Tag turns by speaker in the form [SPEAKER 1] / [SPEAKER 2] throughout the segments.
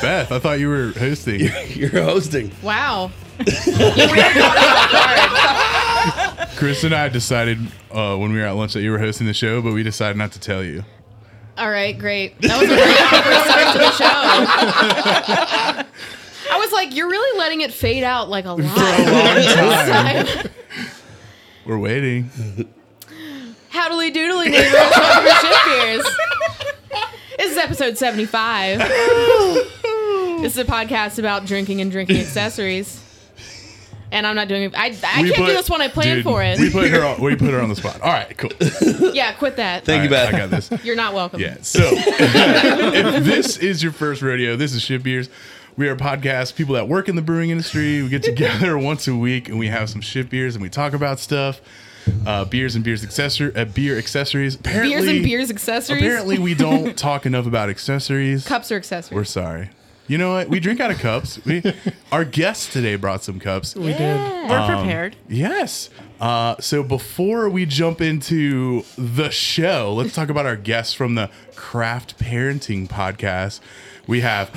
[SPEAKER 1] Beth. I thought you were hosting.
[SPEAKER 2] You're hosting.
[SPEAKER 3] Wow.
[SPEAKER 1] Chris and I decided uh, when we were at lunch that you were hosting the show, but we decided not to tell you.
[SPEAKER 3] All right, great. That was a really awkward start to the show. I was like, you're really letting it fade out like a lot. This time.
[SPEAKER 1] We're waiting.
[SPEAKER 3] Howdly doodly neighbor of chocolate chip beers. This is episode 75. this is a podcast about drinking and drinking accessories. And I'm not doing it. I, I
[SPEAKER 1] We
[SPEAKER 3] can't do
[SPEAKER 1] put-
[SPEAKER 3] this one. I planned
[SPEAKER 1] dude,
[SPEAKER 3] for it.
[SPEAKER 1] We put her on, we put her on the spot. All right, cool.
[SPEAKER 3] yeah, quit that.
[SPEAKER 2] Thank you,
[SPEAKER 1] All right,
[SPEAKER 2] Beth.
[SPEAKER 1] I got this.
[SPEAKER 3] You're not welcome.
[SPEAKER 1] Yeah. So if this is your first rodeo, this is Ship Beers. We are a podcast, people that work in the brewing industry. We get together once a week and we have some ship beers and we talk about stuff. Uh, beers and beers accessor uh, beer accessories. Apparently,
[SPEAKER 3] Beers and beers accessories.
[SPEAKER 1] Apparently we don't talk enough about accessories.
[SPEAKER 3] Cups are accessories.
[SPEAKER 1] We're sorry. You know what? We drink out of cups. We our guest today brought some cups. Um,
[SPEAKER 4] We did. We're prepared.
[SPEAKER 1] Yes. Uh, so before we jump into the show, let's talk about our guests from the Craft Parenting Podcast. We have,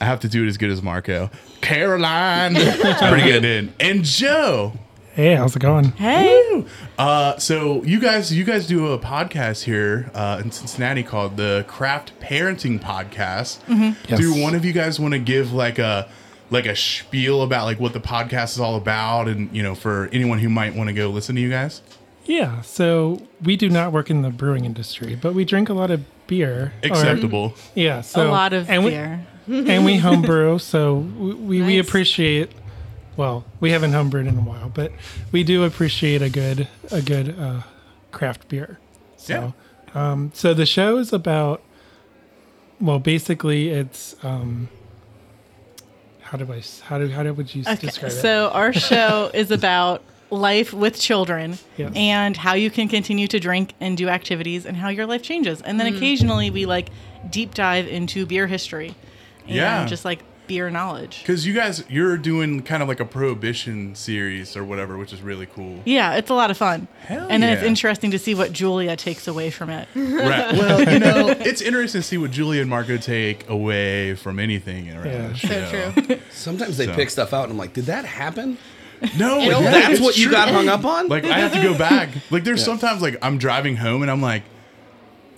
[SPEAKER 1] I have to do it as good as Marco, Caroline, That's pretty good, and, and Joe.
[SPEAKER 5] Hey, how's it going?
[SPEAKER 4] Hey.
[SPEAKER 1] Uh, so you guys, you guys do a podcast here uh, in Cincinnati called the Craft Parenting Podcast.
[SPEAKER 5] Mm-hmm. Yes.
[SPEAKER 1] Do one of you guys want to give like a like a spiel about like what the podcast is all about, and you know, for anyone who might want to go listen to you guys?
[SPEAKER 5] Yeah, so we do not work in the brewing industry, but we drink a lot of beer. or-
[SPEAKER 1] Acceptable.
[SPEAKER 5] yeah, so
[SPEAKER 4] a lot of
[SPEAKER 5] and
[SPEAKER 4] beer.
[SPEAKER 5] We, and we homebrew, so we, we, we
[SPEAKER 4] Nice.
[SPEAKER 5] appreciate. Well, we haven't homebrewed in a while, but we do appreciate a good a good uh, craft beer. So, um, so the show is about. Well, basically, it's um, how do I s- how do how do would you s-
[SPEAKER 4] Okay,
[SPEAKER 5] describe it?
[SPEAKER 4] so our show is about life with children
[SPEAKER 5] Yeah.
[SPEAKER 4] and how you can continue to drink and do activities and how your life changes. And
[SPEAKER 1] Mm.
[SPEAKER 4] then occasionally we like deep dive into beer history. And
[SPEAKER 1] Yeah.
[SPEAKER 4] Just like beer knowledge.
[SPEAKER 1] Because you guys, you're doing kind of like a prohibition series or whatever, which is really cool.
[SPEAKER 4] Yeah, it's a lot of fun.
[SPEAKER 1] Hell
[SPEAKER 4] and then it's
[SPEAKER 1] yeah.
[SPEAKER 4] interesting to see what Julia takes away from it.
[SPEAKER 1] Right. Well, you know, it's interesting to see what Julie and Marco take away from anything around
[SPEAKER 5] Yeah.
[SPEAKER 1] the
[SPEAKER 5] So
[SPEAKER 1] show.
[SPEAKER 3] So true.
[SPEAKER 2] Sometimes they
[SPEAKER 1] So.
[SPEAKER 2] pick stuff out, and I'm like, did that happen?
[SPEAKER 1] No,
[SPEAKER 3] It
[SPEAKER 1] but
[SPEAKER 3] always-
[SPEAKER 1] that
[SPEAKER 2] That's
[SPEAKER 1] is
[SPEAKER 2] what you
[SPEAKER 1] true.
[SPEAKER 2] got hung up on.
[SPEAKER 1] Like I have to go back. Like there's sometimes like I'm driving home and I'm like,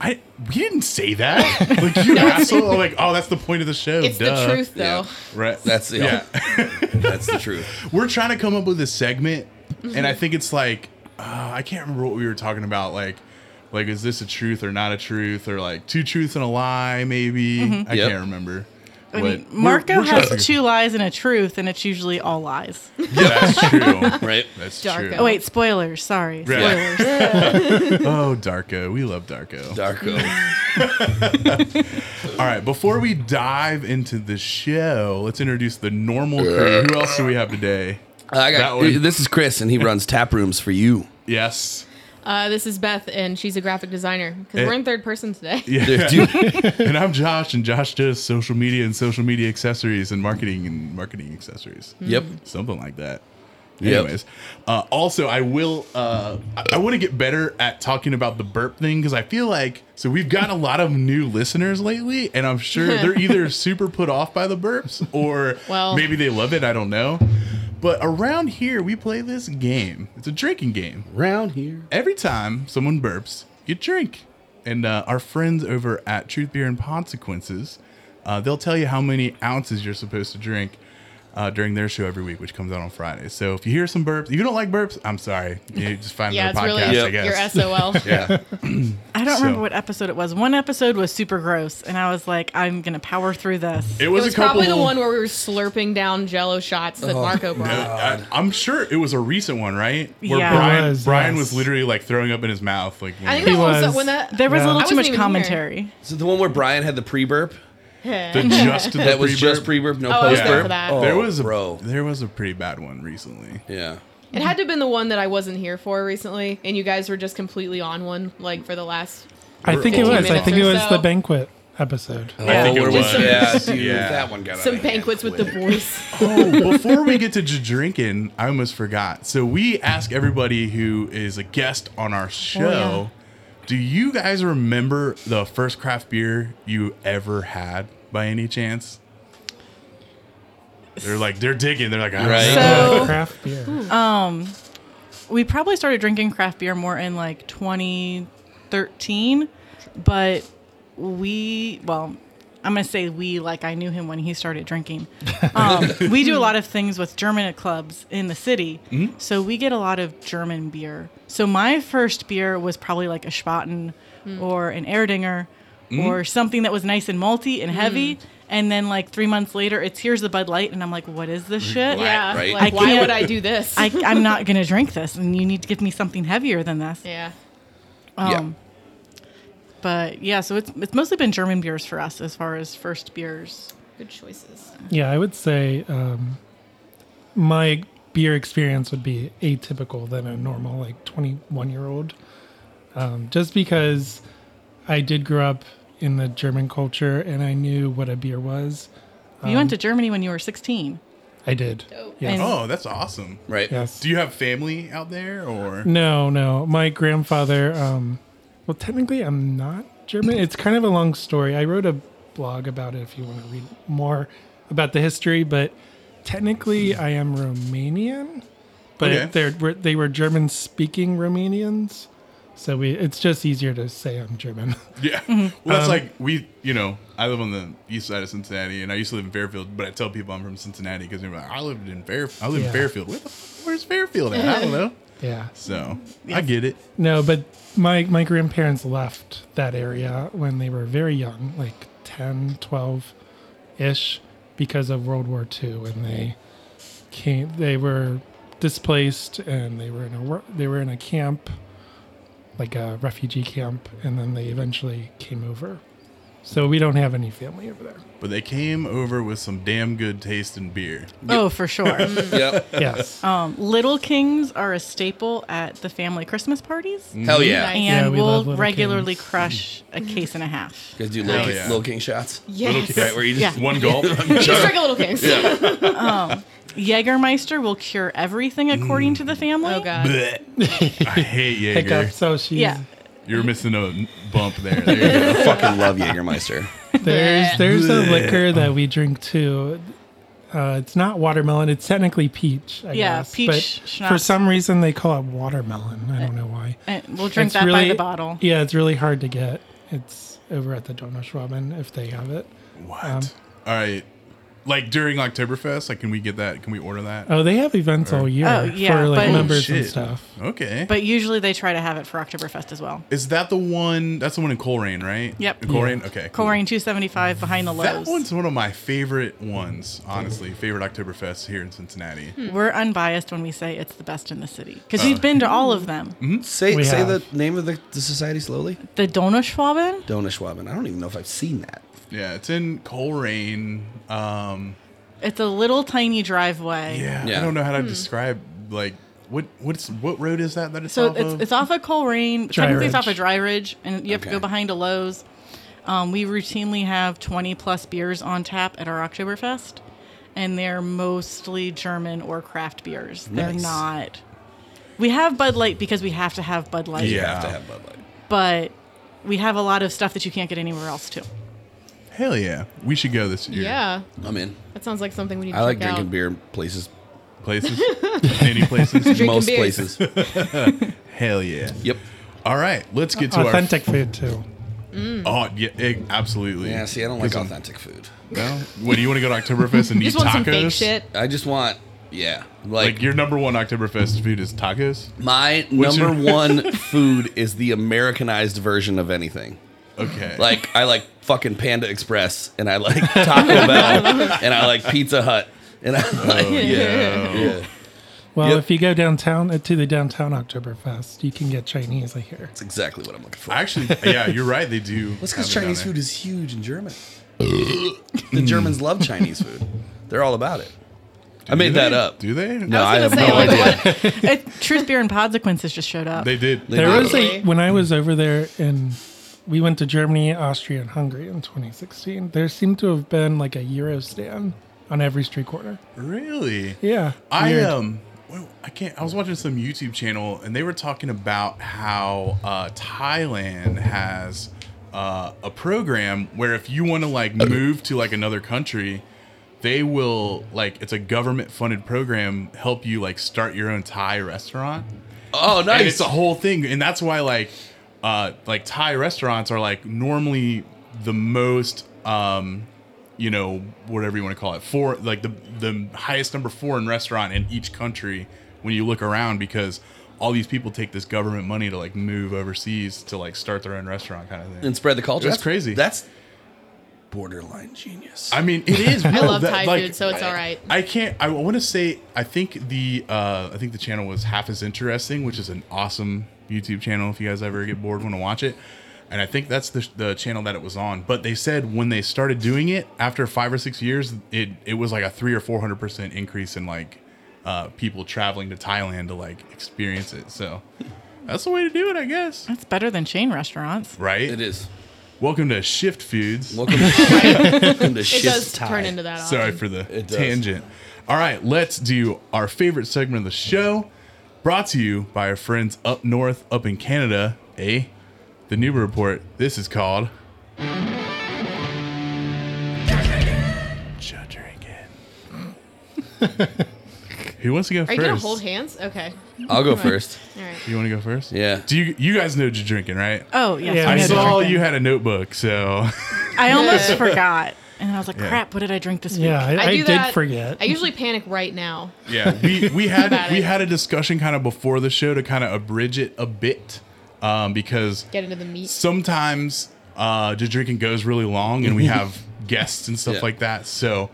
[SPEAKER 1] I we didn't say that. Like you asshole. I'm like oh that's the point of the show.
[SPEAKER 3] It's
[SPEAKER 1] Duh.
[SPEAKER 3] the truth, though.
[SPEAKER 2] Yeah.
[SPEAKER 1] Right.
[SPEAKER 2] that's yeah. that's the truth.
[SPEAKER 1] we're trying to come up with a segment, and I think it's like uh, I can't remember what we were talking about. Like, like is this a truth or not a truth, or like two truths and a lie? Maybe I
[SPEAKER 2] Yep.
[SPEAKER 1] can't remember.
[SPEAKER 4] I
[SPEAKER 1] what-
[SPEAKER 4] mean,
[SPEAKER 1] we're-
[SPEAKER 4] Marco
[SPEAKER 1] we're trying
[SPEAKER 4] has
[SPEAKER 1] to-
[SPEAKER 4] two lies and a truth, and it's usually all lies.
[SPEAKER 1] Yeah, that's true.
[SPEAKER 2] Right.
[SPEAKER 1] That's
[SPEAKER 3] Darko.
[SPEAKER 1] true.
[SPEAKER 4] Oh, wait, spoilers. Sorry.
[SPEAKER 1] Right.
[SPEAKER 4] Spoilers.
[SPEAKER 1] Oh, Darko. We love Darko.
[SPEAKER 2] Darko.
[SPEAKER 1] All right, before we dive into the show, let's introduce the normal crew. Who else do we have today?
[SPEAKER 2] I
[SPEAKER 1] That
[SPEAKER 2] got,
[SPEAKER 1] one.
[SPEAKER 2] this is Chris, and he runs tap rooms for you.
[SPEAKER 1] Yes.
[SPEAKER 3] Uh, this is Beth, and she's a graphic designer because we're in third person today.
[SPEAKER 1] Eh. Yeah.
[SPEAKER 2] Dude,
[SPEAKER 1] and I'm Josh, and Josh does social media and social media accessories and marketing and marketing accessories.
[SPEAKER 2] Yep.
[SPEAKER 1] Something like that.
[SPEAKER 2] Yep.
[SPEAKER 1] Anyways, uh, also I will uh, I, I want to get better at talking about the burp thing because I feel like so we've got a lot of new listeners lately, and I'm sure they're either super put off by the burps or
[SPEAKER 3] Well-
[SPEAKER 1] maybe they love it. I don't know, but around here we play this game. It's a drinking game
[SPEAKER 2] Round here.
[SPEAKER 1] every time someone burps, you drink. And uh, our friends over at Truth Beer and Consequences, uh, they'll tell you how many ounces you're supposed to drink uh, during their show every week, which comes out on Fridays. So if you hear some burps, if you don't like burps, I'm sorry. You just find
[SPEAKER 3] Yeah,
[SPEAKER 1] another
[SPEAKER 3] it's
[SPEAKER 1] podcast,
[SPEAKER 3] really
[SPEAKER 1] I
[SPEAKER 3] your
[SPEAKER 1] guess.
[SPEAKER 3] SOL.
[SPEAKER 1] yeah.
[SPEAKER 4] I don't
[SPEAKER 1] So-
[SPEAKER 4] remember what episode it was. One episode was super gross, and I was like, I'm going to power through this.
[SPEAKER 1] It
[SPEAKER 3] It
[SPEAKER 1] was,
[SPEAKER 3] was
[SPEAKER 1] a couple. Oh,
[SPEAKER 3] probably the one where we were slurping down Jello shots that Marco brought.
[SPEAKER 1] I, am sure it was a recent one, right? Where
[SPEAKER 4] Yeah. It
[SPEAKER 1] Brian,
[SPEAKER 5] was,
[SPEAKER 1] Brian
[SPEAKER 5] yes.
[SPEAKER 1] was literally like throwing up in his mouth. Like, when
[SPEAKER 3] I
[SPEAKER 1] he-
[SPEAKER 3] think that
[SPEAKER 5] He
[SPEAKER 3] was,
[SPEAKER 5] was.
[SPEAKER 3] when that
[SPEAKER 4] There was
[SPEAKER 5] Yeah.
[SPEAKER 4] a
[SPEAKER 3] I
[SPEAKER 4] little
[SPEAKER 3] wasn't
[SPEAKER 4] too much
[SPEAKER 3] even
[SPEAKER 4] commentary.
[SPEAKER 2] Is it the one where Brian had the pre burp?
[SPEAKER 1] the just the
[SPEAKER 2] That was
[SPEAKER 1] pre-burp.
[SPEAKER 2] just pre burp, no
[SPEAKER 3] Oh, I was
[SPEAKER 2] post
[SPEAKER 3] there
[SPEAKER 2] burp.
[SPEAKER 3] for that.
[SPEAKER 1] there was a
[SPEAKER 2] bro.
[SPEAKER 1] there was a pretty bad one recently.
[SPEAKER 2] Yeah.
[SPEAKER 3] it had to have been the one that I wasn't here for recently, and you guys were just completely on one like for the last.
[SPEAKER 5] I think it
[SPEAKER 3] 15
[SPEAKER 5] was. I
[SPEAKER 3] minutes
[SPEAKER 5] think
[SPEAKER 3] or
[SPEAKER 5] it was
[SPEAKER 3] so.
[SPEAKER 5] the banquet episode.
[SPEAKER 1] I think
[SPEAKER 2] Oh,
[SPEAKER 1] it
[SPEAKER 2] where
[SPEAKER 1] was.
[SPEAKER 2] Yeah, dude,
[SPEAKER 1] Yeah.
[SPEAKER 2] that one got out
[SPEAKER 3] Some
[SPEAKER 2] of hand
[SPEAKER 3] banquets with the
[SPEAKER 2] quick.
[SPEAKER 3] boys.
[SPEAKER 1] Oh, before we get to j- drinking, I almost forgot. So we ask everybody who is a guest on our show, do you guys remember the first craft beer you ever had by any chance? They're like they're digging. They're like, I don't
[SPEAKER 2] Right.
[SPEAKER 1] know.
[SPEAKER 4] So-
[SPEAKER 5] craft beer.
[SPEAKER 4] we probably started drinking craft beer more in like 2013 but we well i'm going to say we like i knew him when he started drinking um, we do a lot of things with german clubs in the city so we get a lot of german beer so my first beer was probably like a spaten or an erdinger or something that was nice and malty and heavy and then like three months later it's here's the bud light and i'm like what is this shit
[SPEAKER 3] yeah.
[SPEAKER 2] right?
[SPEAKER 3] Like,
[SPEAKER 4] I
[SPEAKER 3] why
[SPEAKER 4] can't-
[SPEAKER 3] would I do this?
[SPEAKER 4] I, I'm not going to drink this, and you need to give me something heavier than this.
[SPEAKER 3] yeah.
[SPEAKER 4] Um, But yeah, so it's it's mostly been German beers for us as far as first beers.
[SPEAKER 3] Good choices.
[SPEAKER 5] Yeah, I would say um, my beer experience would be atypical than a normal like 21 year old. Um, just because I did grow up in the German culture and I knew what a beer was.
[SPEAKER 4] you
[SPEAKER 5] Um,
[SPEAKER 4] went to Germany when you were 16.
[SPEAKER 5] I did.
[SPEAKER 3] Dope.
[SPEAKER 5] Yes.
[SPEAKER 4] And-
[SPEAKER 1] Oh, that's awesome.
[SPEAKER 2] Right.
[SPEAKER 5] yes.
[SPEAKER 1] Do you have family out there or?
[SPEAKER 5] No, no. My grandfather, um, well, technically, I'm not German. It's kind of a long story. I wrote a blog about it if you want to read more about the history, but technically, I am Romanian. But
[SPEAKER 1] Okay.
[SPEAKER 5] they're, we're- they were German speaking Romanians. So we, it's just easier to say I'm German.
[SPEAKER 1] Yeah. Well, that's like we, you know, I live on the east side of Cincinnati, and I used to live in Fairfield, but I tell people I'm from Cincinnati because they're like, I lived in Fairfield. I live in
[SPEAKER 5] Yeah.
[SPEAKER 1] Fairfield. Where the, f- where's Fairfield at? I don't know.
[SPEAKER 5] yeah.
[SPEAKER 1] So I get it.
[SPEAKER 5] No, but my, my grandparents left that area when they were very young, like 10, 12 ish, because of World War II. And they came, they were displaced and they were in a, wor- they were in a camp, like a refugee camp. And then they eventually came over. So we don't have any family over there.
[SPEAKER 1] But they came over with some damn good taste in beer.
[SPEAKER 4] Oh, for sure.
[SPEAKER 2] Yep.
[SPEAKER 5] Yes.
[SPEAKER 4] um, Little Kings are a staple at the family Christmas parties,
[SPEAKER 2] Hell yeah.
[SPEAKER 3] Nice.
[SPEAKER 4] and
[SPEAKER 5] Yeah, we love
[SPEAKER 4] we'll
[SPEAKER 5] Little
[SPEAKER 4] regularly crush a case and a half.
[SPEAKER 2] You guys do little,
[SPEAKER 1] Hell
[SPEAKER 2] king,
[SPEAKER 1] yeah.
[SPEAKER 2] little king shots.
[SPEAKER 3] Yes.
[SPEAKER 2] Right, where you just
[SPEAKER 4] Yeah.
[SPEAKER 1] One gulp.
[SPEAKER 3] Just like a little case.
[SPEAKER 4] Jägermeister will cure everything according
[SPEAKER 5] Mm.
[SPEAKER 4] to the family.
[SPEAKER 3] Oh god.
[SPEAKER 1] Blech. I hate Jaeger.
[SPEAKER 5] Hiccup. So she's,
[SPEAKER 4] Yeah.
[SPEAKER 1] You're missing a n- bump there. There you go.
[SPEAKER 2] fucking love Jägermeister.
[SPEAKER 5] There's there's a liquor that we drink too. Uh, it's not watermelon. It's technically peach. I
[SPEAKER 4] Yeah,
[SPEAKER 5] guess,
[SPEAKER 4] peach
[SPEAKER 5] But for
[SPEAKER 4] schnapps.
[SPEAKER 5] some reason, they call it watermelon. I don't know why.
[SPEAKER 4] And we'll drink
[SPEAKER 5] It's
[SPEAKER 4] that
[SPEAKER 5] really- e
[SPEAKER 4] by the bottle.
[SPEAKER 5] Yeah, it's really hard to get. It's over at the Donut Schwaben if they have it.
[SPEAKER 1] What? All right. Like during Oktoberfest, like can we get that? Can we order that?
[SPEAKER 5] Oh, they have events all year
[SPEAKER 4] Oh, yeah,
[SPEAKER 5] for like
[SPEAKER 4] but-
[SPEAKER 5] members and
[SPEAKER 1] Shit.
[SPEAKER 5] stuff.
[SPEAKER 1] Okay.
[SPEAKER 4] But usually they try to have it for Oktoberfest as well.
[SPEAKER 1] Is that the one? That's the one in Coleraine, right?
[SPEAKER 4] Yep.
[SPEAKER 1] In Coleraine. Okay. cool.
[SPEAKER 4] Coring 275 behind the
[SPEAKER 1] That
[SPEAKER 4] Lowe's.
[SPEAKER 1] one's one of my favorite ones, honestly. Favorite Oktoberfest here in Cincinnati.
[SPEAKER 4] We're unbiased when we say it's the best in the city because we've been to all of them.
[SPEAKER 2] Say
[SPEAKER 5] We
[SPEAKER 2] say
[SPEAKER 5] have.
[SPEAKER 2] the name of the, the society slowly.
[SPEAKER 4] The Donauschwaben,
[SPEAKER 2] Dona Schwaben. I don't even know if I've seen that.
[SPEAKER 1] Yeah, it's in Coleraine. Um,
[SPEAKER 4] it's a little tiny driveway.
[SPEAKER 1] yeah, I
[SPEAKER 2] Yeah.
[SPEAKER 1] don't know
[SPEAKER 3] Hmm.
[SPEAKER 1] how to describe like what what's what road is that that it's
[SPEAKER 4] So
[SPEAKER 1] off
[SPEAKER 4] it's,
[SPEAKER 1] of?
[SPEAKER 4] it's off of Colerain. but Technically, it's
[SPEAKER 5] Ridge.
[SPEAKER 4] off of Dry Ridge, and you have to
[SPEAKER 2] Okay.
[SPEAKER 4] go behind a Lowe's. Um, we routinely have 20 plus beers on tap at our Oktoberfest, and they're mostly German or craft beers. They're
[SPEAKER 2] Nice.
[SPEAKER 4] not. We have Bud Light because we have to have Bud Light,
[SPEAKER 1] Yeah.
[SPEAKER 2] You have to have Bud Light.
[SPEAKER 4] but we have a lot of stuff that you can't get anywhere else too.
[SPEAKER 1] Hell yeah, we should go this year.
[SPEAKER 3] Yeah.
[SPEAKER 2] I'm in.
[SPEAKER 3] That sounds like something we need to
[SPEAKER 2] I like
[SPEAKER 3] check
[SPEAKER 2] drinking
[SPEAKER 3] out.
[SPEAKER 2] beer places.
[SPEAKER 1] places, many places.
[SPEAKER 3] Drinking
[SPEAKER 2] most
[SPEAKER 3] beers.
[SPEAKER 2] places.
[SPEAKER 1] Hell yeah.
[SPEAKER 2] yep.
[SPEAKER 1] All right, let's get to
[SPEAKER 5] Authentic food too.
[SPEAKER 1] our. Oh yeah, eh, absolutely.
[SPEAKER 2] Yeah, see, I don't like
[SPEAKER 1] Because-
[SPEAKER 2] authentic food.
[SPEAKER 1] Well, what do you want to go to Oktoberfest and
[SPEAKER 3] You
[SPEAKER 1] eat
[SPEAKER 3] just want
[SPEAKER 1] tacos?
[SPEAKER 3] some fake shit.
[SPEAKER 2] I just want, yeah. Like,
[SPEAKER 1] Like your number one Oktoberfest food is tacos.
[SPEAKER 2] my
[SPEAKER 1] What's
[SPEAKER 2] number
[SPEAKER 1] your-
[SPEAKER 2] one food is the Americanized version of anything.
[SPEAKER 1] Okay.
[SPEAKER 2] Like, I like fucking Panda Express, and I like Taco Bell, and I like Pizza Hut, and I like,
[SPEAKER 1] yeah.
[SPEAKER 2] yeah.
[SPEAKER 5] Well,
[SPEAKER 2] Yep.
[SPEAKER 5] if you go downtown uh, to the downtown Oktoberfest, you can get Chinese. I hear.
[SPEAKER 2] That's exactly what I'm looking for.
[SPEAKER 1] Actually, yeah, you're right. They do.
[SPEAKER 2] That's
[SPEAKER 1] have
[SPEAKER 2] because
[SPEAKER 1] it down
[SPEAKER 2] Chinese
[SPEAKER 1] there.
[SPEAKER 2] food is huge in Germany. the Germans love Chinese food. They're all about it. I made
[SPEAKER 1] Do
[SPEAKER 2] that
[SPEAKER 1] they?
[SPEAKER 2] up.
[SPEAKER 1] Do they?
[SPEAKER 2] No, I,
[SPEAKER 3] I was
[SPEAKER 2] have
[SPEAKER 3] gonna
[SPEAKER 2] no
[SPEAKER 3] say, like,
[SPEAKER 2] idea.
[SPEAKER 4] it, Truth Beer and Podsequences just showed up.
[SPEAKER 1] They did.
[SPEAKER 2] They
[SPEAKER 5] There
[SPEAKER 2] do.
[SPEAKER 5] was a when I was over there and we went to Germany, Austria, and Hungary in 2016. There seemed to have been like a Euro stand on every street corner.
[SPEAKER 1] really?
[SPEAKER 5] Yeah,
[SPEAKER 1] I
[SPEAKER 5] weird.
[SPEAKER 1] um well, I can't I was watching some YouTube channel and they were talking about how uh Thailand has uh a program where if you want to like move to like another country they will like it's a government funded program help you like start your own Thai restaurant.
[SPEAKER 2] Oh,
[SPEAKER 1] And
[SPEAKER 2] nice.
[SPEAKER 1] it's a whole thing, and that's why like uh like Thai restaurants are like normally the most um you know whatever you want to call it for like the the highest number foreign restaurant in each country when you look around because all these people take this government money to like move overseas to like start their own restaurant kind of thing.
[SPEAKER 2] and spread the culture.
[SPEAKER 1] That's crazy.
[SPEAKER 2] That's borderline genius.
[SPEAKER 1] I mean, it is.
[SPEAKER 3] I
[SPEAKER 1] real.
[SPEAKER 3] love
[SPEAKER 1] That,
[SPEAKER 3] Thai
[SPEAKER 1] like,
[SPEAKER 3] food, so it's all right.
[SPEAKER 1] I can't. I want to say. I think the uh, I think the channel was half as interesting, which is an awesome YouTube channel. If you guys ever get bored, want to watch it, and I think that's the, the channel that it was on. But they said when they started doing it, after five or six years, it it was like a three or four hundred percent increase in like uh, people traveling to Thailand to like experience it. So that's the way to do it, I guess.
[SPEAKER 4] That's better than chain restaurants.
[SPEAKER 1] Right.
[SPEAKER 2] it is.
[SPEAKER 1] Welcome to Shift Foods.
[SPEAKER 2] Welcome to, welcome to
[SPEAKER 3] It
[SPEAKER 2] Shift
[SPEAKER 3] does
[SPEAKER 2] Tide.
[SPEAKER 3] turn into that.
[SPEAKER 1] Sorry
[SPEAKER 3] often.
[SPEAKER 1] for the
[SPEAKER 2] It does.
[SPEAKER 1] tangent. All right, let's do our favorite segment of the show, brought to you by our friends up north, up in Canada. Eh? The Newber Report. This is called. Judge Rankin. Who wants to go
[SPEAKER 3] Are
[SPEAKER 1] first?
[SPEAKER 3] you going to hold hands? Okay.
[SPEAKER 2] I'll go first.
[SPEAKER 3] All right.
[SPEAKER 1] you want to go first?
[SPEAKER 2] Yeah.
[SPEAKER 1] Do you you guys know Judge Drinking, right?
[SPEAKER 4] Oh yes,
[SPEAKER 5] Yeah,
[SPEAKER 4] we
[SPEAKER 1] I
[SPEAKER 4] had to
[SPEAKER 1] saw
[SPEAKER 4] drink
[SPEAKER 1] you
[SPEAKER 4] then.
[SPEAKER 1] had a notebook, so
[SPEAKER 4] I almost
[SPEAKER 3] Yeah.
[SPEAKER 4] forgot, and I was like, "Crap, what did I drink this week?"
[SPEAKER 5] Yeah, I, I,
[SPEAKER 3] do
[SPEAKER 5] did
[SPEAKER 3] that-
[SPEAKER 5] forget.
[SPEAKER 3] I usually panic right now.
[SPEAKER 1] Yeah, we, we had
[SPEAKER 3] About
[SPEAKER 1] we
[SPEAKER 3] it.
[SPEAKER 1] had a discussion kind of before the show to kind of abridge it a bit um, because
[SPEAKER 3] Get into the meat.
[SPEAKER 1] sometimes uh, just drinking goes really long and we have guests and stuff
[SPEAKER 2] Yeah.
[SPEAKER 1] like that. So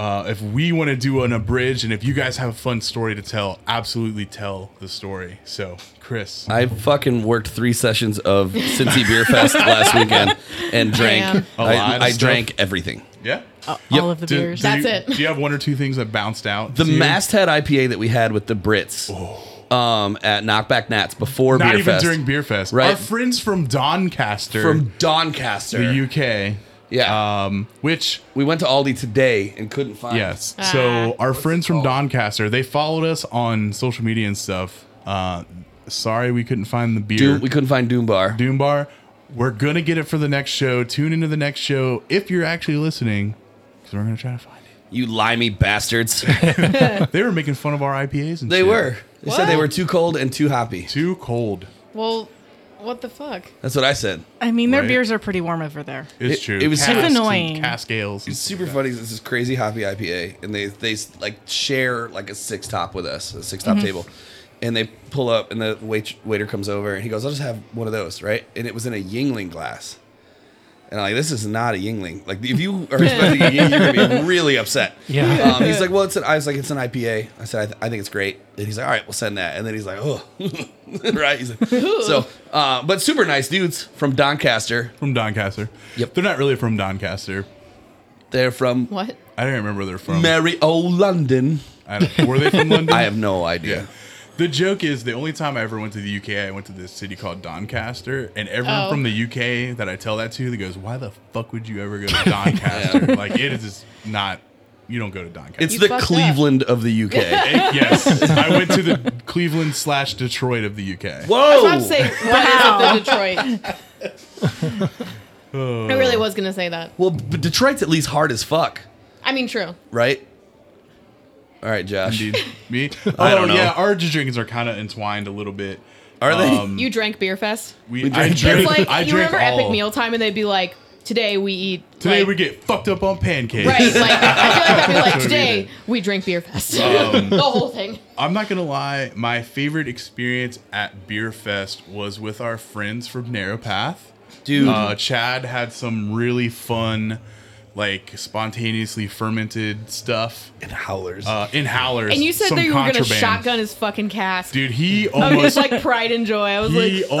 [SPEAKER 1] uh, if we want to do an abridge and if you guys have a fun story to tell, absolutely tell the story. So Chris,
[SPEAKER 2] I fucking worked three sessions of Cincy Beer Fest last weekend and drank.
[SPEAKER 3] Damn.
[SPEAKER 1] A
[SPEAKER 2] I,
[SPEAKER 1] lot of
[SPEAKER 2] I
[SPEAKER 1] stuff.
[SPEAKER 2] drank everything.
[SPEAKER 1] yeah,
[SPEAKER 3] Oh,
[SPEAKER 4] all
[SPEAKER 2] Yep.
[SPEAKER 4] of the
[SPEAKER 1] Do-
[SPEAKER 4] beers.
[SPEAKER 1] do
[SPEAKER 3] That's
[SPEAKER 1] you-
[SPEAKER 3] it.
[SPEAKER 1] Do you have one or two things that bounced out?
[SPEAKER 2] The
[SPEAKER 1] to you?
[SPEAKER 2] masthead IPA that we had with the Brits um, at Knockback Nats before
[SPEAKER 1] Oh. Not
[SPEAKER 2] Beer
[SPEAKER 1] even
[SPEAKER 2] Fest.
[SPEAKER 1] during Beer Fest. Our
[SPEAKER 2] Right.
[SPEAKER 1] friends from Doncaster,
[SPEAKER 2] from Doncaster.
[SPEAKER 1] the UK,
[SPEAKER 2] yeah.
[SPEAKER 1] um, which
[SPEAKER 2] we went to Aldi today and couldn't find
[SPEAKER 1] Yes.
[SPEAKER 2] Ah.
[SPEAKER 1] so our friends from
[SPEAKER 2] called?
[SPEAKER 1] Doncaster, they followed us on social media and stuff. Uh, sorry, we couldn't find the beer.
[SPEAKER 2] Doom, we couldn't find Doom Bar.
[SPEAKER 1] Doom Bar. We're gonna get it for the next show. Tune into the next show if you're actually listening, because we're gonna try to find it.
[SPEAKER 2] You limey bastards.
[SPEAKER 1] They were making fun of our IPAs and
[SPEAKER 2] They
[SPEAKER 1] shit.
[SPEAKER 2] were. They said they
[SPEAKER 3] What?
[SPEAKER 2] were too cold and too hoppy.
[SPEAKER 1] too cold.
[SPEAKER 3] Well, what the fuck?
[SPEAKER 2] That's what I said.
[SPEAKER 4] I mean, their
[SPEAKER 1] Right.
[SPEAKER 4] beers are pretty warm over there.
[SPEAKER 1] It's
[SPEAKER 2] It-
[SPEAKER 1] true.
[SPEAKER 2] it was- It's
[SPEAKER 1] Casks and
[SPEAKER 4] annoying.
[SPEAKER 1] Cask ales. and
[SPEAKER 2] It's
[SPEAKER 1] stuff
[SPEAKER 2] super
[SPEAKER 1] like that.
[SPEAKER 2] funny. 'cause This is crazy hoppy IPA, and they they like share like a six top with us, a six top table, and they pull up, and the wait, waiter comes over, and he goes, "I'll just have one of those, right?" And it was in a Yingling glass, and I'm like, "This is not a Yingling. Like, if you are expecting a Yingling, you're gonna be really upset."
[SPEAKER 5] Yeah.
[SPEAKER 2] Um, he's like, "Well, it's an." I was like, "It's an IPA." I said, "I, th- I think it's great," and he's like, "All right, we'll send that," and then he's like, "Oh, right." He's like, so, uh, but super nice dudes from Doncaster.
[SPEAKER 1] From Doncaster.
[SPEAKER 2] Yep.
[SPEAKER 1] They're not really from Doncaster.
[SPEAKER 2] They're from.
[SPEAKER 3] What?
[SPEAKER 1] I don't remember where they're from.
[SPEAKER 2] Merry old London.
[SPEAKER 1] I don't, were they from London?
[SPEAKER 2] I have no idea.
[SPEAKER 1] Yeah. The joke is the only time I ever went to the UK, I went to this city called Doncaster, and everyone
[SPEAKER 3] Oh.
[SPEAKER 1] from the UK that I tell that to, that goes, "Why the fuck would you ever go to Doncaster? Like it is just not. You don't go to Doncaster.
[SPEAKER 2] It's
[SPEAKER 3] You
[SPEAKER 2] the
[SPEAKER 3] fucked up.
[SPEAKER 2] Cleveland of the UK.
[SPEAKER 1] It- yes, I went to the Cleveland slash Detroit of the UK.
[SPEAKER 2] Whoa!
[SPEAKER 1] Oh.
[SPEAKER 3] I was about to say, what is it to Detroit? I really was going to say that.
[SPEAKER 2] well, but Detroit's at least hard as fuck,
[SPEAKER 3] I mean, true.
[SPEAKER 2] right? All right, Josh.
[SPEAKER 1] Indeed. Me? Oh
[SPEAKER 2] I don't know.
[SPEAKER 1] yeah, our drinks are kind of entwined a little bit.
[SPEAKER 2] Are they?
[SPEAKER 1] Um,
[SPEAKER 3] You drank Beer Fest?
[SPEAKER 1] We,
[SPEAKER 2] We
[SPEAKER 1] I
[SPEAKER 2] drink-
[SPEAKER 1] drink.
[SPEAKER 3] It's like,
[SPEAKER 1] I
[SPEAKER 3] you
[SPEAKER 1] drink
[SPEAKER 3] remember
[SPEAKER 1] all.
[SPEAKER 3] Epic Meal Time and they'd be like, today we eat.
[SPEAKER 1] Today
[SPEAKER 3] like-
[SPEAKER 1] we get fucked up on pancakes.
[SPEAKER 3] Right. Like, I feel like that'd be
[SPEAKER 1] what
[SPEAKER 3] like,
[SPEAKER 1] we did.
[SPEAKER 3] today we drink Beer Fest.
[SPEAKER 1] Um,
[SPEAKER 3] the whole thing.
[SPEAKER 1] I'm not gonna lie. My favorite experience at Beer Fest was with our friends from Narrow Path.
[SPEAKER 2] Dude.
[SPEAKER 1] uh,
[SPEAKER 3] Mm-hmm.
[SPEAKER 1] Chad had some really fun, like spontaneously fermented stuff
[SPEAKER 2] And howlers.
[SPEAKER 1] uh, in howlers.
[SPEAKER 3] And you said
[SPEAKER 1] some
[SPEAKER 3] that you were going to
[SPEAKER 1] contraband.
[SPEAKER 3] shotgun his fucking cask.
[SPEAKER 1] Dude, he
[SPEAKER 3] I was
[SPEAKER 1] almost
[SPEAKER 3] like pride and joy. I was
[SPEAKER 1] he
[SPEAKER 3] like, oh,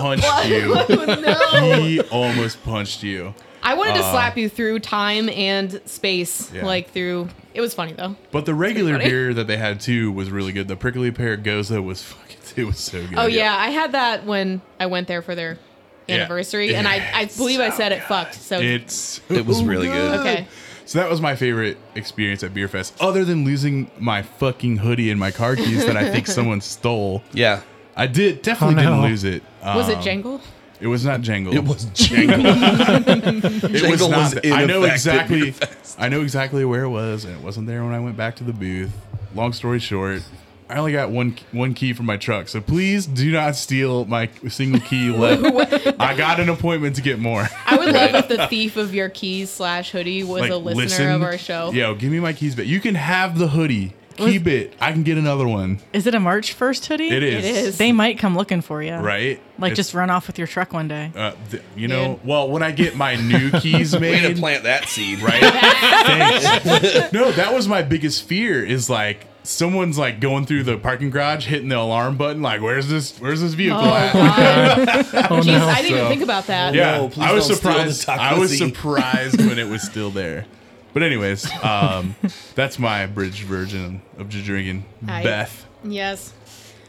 [SPEAKER 1] almost punched you.
[SPEAKER 3] no.
[SPEAKER 1] He almost punched you.
[SPEAKER 3] I wanted to slap you through time and space,
[SPEAKER 1] Yeah.
[SPEAKER 3] like through. It was funny though.
[SPEAKER 1] But the regular
[SPEAKER 3] funny.
[SPEAKER 1] beer that they had too was really good. The prickly pear goza was fucking. It was so good.
[SPEAKER 3] Oh yeah, I had that when I went there for their
[SPEAKER 1] Yeah. Oh,
[SPEAKER 3] anniversary, and I, I believe I said it fucked. So
[SPEAKER 1] It's
[SPEAKER 2] It was
[SPEAKER 1] so
[SPEAKER 2] really good.
[SPEAKER 3] okay,
[SPEAKER 1] So that was my favorite experience at Beer Fest, other than losing my fucking hoodie and my car keys that I think someone stole.
[SPEAKER 2] yeah.
[SPEAKER 1] I did definitely
[SPEAKER 5] Oh, no.
[SPEAKER 1] didn't lose it.
[SPEAKER 3] was
[SPEAKER 1] Um,
[SPEAKER 3] it Jangle?
[SPEAKER 1] It It was not Jangle.
[SPEAKER 2] It was Django.
[SPEAKER 1] It was
[SPEAKER 2] Jangle
[SPEAKER 1] not.
[SPEAKER 2] was
[SPEAKER 1] that. I know
[SPEAKER 2] ineffective.
[SPEAKER 1] exactly. I know exactly where it was, and it wasn't there when I went back to the booth. Long story short, I only got one one key from my truck, so please do not steal my single key left. I got an appointment to get more.
[SPEAKER 3] I would love if the thief of your keys slash hoodie was a listener of our show.
[SPEAKER 1] Yo, give me my keys bit. You can have the hoodie. Keep it. I can get another one.
[SPEAKER 4] Is it a March first hoodie?
[SPEAKER 1] It is.
[SPEAKER 3] It is.
[SPEAKER 4] They might come looking for you.
[SPEAKER 1] Right?
[SPEAKER 4] Like
[SPEAKER 1] It's-
[SPEAKER 4] just run off with your truck one day.
[SPEAKER 1] uh, th- you know,
[SPEAKER 3] Dude.
[SPEAKER 1] well, when I get my new keys
[SPEAKER 2] Way to
[SPEAKER 1] made,
[SPEAKER 2] plant that seed, right?
[SPEAKER 1] right? Thanks. no, that was my biggest fear is like someone's like going through the parking garage, hitting the alarm button, like, where's this where's this vehicle
[SPEAKER 3] Oh,
[SPEAKER 1] at?
[SPEAKER 3] God.
[SPEAKER 5] Oh
[SPEAKER 3] Jeez,
[SPEAKER 5] no!
[SPEAKER 3] I didn't even think about that.
[SPEAKER 1] Yeah,
[SPEAKER 2] No, please
[SPEAKER 1] I was
[SPEAKER 2] don't steal the
[SPEAKER 1] surprised. I was
[SPEAKER 2] Taco Z.
[SPEAKER 1] surprised when it was still there. But anyways, um, that's my abridged version of just drinking.
[SPEAKER 3] Aye.
[SPEAKER 1] Beth,
[SPEAKER 3] Yes.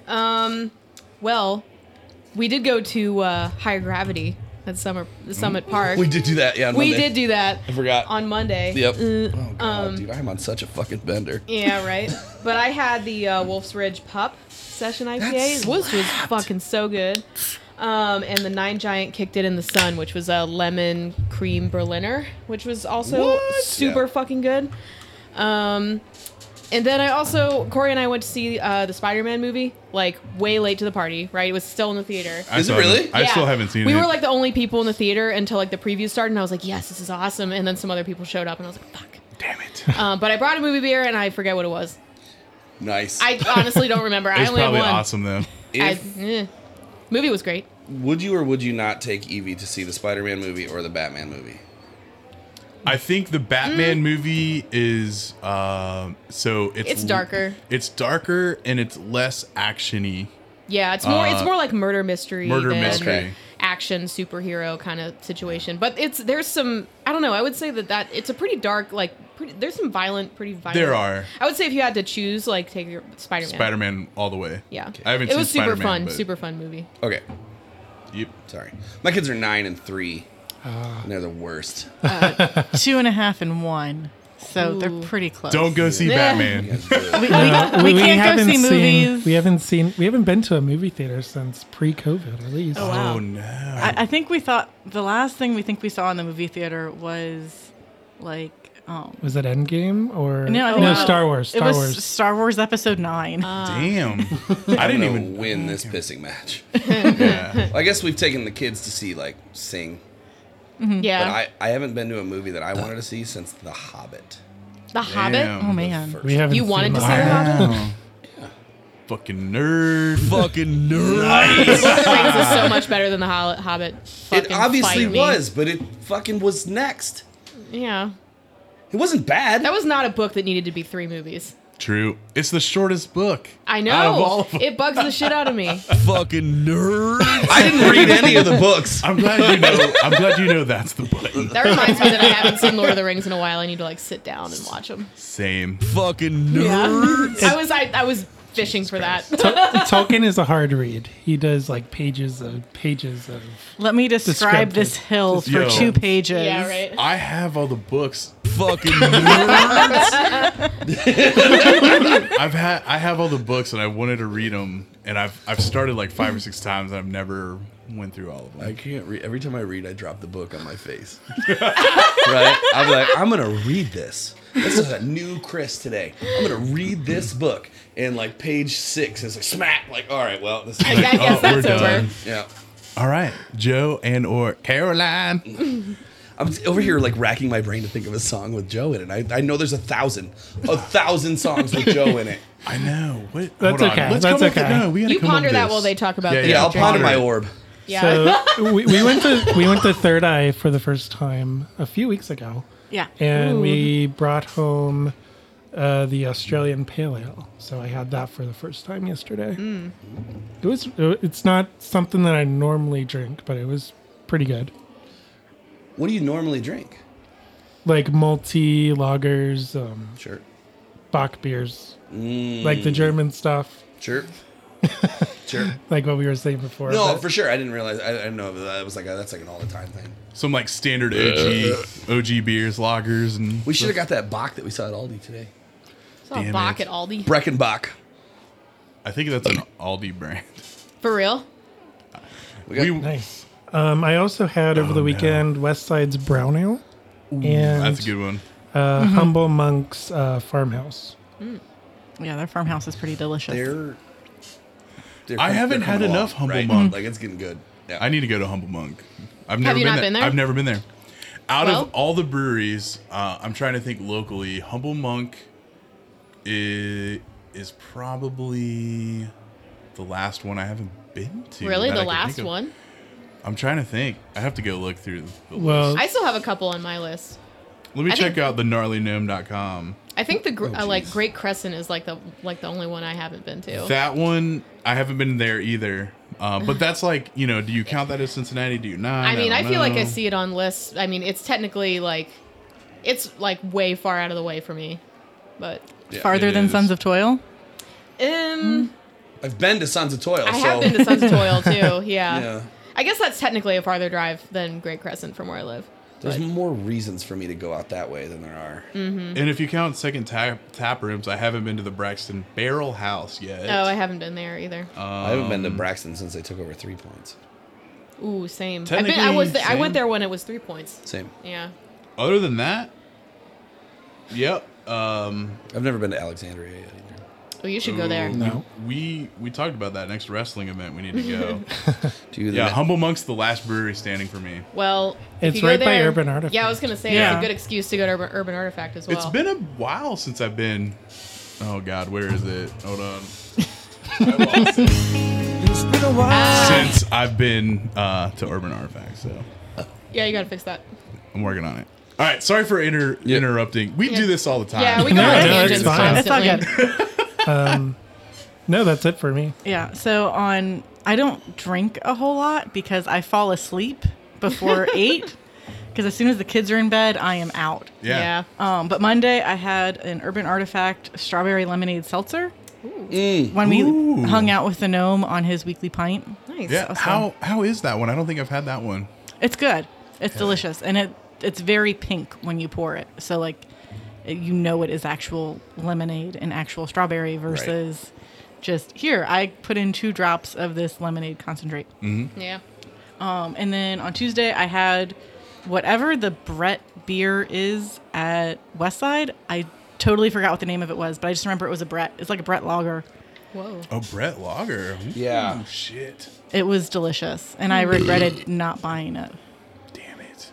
[SPEAKER 3] Um, well, we did go to uh, Higher Gravity at Summer Summit Park.
[SPEAKER 2] We did do that. Yeah, on
[SPEAKER 3] We
[SPEAKER 2] Monday.
[SPEAKER 3] did do that. I
[SPEAKER 2] forgot.
[SPEAKER 3] On Monday.
[SPEAKER 2] Yep.
[SPEAKER 3] Uh,
[SPEAKER 2] Oh, God, dude, I'm on such a fucking bender.
[SPEAKER 3] yeah, right. but I had the uh, Wolf's Ridge Pup Session IPA, which was fucking so good. Um, and the Nine Giant kicked it in the sun, which was a lemon cream Berliner, which was also
[SPEAKER 2] What?
[SPEAKER 3] super
[SPEAKER 2] Yeah.
[SPEAKER 3] fucking good. Um, and then I also Corey and I went to see uh, the Spider-Man movie, like way late to the party. Right, it was still in the theater.
[SPEAKER 1] I
[SPEAKER 2] Is it
[SPEAKER 1] still haven't-
[SPEAKER 2] really?
[SPEAKER 1] I
[SPEAKER 3] Yeah.
[SPEAKER 1] still haven't seen
[SPEAKER 3] we
[SPEAKER 1] it.
[SPEAKER 3] were like the only people in the theater until like the preview started, and I was like, "Yes, this is awesome." And then some other people showed up, and I was like, "Fuck."
[SPEAKER 1] damn it.
[SPEAKER 4] Uh,
[SPEAKER 3] Um, but I brought a movie beer, and I forget what it was.
[SPEAKER 2] Nice.
[SPEAKER 3] I honestly don't remember. I
[SPEAKER 1] It's
[SPEAKER 3] only have
[SPEAKER 1] probably
[SPEAKER 3] one.
[SPEAKER 1] awesome though.
[SPEAKER 3] I,
[SPEAKER 2] If-
[SPEAKER 3] eh. Movie was great.
[SPEAKER 2] would you or would you not take Evie to see the Spider-Man movie or the Batman movie?
[SPEAKER 1] I think the Batman movie is um so it's
[SPEAKER 3] Mm. It's darker.
[SPEAKER 1] It's darker and it's less actiony.
[SPEAKER 3] Yeah, it's more it's
[SPEAKER 1] Uh,
[SPEAKER 3] more like murder mystery,
[SPEAKER 1] murder
[SPEAKER 3] than
[SPEAKER 1] mystery.
[SPEAKER 3] action superhero kind of situation. But it's there's some I don't know. I would say that that it's a pretty dark like pretty, there's some violent, pretty violent.
[SPEAKER 1] There are.
[SPEAKER 3] I would say if you had to choose, like take your Spider Man.
[SPEAKER 1] Spider-Man all the way.
[SPEAKER 3] Yeah,
[SPEAKER 1] I haven't
[SPEAKER 3] it
[SPEAKER 1] seen
[SPEAKER 3] was super
[SPEAKER 1] Spider-Man,
[SPEAKER 3] fun,
[SPEAKER 1] but-
[SPEAKER 3] super fun movie.
[SPEAKER 2] Okay,
[SPEAKER 1] Yep.
[SPEAKER 2] sorry. My kids are nine and three. and they're the worst.
[SPEAKER 4] Two and a half and one. So
[SPEAKER 3] Ooh.
[SPEAKER 4] they're pretty close.
[SPEAKER 1] Don't go see
[SPEAKER 3] Yeah.
[SPEAKER 1] Batman.
[SPEAKER 4] We, we,
[SPEAKER 5] No,
[SPEAKER 4] we can't go
[SPEAKER 5] haven't
[SPEAKER 4] see
[SPEAKER 5] seen-
[SPEAKER 4] movies.
[SPEAKER 5] We haven't seen. We haven't been to a movie theater since pre-COVID, at least.
[SPEAKER 3] Oh, wow.
[SPEAKER 1] Oh no.
[SPEAKER 4] I, I think we thought the last thing we think we saw in the movie theater was like um
[SPEAKER 5] Was it Endgame or
[SPEAKER 4] no, I
[SPEAKER 5] no
[SPEAKER 4] think it was-
[SPEAKER 5] Star Wars? Star
[SPEAKER 4] it was
[SPEAKER 5] Wars.
[SPEAKER 4] Star Wars Episode Nine.
[SPEAKER 1] Um,
[SPEAKER 3] Uh.
[SPEAKER 1] Damn. I
[SPEAKER 2] I
[SPEAKER 1] didn't
[SPEAKER 2] didn't
[SPEAKER 1] even
[SPEAKER 2] win this pissing match.
[SPEAKER 1] yeah.
[SPEAKER 2] I guess we've taken the kids to see like sing,
[SPEAKER 3] Yeah,
[SPEAKER 2] but I, I haven't been to a movie that I wanted to see since The Hobbit.
[SPEAKER 3] The Hobbit.
[SPEAKER 1] Damn.
[SPEAKER 4] oh man,
[SPEAKER 2] First.
[SPEAKER 5] we haven't.
[SPEAKER 3] You wanted
[SPEAKER 5] seen
[SPEAKER 3] to
[SPEAKER 5] that.
[SPEAKER 3] see The Hobbit?
[SPEAKER 1] Fucking nerd.
[SPEAKER 2] fucking nerd.
[SPEAKER 3] Lord of the Rings is so much better than the Holl- Hobbit.
[SPEAKER 2] It
[SPEAKER 3] Fucking
[SPEAKER 2] obviously
[SPEAKER 3] fight me.
[SPEAKER 2] was, but it fucking was next.
[SPEAKER 3] Yeah,
[SPEAKER 2] It wasn't bad.
[SPEAKER 3] that was not a book that needed to be three movies.
[SPEAKER 1] True. It's the shortest book.
[SPEAKER 3] I know.
[SPEAKER 1] Out of all of them.
[SPEAKER 3] It bugs the shit out of me.
[SPEAKER 1] Fucking nerd.
[SPEAKER 2] I didn't read any of the books.
[SPEAKER 1] I'm glad you know. I'm glad you know that's the button.
[SPEAKER 3] That reminds me that I haven't seen Lord of the Rings in a while. I need to like sit down and watch them.
[SPEAKER 1] Same.
[SPEAKER 3] I was I, I was fishing for that.
[SPEAKER 5] Tol- Tolkien is a hard read. He does like pages of pages of.
[SPEAKER 4] let me describe
[SPEAKER 5] Descriptive.
[SPEAKER 4] this hill for
[SPEAKER 1] Yo.
[SPEAKER 4] two pages.
[SPEAKER 3] Yeah, right.
[SPEAKER 1] I have all the books.
[SPEAKER 2] Fucking nerds.
[SPEAKER 1] I've had I have all the books and I wanted to read them and I've I've started like five or six times and I've never went through all of
[SPEAKER 2] I
[SPEAKER 1] them.
[SPEAKER 2] can't read. Every time I read, I drop the book on my face. right? I'm like, I'm gonna read this. This is a new Chris today. I'm gonna read this book, and like page six is like smack. Like, all right, well, this is
[SPEAKER 3] I, I guess
[SPEAKER 1] oh, we're
[SPEAKER 3] that's over.
[SPEAKER 1] done.
[SPEAKER 2] yeah.
[SPEAKER 1] All right, Joe and or Caroline.
[SPEAKER 2] I'm over here like racking my brain to think of a song with Joe in it. I, I know there's a thousand, a thousand songs with Joe in it.
[SPEAKER 1] I know. What?
[SPEAKER 5] That's
[SPEAKER 1] hold on.
[SPEAKER 5] okay,
[SPEAKER 1] Let's
[SPEAKER 5] that's
[SPEAKER 1] come up with-
[SPEAKER 5] okay.
[SPEAKER 1] no, we gotta
[SPEAKER 3] You
[SPEAKER 1] come up
[SPEAKER 3] ponder
[SPEAKER 1] with
[SPEAKER 3] that
[SPEAKER 1] this.
[SPEAKER 3] while they talk about
[SPEAKER 1] Yeah,
[SPEAKER 3] the
[SPEAKER 2] Yeah, I'll
[SPEAKER 1] Joker.
[SPEAKER 2] ponder my orb.
[SPEAKER 3] Yeah.
[SPEAKER 5] So we, we went to we went to Third Eye for the first time a few weeks ago,
[SPEAKER 4] Yeah.
[SPEAKER 5] and we brought home uh, the Australian Pale Ale. So I had that for the first time yesterday. It was it's not something that I normally drink, but it was pretty good.
[SPEAKER 2] What do you normally drink?
[SPEAKER 5] Like multi lagers, um,
[SPEAKER 2] Sure,
[SPEAKER 5] Bach beers, like the German stuff,
[SPEAKER 2] sure, sure.
[SPEAKER 5] like what we were saying before.
[SPEAKER 2] No,
[SPEAKER 5] but-
[SPEAKER 2] for sure. I didn't realize. I, I didn't know that was like a, that's like an all the time thing.
[SPEAKER 1] Some like standard OG OG beers, lagers, and
[SPEAKER 2] We should have got that Bach that we saw at Aldi today.
[SPEAKER 3] Saw
[SPEAKER 1] Damn
[SPEAKER 3] Bach
[SPEAKER 1] it.
[SPEAKER 3] at Aldi.
[SPEAKER 2] Breckenbach.
[SPEAKER 1] I think that's an Aldi brand.
[SPEAKER 3] For real?
[SPEAKER 2] We got,
[SPEAKER 1] We
[SPEAKER 5] nice. Um, I also had over the weekend West Side's Brown Ale and
[SPEAKER 1] That's a good one.
[SPEAKER 5] uh, Humble Monk's uh, Farmhouse.
[SPEAKER 4] Yeah, their farmhouse is pretty delicious.
[SPEAKER 2] They're, they're
[SPEAKER 1] I
[SPEAKER 2] com-
[SPEAKER 1] haven't
[SPEAKER 2] they're
[SPEAKER 1] had
[SPEAKER 2] coming
[SPEAKER 1] enough Humble
[SPEAKER 2] right?
[SPEAKER 1] Monk.
[SPEAKER 2] Like it's getting good. Yeah.
[SPEAKER 1] I need to go to Humble Monk. I've never
[SPEAKER 3] you
[SPEAKER 1] been,
[SPEAKER 3] not
[SPEAKER 1] there.
[SPEAKER 3] been there?
[SPEAKER 1] I've never been there. Out
[SPEAKER 3] Well-
[SPEAKER 1] of all the breweries, uh, I'm trying to think locally. Humble Monk is, is probably the last one I haven't been to.
[SPEAKER 3] really,
[SPEAKER 1] that I
[SPEAKER 3] the
[SPEAKER 1] can
[SPEAKER 3] last
[SPEAKER 1] think of.
[SPEAKER 3] one?
[SPEAKER 1] I'm trying to think. I have to go look through. The
[SPEAKER 5] Well,
[SPEAKER 1] list.
[SPEAKER 3] I still have a couple on my list.
[SPEAKER 1] let me
[SPEAKER 3] I
[SPEAKER 1] check
[SPEAKER 3] think-
[SPEAKER 1] out the gnarlygnome.com.
[SPEAKER 3] I think the
[SPEAKER 1] Oh,
[SPEAKER 3] gr- uh, like
[SPEAKER 2] jeez.
[SPEAKER 3] Great Crescent is like the like the only one I haven't been to.
[SPEAKER 1] That one, I haven't been there either. Uh, but that's like, you know, do you count that as Cincinnati? Do you not?
[SPEAKER 3] I mean, I
[SPEAKER 1] don't
[SPEAKER 3] feel like I
[SPEAKER 1] know.
[SPEAKER 3] see it on lists. I mean, it's technically like it's like way far out of the way for me, but
[SPEAKER 2] Yeah,
[SPEAKER 4] Farther
[SPEAKER 1] it
[SPEAKER 4] than
[SPEAKER 1] is.
[SPEAKER 4] Sons of Toil.
[SPEAKER 3] um,
[SPEAKER 2] I've been to Sons of Toil.
[SPEAKER 3] I
[SPEAKER 2] so,
[SPEAKER 3] have been to Sons of Toil too. Yeah.
[SPEAKER 2] Yeah.
[SPEAKER 3] I guess that's technically a farther drive than Great Crescent from where I live.
[SPEAKER 2] There's
[SPEAKER 3] But-
[SPEAKER 2] more reasons for me to go out that way than there are.
[SPEAKER 3] Mm.
[SPEAKER 1] And if you count second tap, tap rooms, I haven't been to the Braxton Barrel House yet.
[SPEAKER 3] Oh, I haven't been there either.
[SPEAKER 2] I haven't been to
[SPEAKER 1] Um,
[SPEAKER 2] Braxton since they took over Three Points.
[SPEAKER 3] Ooh, same. I, been, I
[SPEAKER 1] technically
[SPEAKER 3] was there, I
[SPEAKER 1] same.
[SPEAKER 3] went there when it was three points.
[SPEAKER 2] Same.
[SPEAKER 3] Yeah.
[SPEAKER 1] Other than that, yep. Um,
[SPEAKER 2] I've never been to Alexandria yet either.
[SPEAKER 3] Oh, you should go there.
[SPEAKER 5] no.
[SPEAKER 1] we we talked about that next wrestling event we need to go.
[SPEAKER 2] Do you
[SPEAKER 1] yeah,
[SPEAKER 2] the-
[SPEAKER 1] Humble Monk's the last brewery standing for me.
[SPEAKER 3] Well, if
[SPEAKER 5] It's
[SPEAKER 3] you go
[SPEAKER 5] right by
[SPEAKER 3] there-
[SPEAKER 5] Urban Artifact.
[SPEAKER 3] Yeah, I was gonna say it's
[SPEAKER 4] Yeah.
[SPEAKER 3] a good excuse to go to Urban, Urban Artifact as well.
[SPEAKER 1] It's been a while since I've been. Oh God, where is it? Hold on. I lost it. Since I've been uh, to Urban Artifact, so
[SPEAKER 3] yeah, you gotta fix that.
[SPEAKER 1] I'm working on it. All right, sorry for inter-
[SPEAKER 2] Yeah.
[SPEAKER 1] interrupting. We
[SPEAKER 3] Yeah.
[SPEAKER 1] do this all the time.
[SPEAKER 3] Yeah, we go
[SPEAKER 5] No,
[SPEAKER 3] on
[SPEAKER 5] no,
[SPEAKER 3] tangents
[SPEAKER 5] it's fine.
[SPEAKER 4] It's all
[SPEAKER 3] constantly.
[SPEAKER 4] good.
[SPEAKER 5] No, that's it for me.
[SPEAKER 4] Yeah. So on, I don't drink a whole lot because I fall asleep before eight. Because as soon as the kids are in bed, I am out.
[SPEAKER 1] yeah.
[SPEAKER 3] Yeah.
[SPEAKER 4] Um, but Monday, I had an Urban Artifact strawberry lemonade seltzer
[SPEAKER 2] Mm.
[SPEAKER 4] when
[SPEAKER 1] Ooh.
[SPEAKER 4] we hung out with the gnome on his weekly pint.
[SPEAKER 3] Nice.
[SPEAKER 1] Yeah,
[SPEAKER 4] awesome.
[SPEAKER 1] how how is that one? I don't think I've had that one.
[SPEAKER 4] It's good. It's delicious, and it it's very pink when you pour it. So like, it- you know it is actual lemonade and actual strawberry versus just here. I put in two drops of this lemonade concentrate.
[SPEAKER 3] Mm. Yeah.
[SPEAKER 4] Um, and then on Tuesday, I had whatever the Brett beer is at Westside. I totally forgot what the name of it was, but I just remember it was a Brett. It's like a Brett lager.
[SPEAKER 3] Whoa.
[SPEAKER 1] Oh, Brett Lager.
[SPEAKER 2] Yeah.
[SPEAKER 1] Ooh, shit.
[SPEAKER 4] It was delicious, and I regretted not buying it.
[SPEAKER 1] Damn it.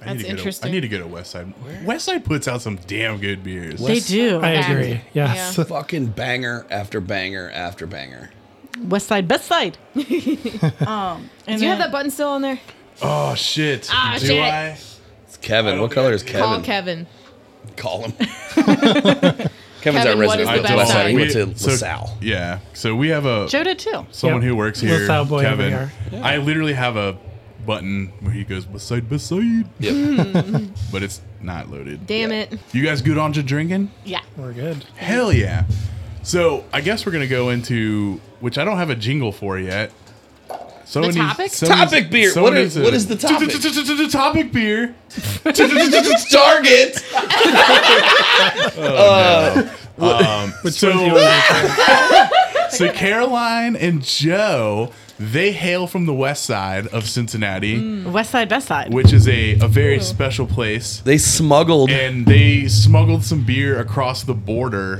[SPEAKER 1] I
[SPEAKER 3] That's
[SPEAKER 1] need to go
[SPEAKER 3] interesting.
[SPEAKER 1] To, I need to go to Westside. Westside puts out some damn good beers.
[SPEAKER 4] They
[SPEAKER 2] West-
[SPEAKER 4] do.
[SPEAKER 5] I
[SPEAKER 3] Back.
[SPEAKER 5] agree. Yes.
[SPEAKER 2] Fucking banger after banger after banger.
[SPEAKER 4] West Side, Best Side. um,
[SPEAKER 3] Do you have
[SPEAKER 4] and then-
[SPEAKER 3] that button still on there?
[SPEAKER 1] Oh shit.
[SPEAKER 3] Ah,
[SPEAKER 1] Do
[SPEAKER 3] shit.
[SPEAKER 1] I?
[SPEAKER 2] It's Kevin. What color is Kevin?
[SPEAKER 3] Call Kevin.
[SPEAKER 2] Call him. Kevin's our
[SPEAKER 3] Kevin, what is
[SPEAKER 2] resident.
[SPEAKER 3] the
[SPEAKER 2] West
[SPEAKER 3] best
[SPEAKER 2] West Side.
[SPEAKER 3] side?
[SPEAKER 2] He went to
[SPEAKER 1] We- so-
[SPEAKER 2] LaSalle.
[SPEAKER 1] Yeah. So we have a
[SPEAKER 4] Joe did too.
[SPEAKER 1] someone
[SPEAKER 5] Yep.
[SPEAKER 1] who works here.
[SPEAKER 5] LaSalle boy
[SPEAKER 1] Kevin.
[SPEAKER 5] over here.
[SPEAKER 1] I literally have a button where he goes Westside, Westside,
[SPEAKER 2] Yep.
[SPEAKER 1] but it's not loaded.
[SPEAKER 3] Damn
[SPEAKER 2] Yeah.
[SPEAKER 3] it.
[SPEAKER 1] You guys good on to drinking?
[SPEAKER 3] Yeah.
[SPEAKER 5] We're good.
[SPEAKER 1] Hell yeah. So I guess we're gonna go into which I don't have a jingle for yet. So
[SPEAKER 3] The topic?
[SPEAKER 2] Topic beer. What is- what is the topic?
[SPEAKER 1] Topic beer.
[SPEAKER 2] Target. Uh,
[SPEAKER 5] Which
[SPEAKER 1] Um, So-
[SPEAKER 5] one's yours?
[SPEAKER 1] So Caroline and Joe, they hail from the west side of Cincinnati,
[SPEAKER 3] Mm.
[SPEAKER 4] West Side, Best Side.
[SPEAKER 1] which is a, a very special place.
[SPEAKER 2] They smuggled.
[SPEAKER 1] And they smuggled some beer across the border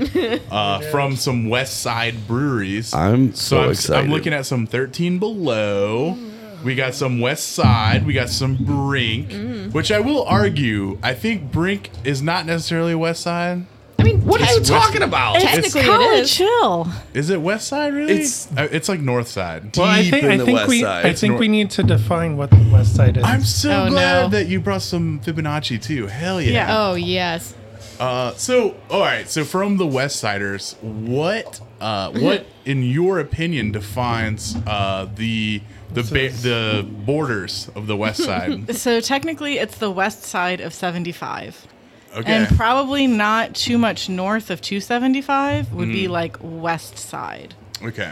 [SPEAKER 1] uh, from some west side breweries.
[SPEAKER 2] I'm so
[SPEAKER 1] I'm,
[SPEAKER 2] excited.
[SPEAKER 1] I'm looking at some 13 Below. We got some West Side. We got some Brink,
[SPEAKER 3] Mm.
[SPEAKER 1] which I will argue, I think Brink is not necessarily West Side.
[SPEAKER 3] I mean, what
[SPEAKER 2] What are you talking about?
[SPEAKER 3] Technically, it
[SPEAKER 4] College
[SPEAKER 3] is.
[SPEAKER 4] Hill.
[SPEAKER 1] Is it West Side really?
[SPEAKER 2] It's-
[SPEAKER 1] Uh, it's like North Side.
[SPEAKER 5] Well, I
[SPEAKER 2] deep
[SPEAKER 5] think,
[SPEAKER 2] in
[SPEAKER 5] I
[SPEAKER 2] the
[SPEAKER 5] think
[SPEAKER 2] West
[SPEAKER 5] we
[SPEAKER 2] Side.
[SPEAKER 5] I
[SPEAKER 2] It's
[SPEAKER 5] think
[SPEAKER 1] nor-
[SPEAKER 5] we need to define what the West Side is.
[SPEAKER 1] I'm so
[SPEAKER 3] Oh,
[SPEAKER 1] glad
[SPEAKER 3] no.
[SPEAKER 1] that you brought some Fibonacci too. Hell yeah.
[SPEAKER 4] Yeah.
[SPEAKER 3] Oh yes.
[SPEAKER 1] Uh, so, all right. So, from the West Siders, what, uh,
[SPEAKER 4] Mhm.
[SPEAKER 1] what, in your opinion, defines uh, the the ba- the borders of the West Side?
[SPEAKER 4] So technically, it's the west side of 75.
[SPEAKER 1] Okay.
[SPEAKER 4] And probably not too much north of 275 would be like west side.
[SPEAKER 1] okay.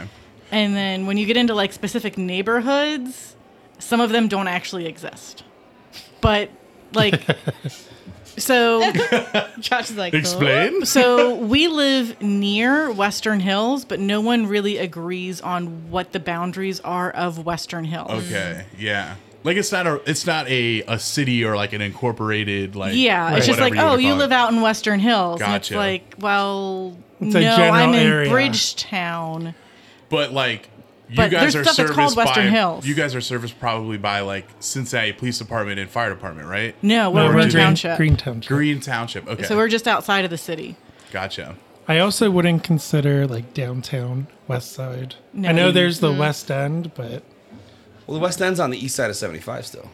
[SPEAKER 4] And then when you get into like specific neighborhoods, some of them don't actually exist. But Like, so
[SPEAKER 3] Josh is like, "Huh?"
[SPEAKER 1] Explain.
[SPEAKER 4] so we live near Western Hills, but no one really agrees on what the boundaries are of Western Hills.
[SPEAKER 1] Okay. Yeah. Like it's not a it's not a, a city or like an incorporated like
[SPEAKER 4] Yeah, it's just like,
[SPEAKER 1] whatever
[SPEAKER 4] oh,
[SPEAKER 1] wanna
[SPEAKER 4] you
[SPEAKER 1] call it.
[SPEAKER 4] live out in Western Hills. And it's
[SPEAKER 1] Gotcha.
[SPEAKER 4] like, well,
[SPEAKER 5] It's a
[SPEAKER 4] no,
[SPEAKER 5] general
[SPEAKER 4] I'm in
[SPEAKER 5] area.
[SPEAKER 4] Bridgetown.
[SPEAKER 1] but like you
[SPEAKER 4] But
[SPEAKER 1] guys
[SPEAKER 4] there's
[SPEAKER 1] are
[SPEAKER 4] stuff that's
[SPEAKER 1] serviced
[SPEAKER 4] called Western
[SPEAKER 1] by
[SPEAKER 4] Hills.
[SPEAKER 1] you guys are serviced probably by like Cincinnati Police Department and Fire Department, right?
[SPEAKER 4] No, we're
[SPEAKER 5] we're
[SPEAKER 4] in
[SPEAKER 5] in
[SPEAKER 4] Township.
[SPEAKER 5] Green Township.
[SPEAKER 1] Green Township. Okay.
[SPEAKER 4] So we're just outside of the city.
[SPEAKER 1] gotcha.
[SPEAKER 5] I also wouldn't consider like downtown West Side.
[SPEAKER 4] No.
[SPEAKER 5] I know there's the West End, but
[SPEAKER 2] Well, the West End's on the east side of 75 still.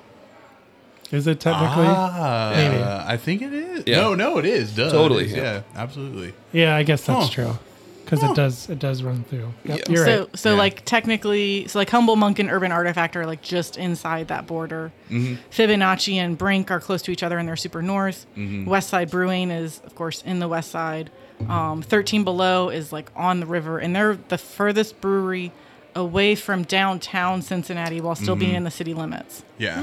[SPEAKER 5] is it technically?
[SPEAKER 1] Ah,
[SPEAKER 5] Maybe.
[SPEAKER 1] I think it is.
[SPEAKER 2] Yeah.
[SPEAKER 1] No, no, it is. Duh,
[SPEAKER 2] Totally,
[SPEAKER 1] It is,
[SPEAKER 2] yeah.
[SPEAKER 1] Yeah. absolutely.
[SPEAKER 5] yeah, I guess that's
[SPEAKER 1] Huh.
[SPEAKER 5] true. 'Cause true. Because it does it does run through. Yep,
[SPEAKER 2] Yeah.
[SPEAKER 5] You're
[SPEAKER 4] so
[SPEAKER 5] right.
[SPEAKER 4] so
[SPEAKER 1] Yeah.
[SPEAKER 4] like technically so like humble monk and urban artifact are like just inside that border
[SPEAKER 1] Mm-hmm.
[SPEAKER 4] fibonacci and brink are close to each other and they're super north
[SPEAKER 1] Mm-hmm.
[SPEAKER 4] west side brewing is of course in the west side um, 13 below is like on the river and they're the furthest brewery away from downtown cincinnati while still
[SPEAKER 1] Mm-hmm.
[SPEAKER 4] being in the city limits
[SPEAKER 1] Yeah.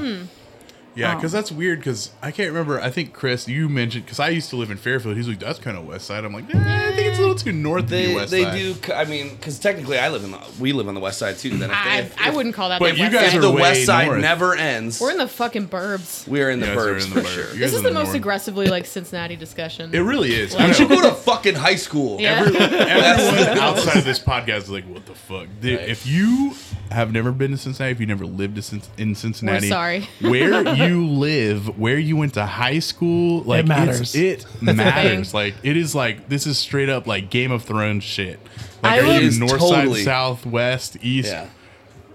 [SPEAKER 1] Yeah, because that's weird. Because I can't remember. I think Chris, you mentioned because I used to live in Fairfield. He's like, that's kind of west side. I'm like, eh, I think it's a little too north. to be
[SPEAKER 2] They
[SPEAKER 1] west
[SPEAKER 2] they
[SPEAKER 1] side.
[SPEAKER 2] do. c- I mean, because technically, I live in the, we live on the west side too. Then if they,
[SPEAKER 3] I,
[SPEAKER 2] if,
[SPEAKER 3] I wouldn't call that.
[SPEAKER 1] But
[SPEAKER 3] the
[SPEAKER 1] you
[SPEAKER 3] West
[SPEAKER 1] guys
[SPEAKER 3] Side.
[SPEAKER 1] are
[SPEAKER 2] the
[SPEAKER 1] way
[SPEAKER 2] west side
[SPEAKER 1] north.
[SPEAKER 2] never ends.
[SPEAKER 3] We're in the fucking burbs.
[SPEAKER 2] We're in the
[SPEAKER 1] Yes, they're
[SPEAKER 2] burbs
[SPEAKER 1] in
[SPEAKER 2] for
[SPEAKER 1] burbs.
[SPEAKER 2] sure.
[SPEAKER 1] You
[SPEAKER 3] This
[SPEAKER 1] guys
[SPEAKER 3] is
[SPEAKER 1] are
[SPEAKER 3] the most
[SPEAKER 1] north.
[SPEAKER 3] aggressively like Cincinnati discussion.
[SPEAKER 1] It really is. I
[SPEAKER 2] You should
[SPEAKER 1] know.
[SPEAKER 2] go to fucking high school.
[SPEAKER 3] yeah.
[SPEAKER 1] Everyone outside of this podcast is like, what the fuck? Dude,
[SPEAKER 2] Right.
[SPEAKER 1] If you have never been to Cincinnati, if you never lived to Cin- in Cincinnati,
[SPEAKER 3] We're sorry.
[SPEAKER 1] where you live, where you went to high school, like it's-
[SPEAKER 5] matters.
[SPEAKER 1] It
[SPEAKER 3] thing.
[SPEAKER 1] matters. Like it is like this is straight up like Game of Thrones shit. Like
[SPEAKER 4] I
[SPEAKER 1] are you
[SPEAKER 2] would-
[SPEAKER 1] north
[SPEAKER 2] Totally.
[SPEAKER 1] side, south, west, east?
[SPEAKER 2] Yeah.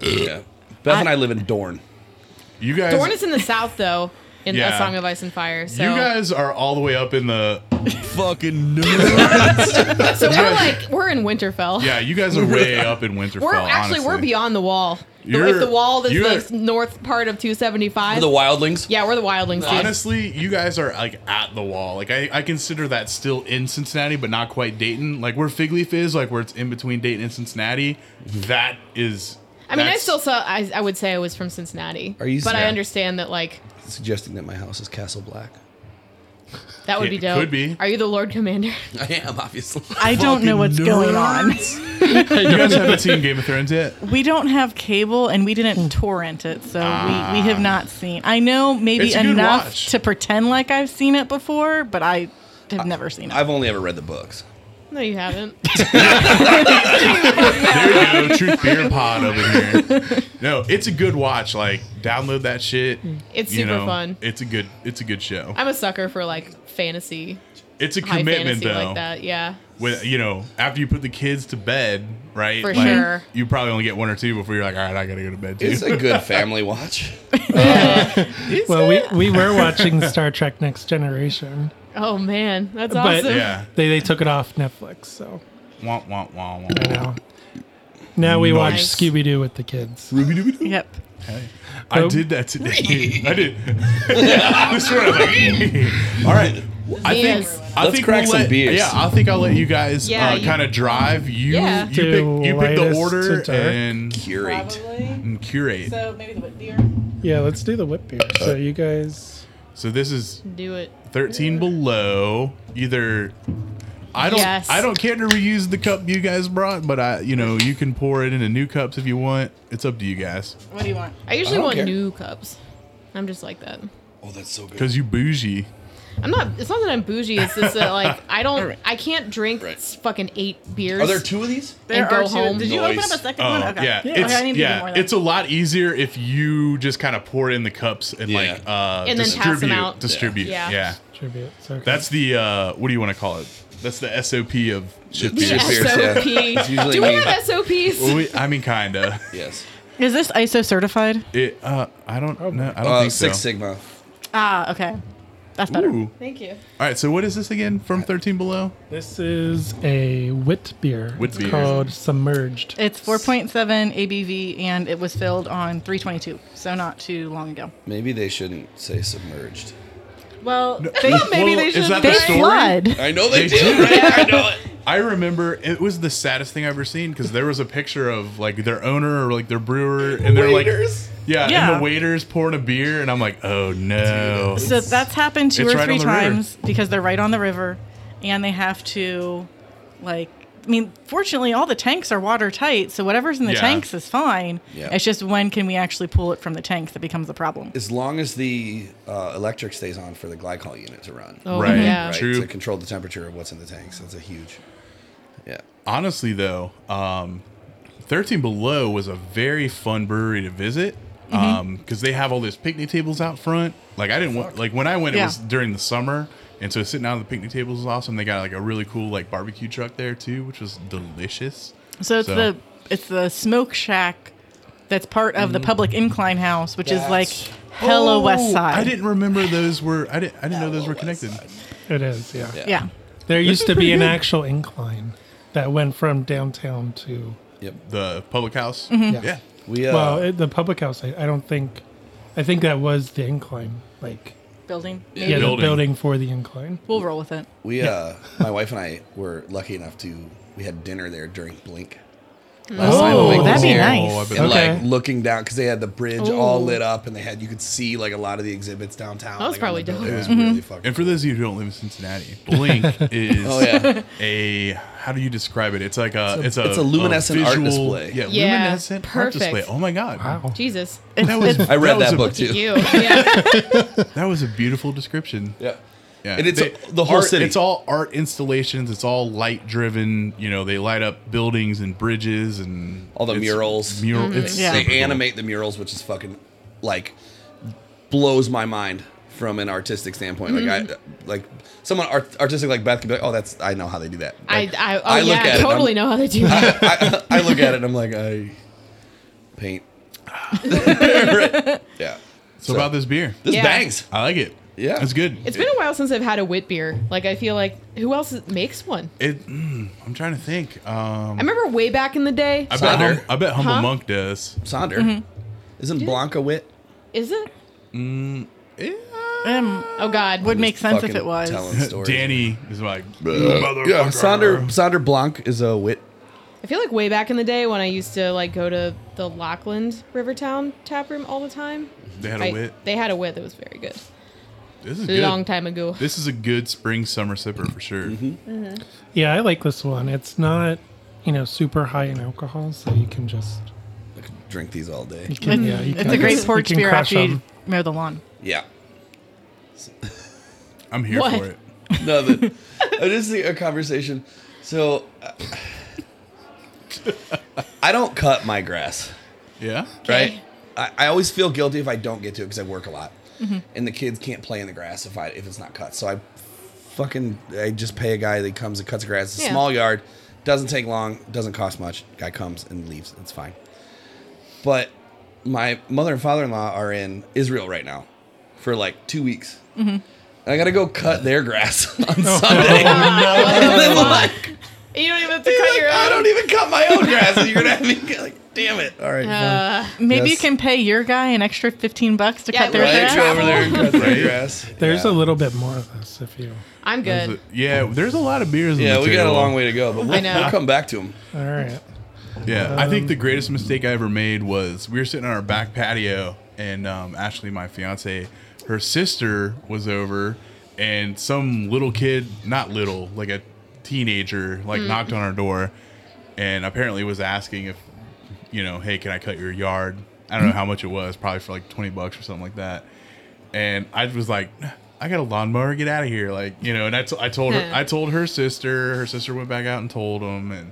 [SPEAKER 2] yeah. Beth and I live in Dorn.
[SPEAKER 1] You guys,
[SPEAKER 3] Dorn is in the south though, in
[SPEAKER 1] Yeah.
[SPEAKER 3] A Song of Ice and Fire. So,
[SPEAKER 1] you guys are all the way up in the fucking.
[SPEAKER 3] so we're like we're in Winterfell.
[SPEAKER 1] yeah, you guys are way up in Winterfell.
[SPEAKER 3] We're actually we're
[SPEAKER 1] honestly.
[SPEAKER 3] beyond the wall. The,
[SPEAKER 1] You're-
[SPEAKER 3] if the wall that's
[SPEAKER 1] you're-
[SPEAKER 3] the north part of 275.
[SPEAKER 2] The Wildlings.
[SPEAKER 3] yeah, we're the wildlings. Dude.
[SPEAKER 1] Honestly, you guys are like at the wall. Like I, I consider that still in Cincinnati, but not quite Dayton. Like where Fig Leaf is, like where it's in between Dayton and Cincinnati. That is.
[SPEAKER 3] I mean, I
[SPEAKER 1] that's-
[SPEAKER 3] still saw. I, I would say I was from Cincinnati.
[SPEAKER 2] Are you-
[SPEAKER 3] But I
[SPEAKER 2] Yeah.
[SPEAKER 3] understand that like
[SPEAKER 2] Suggesting that my house is Castle Black.
[SPEAKER 3] that would
[SPEAKER 1] It
[SPEAKER 3] be dope.
[SPEAKER 1] could be.
[SPEAKER 3] Are you the Lord Commander?
[SPEAKER 2] I am obviously.
[SPEAKER 4] i don't know what's going on
[SPEAKER 1] You guys haven't seen Game of Thrones yet.
[SPEAKER 4] we don't have cable and we
[SPEAKER 1] Hmm.
[SPEAKER 4] didn't torrent it so we, we have not seen i know maybe
[SPEAKER 1] Ah. It's a good
[SPEAKER 4] enough
[SPEAKER 1] watch. Uh,
[SPEAKER 4] to pretend like i've seen it before but i have never seen it
[SPEAKER 2] I've only ever read the books.
[SPEAKER 3] no, you haven't.
[SPEAKER 1] There you go, Truth Beer Pod over here. No, it's a good watch. Like download that shit.
[SPEAKER 3] It's
[SPEAKER 1] You
[SPEAKER 3] super
[SPEAKER 1] know,
[SPEAKER 3] fun.
[SPEAKER 1] It's a good. It's a good show.
[SPEAKER 3] I'm a sucker for like fantasy,
[SPEAKER 1] It's a
[SPEAKER 3] high
[SPEAKER 1] commitment
[SPEAKER 3] fantasy
[SPEAKER 1] though.
[SPEAKER 3] like that. Yeah.
[SPEAKER 1] With you know, after you put the kids to bed, right?
[SPEAKER 3] For
[SPEAKER 1] like,
[SPEAKER 3] sure.
[SPEAKER 1] You probably only get one or two before you're like, all right, I gotta go to bed too.
[SPEAKER 2] It's a good family watch.
[SPEAKER 5] Well, we, we were watching Star Trek Next Generation,
[SPEAKER 3] Oh man, that's
[SPEAKER 5] but
[SPEAKER 3] awesome.
[SPEAKER 1] Yeah.
[SPEAKER 5] they they took it off Netflix. So
[SPEAKER 1] Womp womp womp
[SPEAKER 5] I
[SPEAKER 1] womp.
[SPEAKER 5] know. Now we watch
[SPEAKER 1] Nice.
[SPEAKER 5] Scooby Doo with the kids.
[SPEAKER 4] yep
[SPEAKER 1] I
[SPEAKER 5] Oh.
[SPEAKER 1] did that today. I did. This one, I was like, All right. I think
[SPEAKER 3] Beers.
[SPEAKER 1] I
[SPEAKER 2] Let's
[SPEAKER 1] think
[SPEAKER 2] crack
[SPEAKER 1] we'll
[SPEAKER 2] some
[SPEAKER 1] let-
[SPEAKER 2] beers.
[SPEAKER 1] Yeah, I think I'll let you guys
[SPEAKER 3] Yeah,
[SPEAKER 1] uh,
[SPEAKER 3] you-
[SPEAKER 1] kind of drive. You
[SPEAKER 3] Yeah.
[SPEAKER 1] you
[SPEAKER 5] To
[SPEAKER 1] pick you pick the
[SPEAKER 5] lightest
[SPEAKER 1] order
[SPEAKER 5] to dark.
[SPEAKER 1] and,
[SPEAKER 2] Curate.
[SPEAKER 1] and curate. So,
[SPEAKER 4] so maybe the wit beer
[SPEAKER 5] Yeah, let's do the whip beer. So you guys,
[SPEAKER 1] this is
[SPEAKER 3] Do it.
[SPEAKER 1] thirteen below. Either I don't
[SPEAKER 3] Yes.
[SPEAKER 1] I don't care to reuse the cup you guys brought, but I you know you can pour it into new cups if you want. It's up to you guys
[SPEAKER 4] what do you want
[SPEAKER 3] I usually
[SPEAKER 2] I don't
[SPEAKER 3] want
[SPEAKER 2] care.
[SPEAKER 3] new cups. I'm just like that.
[SPEAKER 2] Oh, that's so good.
[SPEAKER 1] because you bougie.
[SPEAKER 3] I'm not. It's not that I'm bougie. It's just that like I don't. I can't drink
[SPEAKER 2] Right.
[SPEAKER 3] s- fucking eight beers.
[SPEAKER 2] Are there two of these?
[SPEAKER 4] There
[SPEAKER 3] and go
[SPEAKER 4] are two.
[SPEAKER 3] home.
[SPEAKER 4] Did you open
[SPEAKER 2] Nice.
[SPEAKER 4] up a second
[SPEAKER 1] Oh
[SPEAKER 4] one? Okay.
[SPEAKER 1] yeah,
[SPEAKER 4] Okay,
[SPEAKER 1] it's
[SPEAKER 4] I need to do more
[SPEAKER 1] yeah,
[SPEAKER 4] of that.
[SPEAKER 1] it's a lot easier if you just kind of pour it in the cups and
[SPEAKER 2] Yeah.
[SPEAKER 1] like uh,
[SPEAKER 3] And then pass
[SPEAKER 1] distribute,
[SPEAKER 3] them out.
[SPEAKER 1] distribute.
[SPEAKER 3] Yeah.
[SPEAKER 1] Yeah.
[SPEAKER 3] Yeah.
[SPEAKER 5] tribute. So
[SPEAKER 1] that's the uh, what do you want to call it? That's the SOP of chip beer.
[SPEAKER 2] Yeah. Yes. beers,
[SPEAKER 3] SOP.
[SPEAKER 2] yeah. It's usually
[SPEAKER 3] Do we
[SPEAKER 2] me.
[SPEAKER 3] have SOPs?
[SPEAKER 1] Well, we- I mean, kinda.
[SPEAKER 2] Yes.
[SPEAKER 4] Is this ISO certified?
[SPEAKER 1] It. Uh, I don't know. I don't
[SPEAKER 2] Uh,
[SPEAKER 1] think
[SPEAKER 2] Six
[SPEAKER 1] so.
[SPEAKER 2] Sigma.
[SPEAKER 4] Ah, okay. That's better.
[SPEAKER 1] Ooh.
[SPEAKER 3] Thank you.
[SPEAKER 1] All right. So what is this again from Thirteen Below?
[SPEAKER 5] this is a wit beer.
[SPEAKER 1] Wit
[SPEAKER 5] it's
[SPEAKER 1] beer.
[SPEAKER 5] called Submerged.
[SPEAKER 4] It's 4.7 ABV and it was filled on 322, so not too long ago.
[SPEAKER 2] Maybe they shouldn't say submerged.
[SPEAKER 4] Well,
[SPEAKER 3] Maybe they
[SPEAKER 1] is
[SPEAKER 3] should-
[SPEAKER 1] that
[SPEAKER 4] they
[SPEAKER 1] the story?
[SPEAKER 4] flood.
[SPEAKER 2] I know they,
[SPEAKER 1] They
[SPEAKER 2] do,
[SPEAKER 1] do.
[SPEAKER 2] right? I know it.
[SPEAKER 1] I remember it was the saddest thing I've ever seen because there was a picture of like their owner or like their brewer and they're
[SPEAKER 2] Waiters?
[SPEAKER 1] like, yeah, and
[SPEAKER 4] Yeah.
[SPEAKER 1] the waiters pouring a beer, and I'm like, oh no.
[SPEAKER 4] So that's happened two
[SPEAKER 1] It's
[SPEAKER 4] or
[SPEAKER 1] right
[SPEAKER 4] three
[SPEAKER 1] on the river.
[SPEAKER 4] times because they're right on the river and they have to, like, I mean, fortunately, all the tanks are watertight, so whatever's in the
[SPEAKER 1] Yeah.
[SPEAKER 4] tanks is fine.
[SPEAKER 2] Yeah.
[SPEAKER 4] It's just when can we actually pull it from the tank that becomes the problem.
[SPEAKER 2] As long as the uh, electric stays on for the glycol unit to run,
[SPEAKER 3] Oh,
[SPEAKER 1] Right.
[SPEAKER 3] yeah.
[SPEAKER 2] right?
[SPEAKER 1] True.
[SPEAKER 2] To control the temperature of what's in the tanks. That's a huge. Yeah.
[SPEAKER 1] honestly though um 13 below was a very fun brewery to visit
[SPEAKER 4] Mm-hmm.
[SPEAKER 1] Um 'cause because they have all those picnic tables out front like i didn't want like when i went it
[SPEAKER 4] Yeah.
[SPEAKER 1] was during the summer and so sitting out on the picnic tables was awesome they got like a really cool like barbecue truck there too which was delicious
[SPEAKER 4] So it's
[SPEAKER 1] So-
[SPEAKER 4] the it's the smoke shack that's part of the public incline house, which is like
[SPEAKER 2] That's-
[SPEAKER 4] hella
[SPEAKER 1] Mm. Oh,
[SPEAKER 4] west side.
[SPEAKER 1] i didn't remember those were i didn't i didn't know those were connected
[SPEAKER 5] It is, yeah.
[SPEAKER 2] Yeah.
[SPEAKER 4] Yeah.
[SPEAKER 5] There used to be an actual incline that went from downtown to.
[SPEAKER 2] Yep.
[SPEAKER 1] the public house
[SPEAKER 4] Mm-hmm.
[SPEAKER 1] yeah
[SPEAKER 2] We uh,
[SPEAKER 5] Well, it, the public house, I, I don't think. I think that was the incline. Like,
[SPEAKER 4] Building.
[SPEAKER 5] yeah,
[SPEAKER 4] Maybe.
[SPEAKER 1] Building.
[SPEAKER 5] the building for the incline.
[SPEAKER 4] We'll roll with it.
[SPEAKER 2] we uh, my wife and I were lucky enough to we had dinner there during Blink. Last night
[SPEAKER 4] Oh,
[SPEAKER 2] Blink was
[SPEAKER 4] that'd be
[SPEAKER 2] here.
[SPEAKER 4] nice.
[SPEAKER 1] I bet-
[SPEAKER 2] And
[SPEAKER 5] Okay.
[SPEAKER 2] like looking down because they had the bridge all
[SPEAKER 4] Ooh.
[SPEAKER 2] lit up, and they had you could see like a lot of the exhibits downtown.
[SPEAKER 3] That was
[SPEAKER 2] like, on
[SPEAKER 3] probably
[SPEAKER 2] the
[SPEAKER 3] dope.
[SPEAKER 2] building. It was really fucking.
[SPEAKER 1] and for those of you who don't live in cincinnati blink is
[SPEAKER 2] oh yeah,
[SPEAKER 1] a how do you describe it? It's like a it's a,
[SPEAKER 2] it's a luminescent art display.
[SPEAKER 1] Yeah,
[SPEAKER 3] Yeah,
[SPEAKER 1] luminescent
[SPEAKER 3] perfect.
[SPEAKER 1] art display. Oh my god.
[SPEAKER 5] Wow.
[SPEAKER 3] Jesus.
[SPEAKER 1] That was
[SPEAKER 2] I read
[SPEAKER 1] was
[SPEAKER 2] that,
[SPEAKER 1] a-
[SPEAKER 2] book too.
[SPEAKER 3] You. Yeah.
[SPEAKER 1] That was a beautiful description.
[SPEAKER 2] Yeah,
[SPEAKER 1] Yeah.
[SPEAKER 2] And it's a- the whole
[SPEAKER 1] art-
[SPEAKER 2] city.
[SPEAKER 1] It's all art installations. It's all light driven. You know, they light up buildings and bridges and
[SPEAKER 2] All the
[SPEAKER 1] it's
[SPEAKER 2] murals.
[SPEAKER 1] Mural. It's
[SPEAKER 4] Mm-hmm. Yeah.
[SPEAKER 2] they
[SPEAKER 1] super cool.
[SPEAKER 2] animate the murals, which is fucking like blows my mind from an artistic standpoint. Like I
[SPEAKER 3] Mm-hmm.
[SPEAKER 2] like someone art, artistic like Beth could be like, oh, that's I know how they do that.
[SPEAKER 3] I,
[SPEAKER 2] Like,
[SPEAKER 3] I, oh,
[SPEAKER 2] I look
[SPEAKER 3] yeah,
[SPEAKER 2] at
[SPEAKER 3] I
[SPEAKER 2] it,
[SPEAKER 3] totally
[SPEAKER 2] I'm-
[SPEAKER 3] know how they do that.
[SPEAKER 2] I, I look at it and I'm like I paint. yeah.
[SPEAKER 1] So about this beer,
[SPEAKER 2] This
[SPEAKER 3] Yeah.
[SPEAKER 2] bangs.
[SPEAKER 1] I like it.
[SPEAKER 2] Yeah.
[SPEAKER 1] it's good.
[SPEAKER 3] It's been a while since I've had a wit beer. Like I feel like who else makes one?
[SPEAKER 1] It. Mm, I'm trying to think. Um,
[SPEAKER 3] I remember way back in the day.
[SPEAKER 1] I bet.
[SPEAKER 2] Sonder.
[SPEAKER 1] Hum, I bet Humble
[SPEAKER 3] Huh?
[SPEAKER 1] Monk does.
[SPEAKER 2] Sonder.
[SPEAKER 3] Mm-hmm.
[SPEAKER 2] Isn't Blanca wit?
[SPEAKER 3] Is it?
[SPEAKER 1] Yeah.
[SPEAKER 4] Um,
[SPEAKER 3] Oh God.
[SPEAKER 4] would
[SPEAKER 3] What?
[SPEAKER 4] make sense if
[SPEAKER 2] Fucking
[SPEAKER 4] it was.
[SPEAKER 2] telling stories.
[SPEAKER 1] Danny is like.
[SPEAKER 2] Yeah,
[SPEAKER 1] Yeah,
[SPEAKER 2] Sonder Sonder Blanc is a wit.
[SPEAKER 3] I feel like way back in the day when I used to like go to the Lockland Rivertown tap room all the time.
[SPEAKER 1] They had
[SPEAKER 3] I-
[SPEAKER 1] a wit.
[SPEAKER 3] They had a wit that was very good.
[SPEAKER 1] This is
[SPEAKER 3] A
[SPEAKER 1] good.
[SPEAKER 3] long time ago.
[SPEAKER 1] This is a good spring summer sipper for sure.
[SPEAKER 2] Mm-hmm.
[SPEAKER 5] Yeah, I like this one. It's not, you know, super high in alcohol, so you can just.
[SPEAKER 2] I could drink these all day.
[SPEAKER 5] You can, yeah, you
[SPEAKER 4] It's
[SPEAKER 5] can-
[SPEAKER 4] a
[SPEAKER 5] you
[SPEAKER 4] great
[SPEAKER 5] can
[SPEAKER 4] porch beer
[SPEAKER 5] crush
[SPEAKER 4] after you
[SPEAKER 5] 'em.
[SPEAKER 4] mow the lawn.
[SPEAKER 2] Yeah.
[SPEAKER 1] I'm here
[SPEAKER 3] What?
[SPEAKER 1] for it.
[SPEAKER 2] No, the, I just think a conversation. So uh, I don't cut my grass,
[SPEAKER 1] Yeah.
[SPEAKER 2] right? I, I always feel guilty if I don't get to it because I work a lot,
[SPEAKER 3] Mm-hmm.
[SPEAKER 2] and the kids can't play in the grass if I if it's not cut. So I fucking I just pay a guy that comes and cuts the grass. It's a
[SPEAKER 3] Yeah.
[SPEAKER 2] small yard, doesn't take long, doesn't cost much. Guy comes and leaves. It's fine. But my mother and father in law are in Israel right now for like two weeks.
[SPEAKER 3] Mm-hmm.
[SPEAKER 2] And I gotta go cut their grass on
[SPEAKER 3] Oh.
[SPEAKER 2] Sunday. And then, like,
[SPEAKER 3] You don't even have to cut your
[SPEAKER 2] I
[SPEAKER 3] own.
[SPEAKER 2] don't even cut my own grass. and You're gonna have me like, damn it. All right. fine.
[SPEAKER 3] Uh,
[SPEAKER 4] Maybe you
[SPEAKER 2] Yes.
[SPEAKER 4] can pay your guy an extra fifteen bucks to
[SPEAKER 3] Yeah,
[SPEAKER 4] cut their
[SPEAKER 3] right.
[SPEAKER 4] grass.
[SPEAKER 2] Go over there and
[SPEAKER 1] Right.
[SPEAKER 2] cut their grass.
[SPEAKER 5] There's
[SPEAKER 2] yeah.
[SPEAKER 5] a little bit more of this if you.
[SPEAKER 1] "Oh."
[SPEAKER 3] I'm good.
[SPEAKER 1] Yeah, there's a lot of beers.
[SPEAKER 2] Yeah,
[SPEAKER 1] on the
[SPEAKER 2] we got a
[SPEAKER 1] table.
[SPEAKER 2] long way to go, but we'll,
[SPEAKER 3] I know.
[SPEAKER 2] we'll come back to them.
[SPEAKER 5] All right.
[SPEAKER 1] Yeah, I think the greatest mistake I ever made was we were sitting on our back patio, and um, Ashley, my fiance, her sister was over, and some little kid, not little, like a teenager, like knocked on our door, and apparently was asking if, you know, hey, can I cut your yard? I
[SPEAKER 3] Hmm.
[SPEAKER 1] don't know how much it was, probably for like twenty bucks or something like that. And I was like, I got a lawnmower, get out of here, like you know. And I, t- I told her,
[SPEAKER 3] Huh.
[SPEAKER 1] I told her sister, her sister went back out and told him, and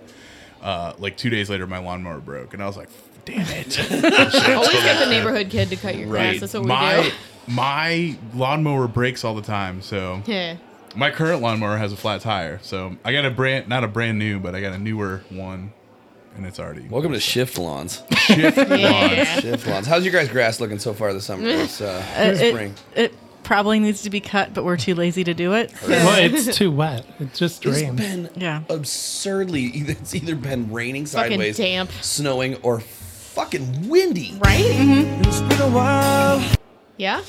[SPEAKER 1] uh, like two days later, my lawnmower broke, and I was like, "Damn it!"
[SPEAKER 3] Always get the neighborhood kid to cut your grass. That's what we
[SPEAKER 1] my
[SPEAKER 3] do.
[SPEAKER 1] my lawnmower breaks all the time, so
[SPEAKER 3] Yeah.
[SPEAKER 1] my current lawnmower has a flat tire. So I got a brand, not a brand new, but I got a newer one, and it's already
[SPEAKER 2] Welcome to Shift Lawns.
[SPEAKER 1] shift lawn.
[SPEAKER 3] Yeah.
[SPEAKER 2] Shift Lawns. How's your guys' grass looking so far this summer? This, uh,
[SPEAKER 4] Uh,
[SPEAKER 2] spring.
[SPEAKER 4] it, it probably needs to be cut, but we're too lazy to do it. so-
[SPEAKER 5] Well, it's too wet. It just
[SPEAKER 2] It's
[SPEAKER 5] drains.
[SPEAKER 2] been
[SPEAKER 4] Yeah.
[SPEAKER 2] absurdly. It's either been raining
[SPEAKER 3] Fucking
[SPEAKER 2] sideways,
[SPEAKER 3] damp.
[SPEAKER 2] snowing, or fucking windy.
[SPEAKER 3] Right? Mm-hmm.
[SPEAKER 2] It's been a while.
[SPEAKER 3] Yeah.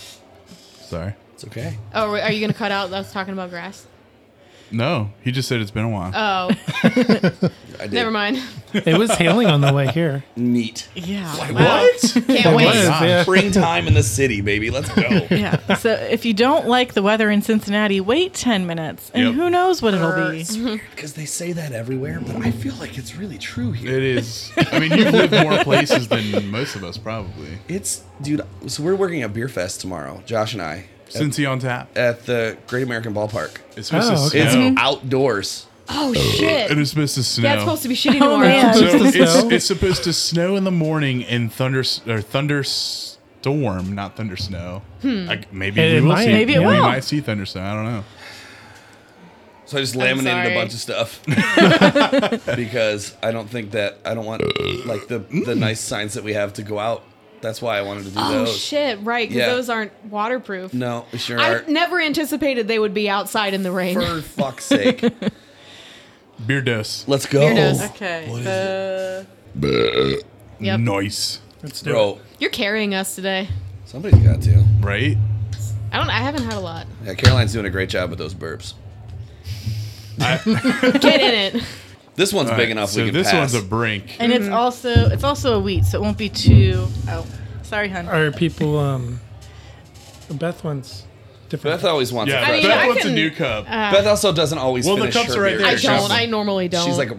[SPEAKER 1] Sorry,
[SPEAKER 2] It's okay.
[SPEAKER 3] Oh, are you gonna cut out us talking about grass?
[SPEAKER 1] No, he just said it's been a while.
[SPEAKER 3] Oh,
[SPEAKER 2] I did.
[SPEAKER 3] never mind.
[SPEAKER 5] It was hailing on the way here.
[SPEAKER 2] Neat.
[SPEAKER 4] Yeah.
[SPEAKER 2] What?
[SPEAKER 3] Can't
[SPEAKER 5] It
[SPEAKER 1] my
[SPEAKER 5] was,
[SPEAKER 3] wait.
[SPEAKER 1] gosh.
[SPEAKER 5] yeah.
[SPEAKER 2] Springtime in the city, baby. Let's go.
[SPEAKER 4] Yeah. So if you don't like the weather in Cincinnati, wait 10 minutes and
[SPEAKER 1] Yep.
[SPEAKER 4] who knows what it'll be.
[SPEAKER 2] Because they say that everywhere, but I feel like it's really true here.
[SPEAKER 1] It is. I mean, you've lived more places than most of us, probably.
[SPEAKER 2] It's, dude. So we're working at Beer Fest tomorrow, Josh and I,
[SPEAKER 1] Since he on tap,
[SPEAKER 2] at the Great American Ballpark.
[SPEAKER 1] it's supposed to
[SPEAKER 5] Oh, okay.
[SPEAKER 1] snow,
[SPEAKER 2] It's outdoors.
[SPEAKER 3] Oh shit.
[SPEAKER 1] and it's supposed to snow.
[SPEAKER 3] That's supposed to be shitty
[SPEAKER 4] Oh,
[SPEAKER 3] tomorrow.
[SPEAKER 4] man.
[SPEAKER 1] so
[SPEAKER 5] It's supposed
[SPEAKER 1] it's,
[SPEAKER 5] to snow?
[SPEAKER 1] it's supposed to snow in the morning and thunder or thunderstorm, not thunder snow.
[SPEAKER 3] Hmm.
[SPEAKER 1] Like maybe
[SPEAKER 5] It-
[SPEAKER 1] we
[SPEAKER 5] it
[SPEAKER 1] will
[SPEAKER 5] might,
[SPEAKER 1] see.
[SPEAKER 5] Maybe
[SPEAKER 4] it
[SPEAKER 1] we
[SPEAKER 4] will.
[SPEAKER 1] might see thunder snow. I don't know.
[SPEAKER 2] So I just laminated a
[SPEAKER 3] sorry.
[SPEAKER 2] bunch of stuff because I don't think that I don't want like the
[SPEAKER 1] Mm.
[SPEAKER 2] the nice signs that we have to go out. That's why I wanted to do
[SPEAKER 3] Oh
[SPEAKER 2] those.
[SPEAKER 3] shit! Right, 'cause
[SPEAKER 2] Yeah.
[SPEAKER 3] those aren't waterproof.
[SPEAKER 2] No, we sure
[SPEAKER 3] I
[SPEAKER 2] aren't.
[SPEAKER 3] never anticipated they would be outside in the rain.
[SPEAKER 2] For fuck's sake,
[SPEAKER 1] Beer dose.
[SPEAKER 2] let's go.
[SPEAKER 3] Beer dose.
[SPEAKER 4] Okay.
[SPEAKER 2] What is
[SPEAKER 4] the-
[SPEAKER 3] Yep.
[SPEAKER 1] Nice,
[SPEAKER 5] Let's do it.
[SPEAKER 2] Bro,
[SPEAKER 3] You're carrying us today.
[SPEAKER 2] somebody's got to.
[SPEAKER 1] right?
[SPEAKER 3] I don't. I haven't had a lot.
[SPEAKER 2] Yeah, Caroline's doing a great job with those burps.
[SPEAKER 3] Get in it.
[SPEAKER 2] This one's
[SPEAKER 1] All
[SPEAKER 2] big
[SPEAKER 1] right,
[SPEAKER 2] enough.
[SPEAKER 1] So
[SPEAKER 2] we can
[SPEAKER 1] this
[SPEAKER 2] pass.
[SPEAKER 1] one's a brink.
[SPEAKER 4] And
[SPEAKER 3] Mm-hmm.
[SPEAKER 4] it's also it's also a wheat, so it won't be too. Oh, sorry, hun.
[SPEAKER 5] Are people, um, Beth wants different.
[SPEAKER 2] Beth always wants.
[SPEAKER 1] Yeah,
[SPEAKER 2] a
[SPEAKER 3] I mean,
[SPEAKER 2] fresh
[SPEAKER 1] Beth
[SPEAKER 3] I
[SPEAKER 2] one.
[SPEAKER 1] wants a
[SPEAKER 3] can- uh,
[SPEAKER 1] new cup.
[SPEAKER 2] Beth also doesn't always.
[SPEAKER 1] Well, the
[SPEAKER 2] finish
[SPEAKER 1] cups
[SPEAKER 2] her
[SPEAKER 1] are right
[SPEAKER 2] beer.
[SPEAKER 1] there.
[SPEAKER 3] I
[SPEAKER 1] She's-
[SPEAKER 3] don't. I normally don't.
[SPEAKER 2] She's like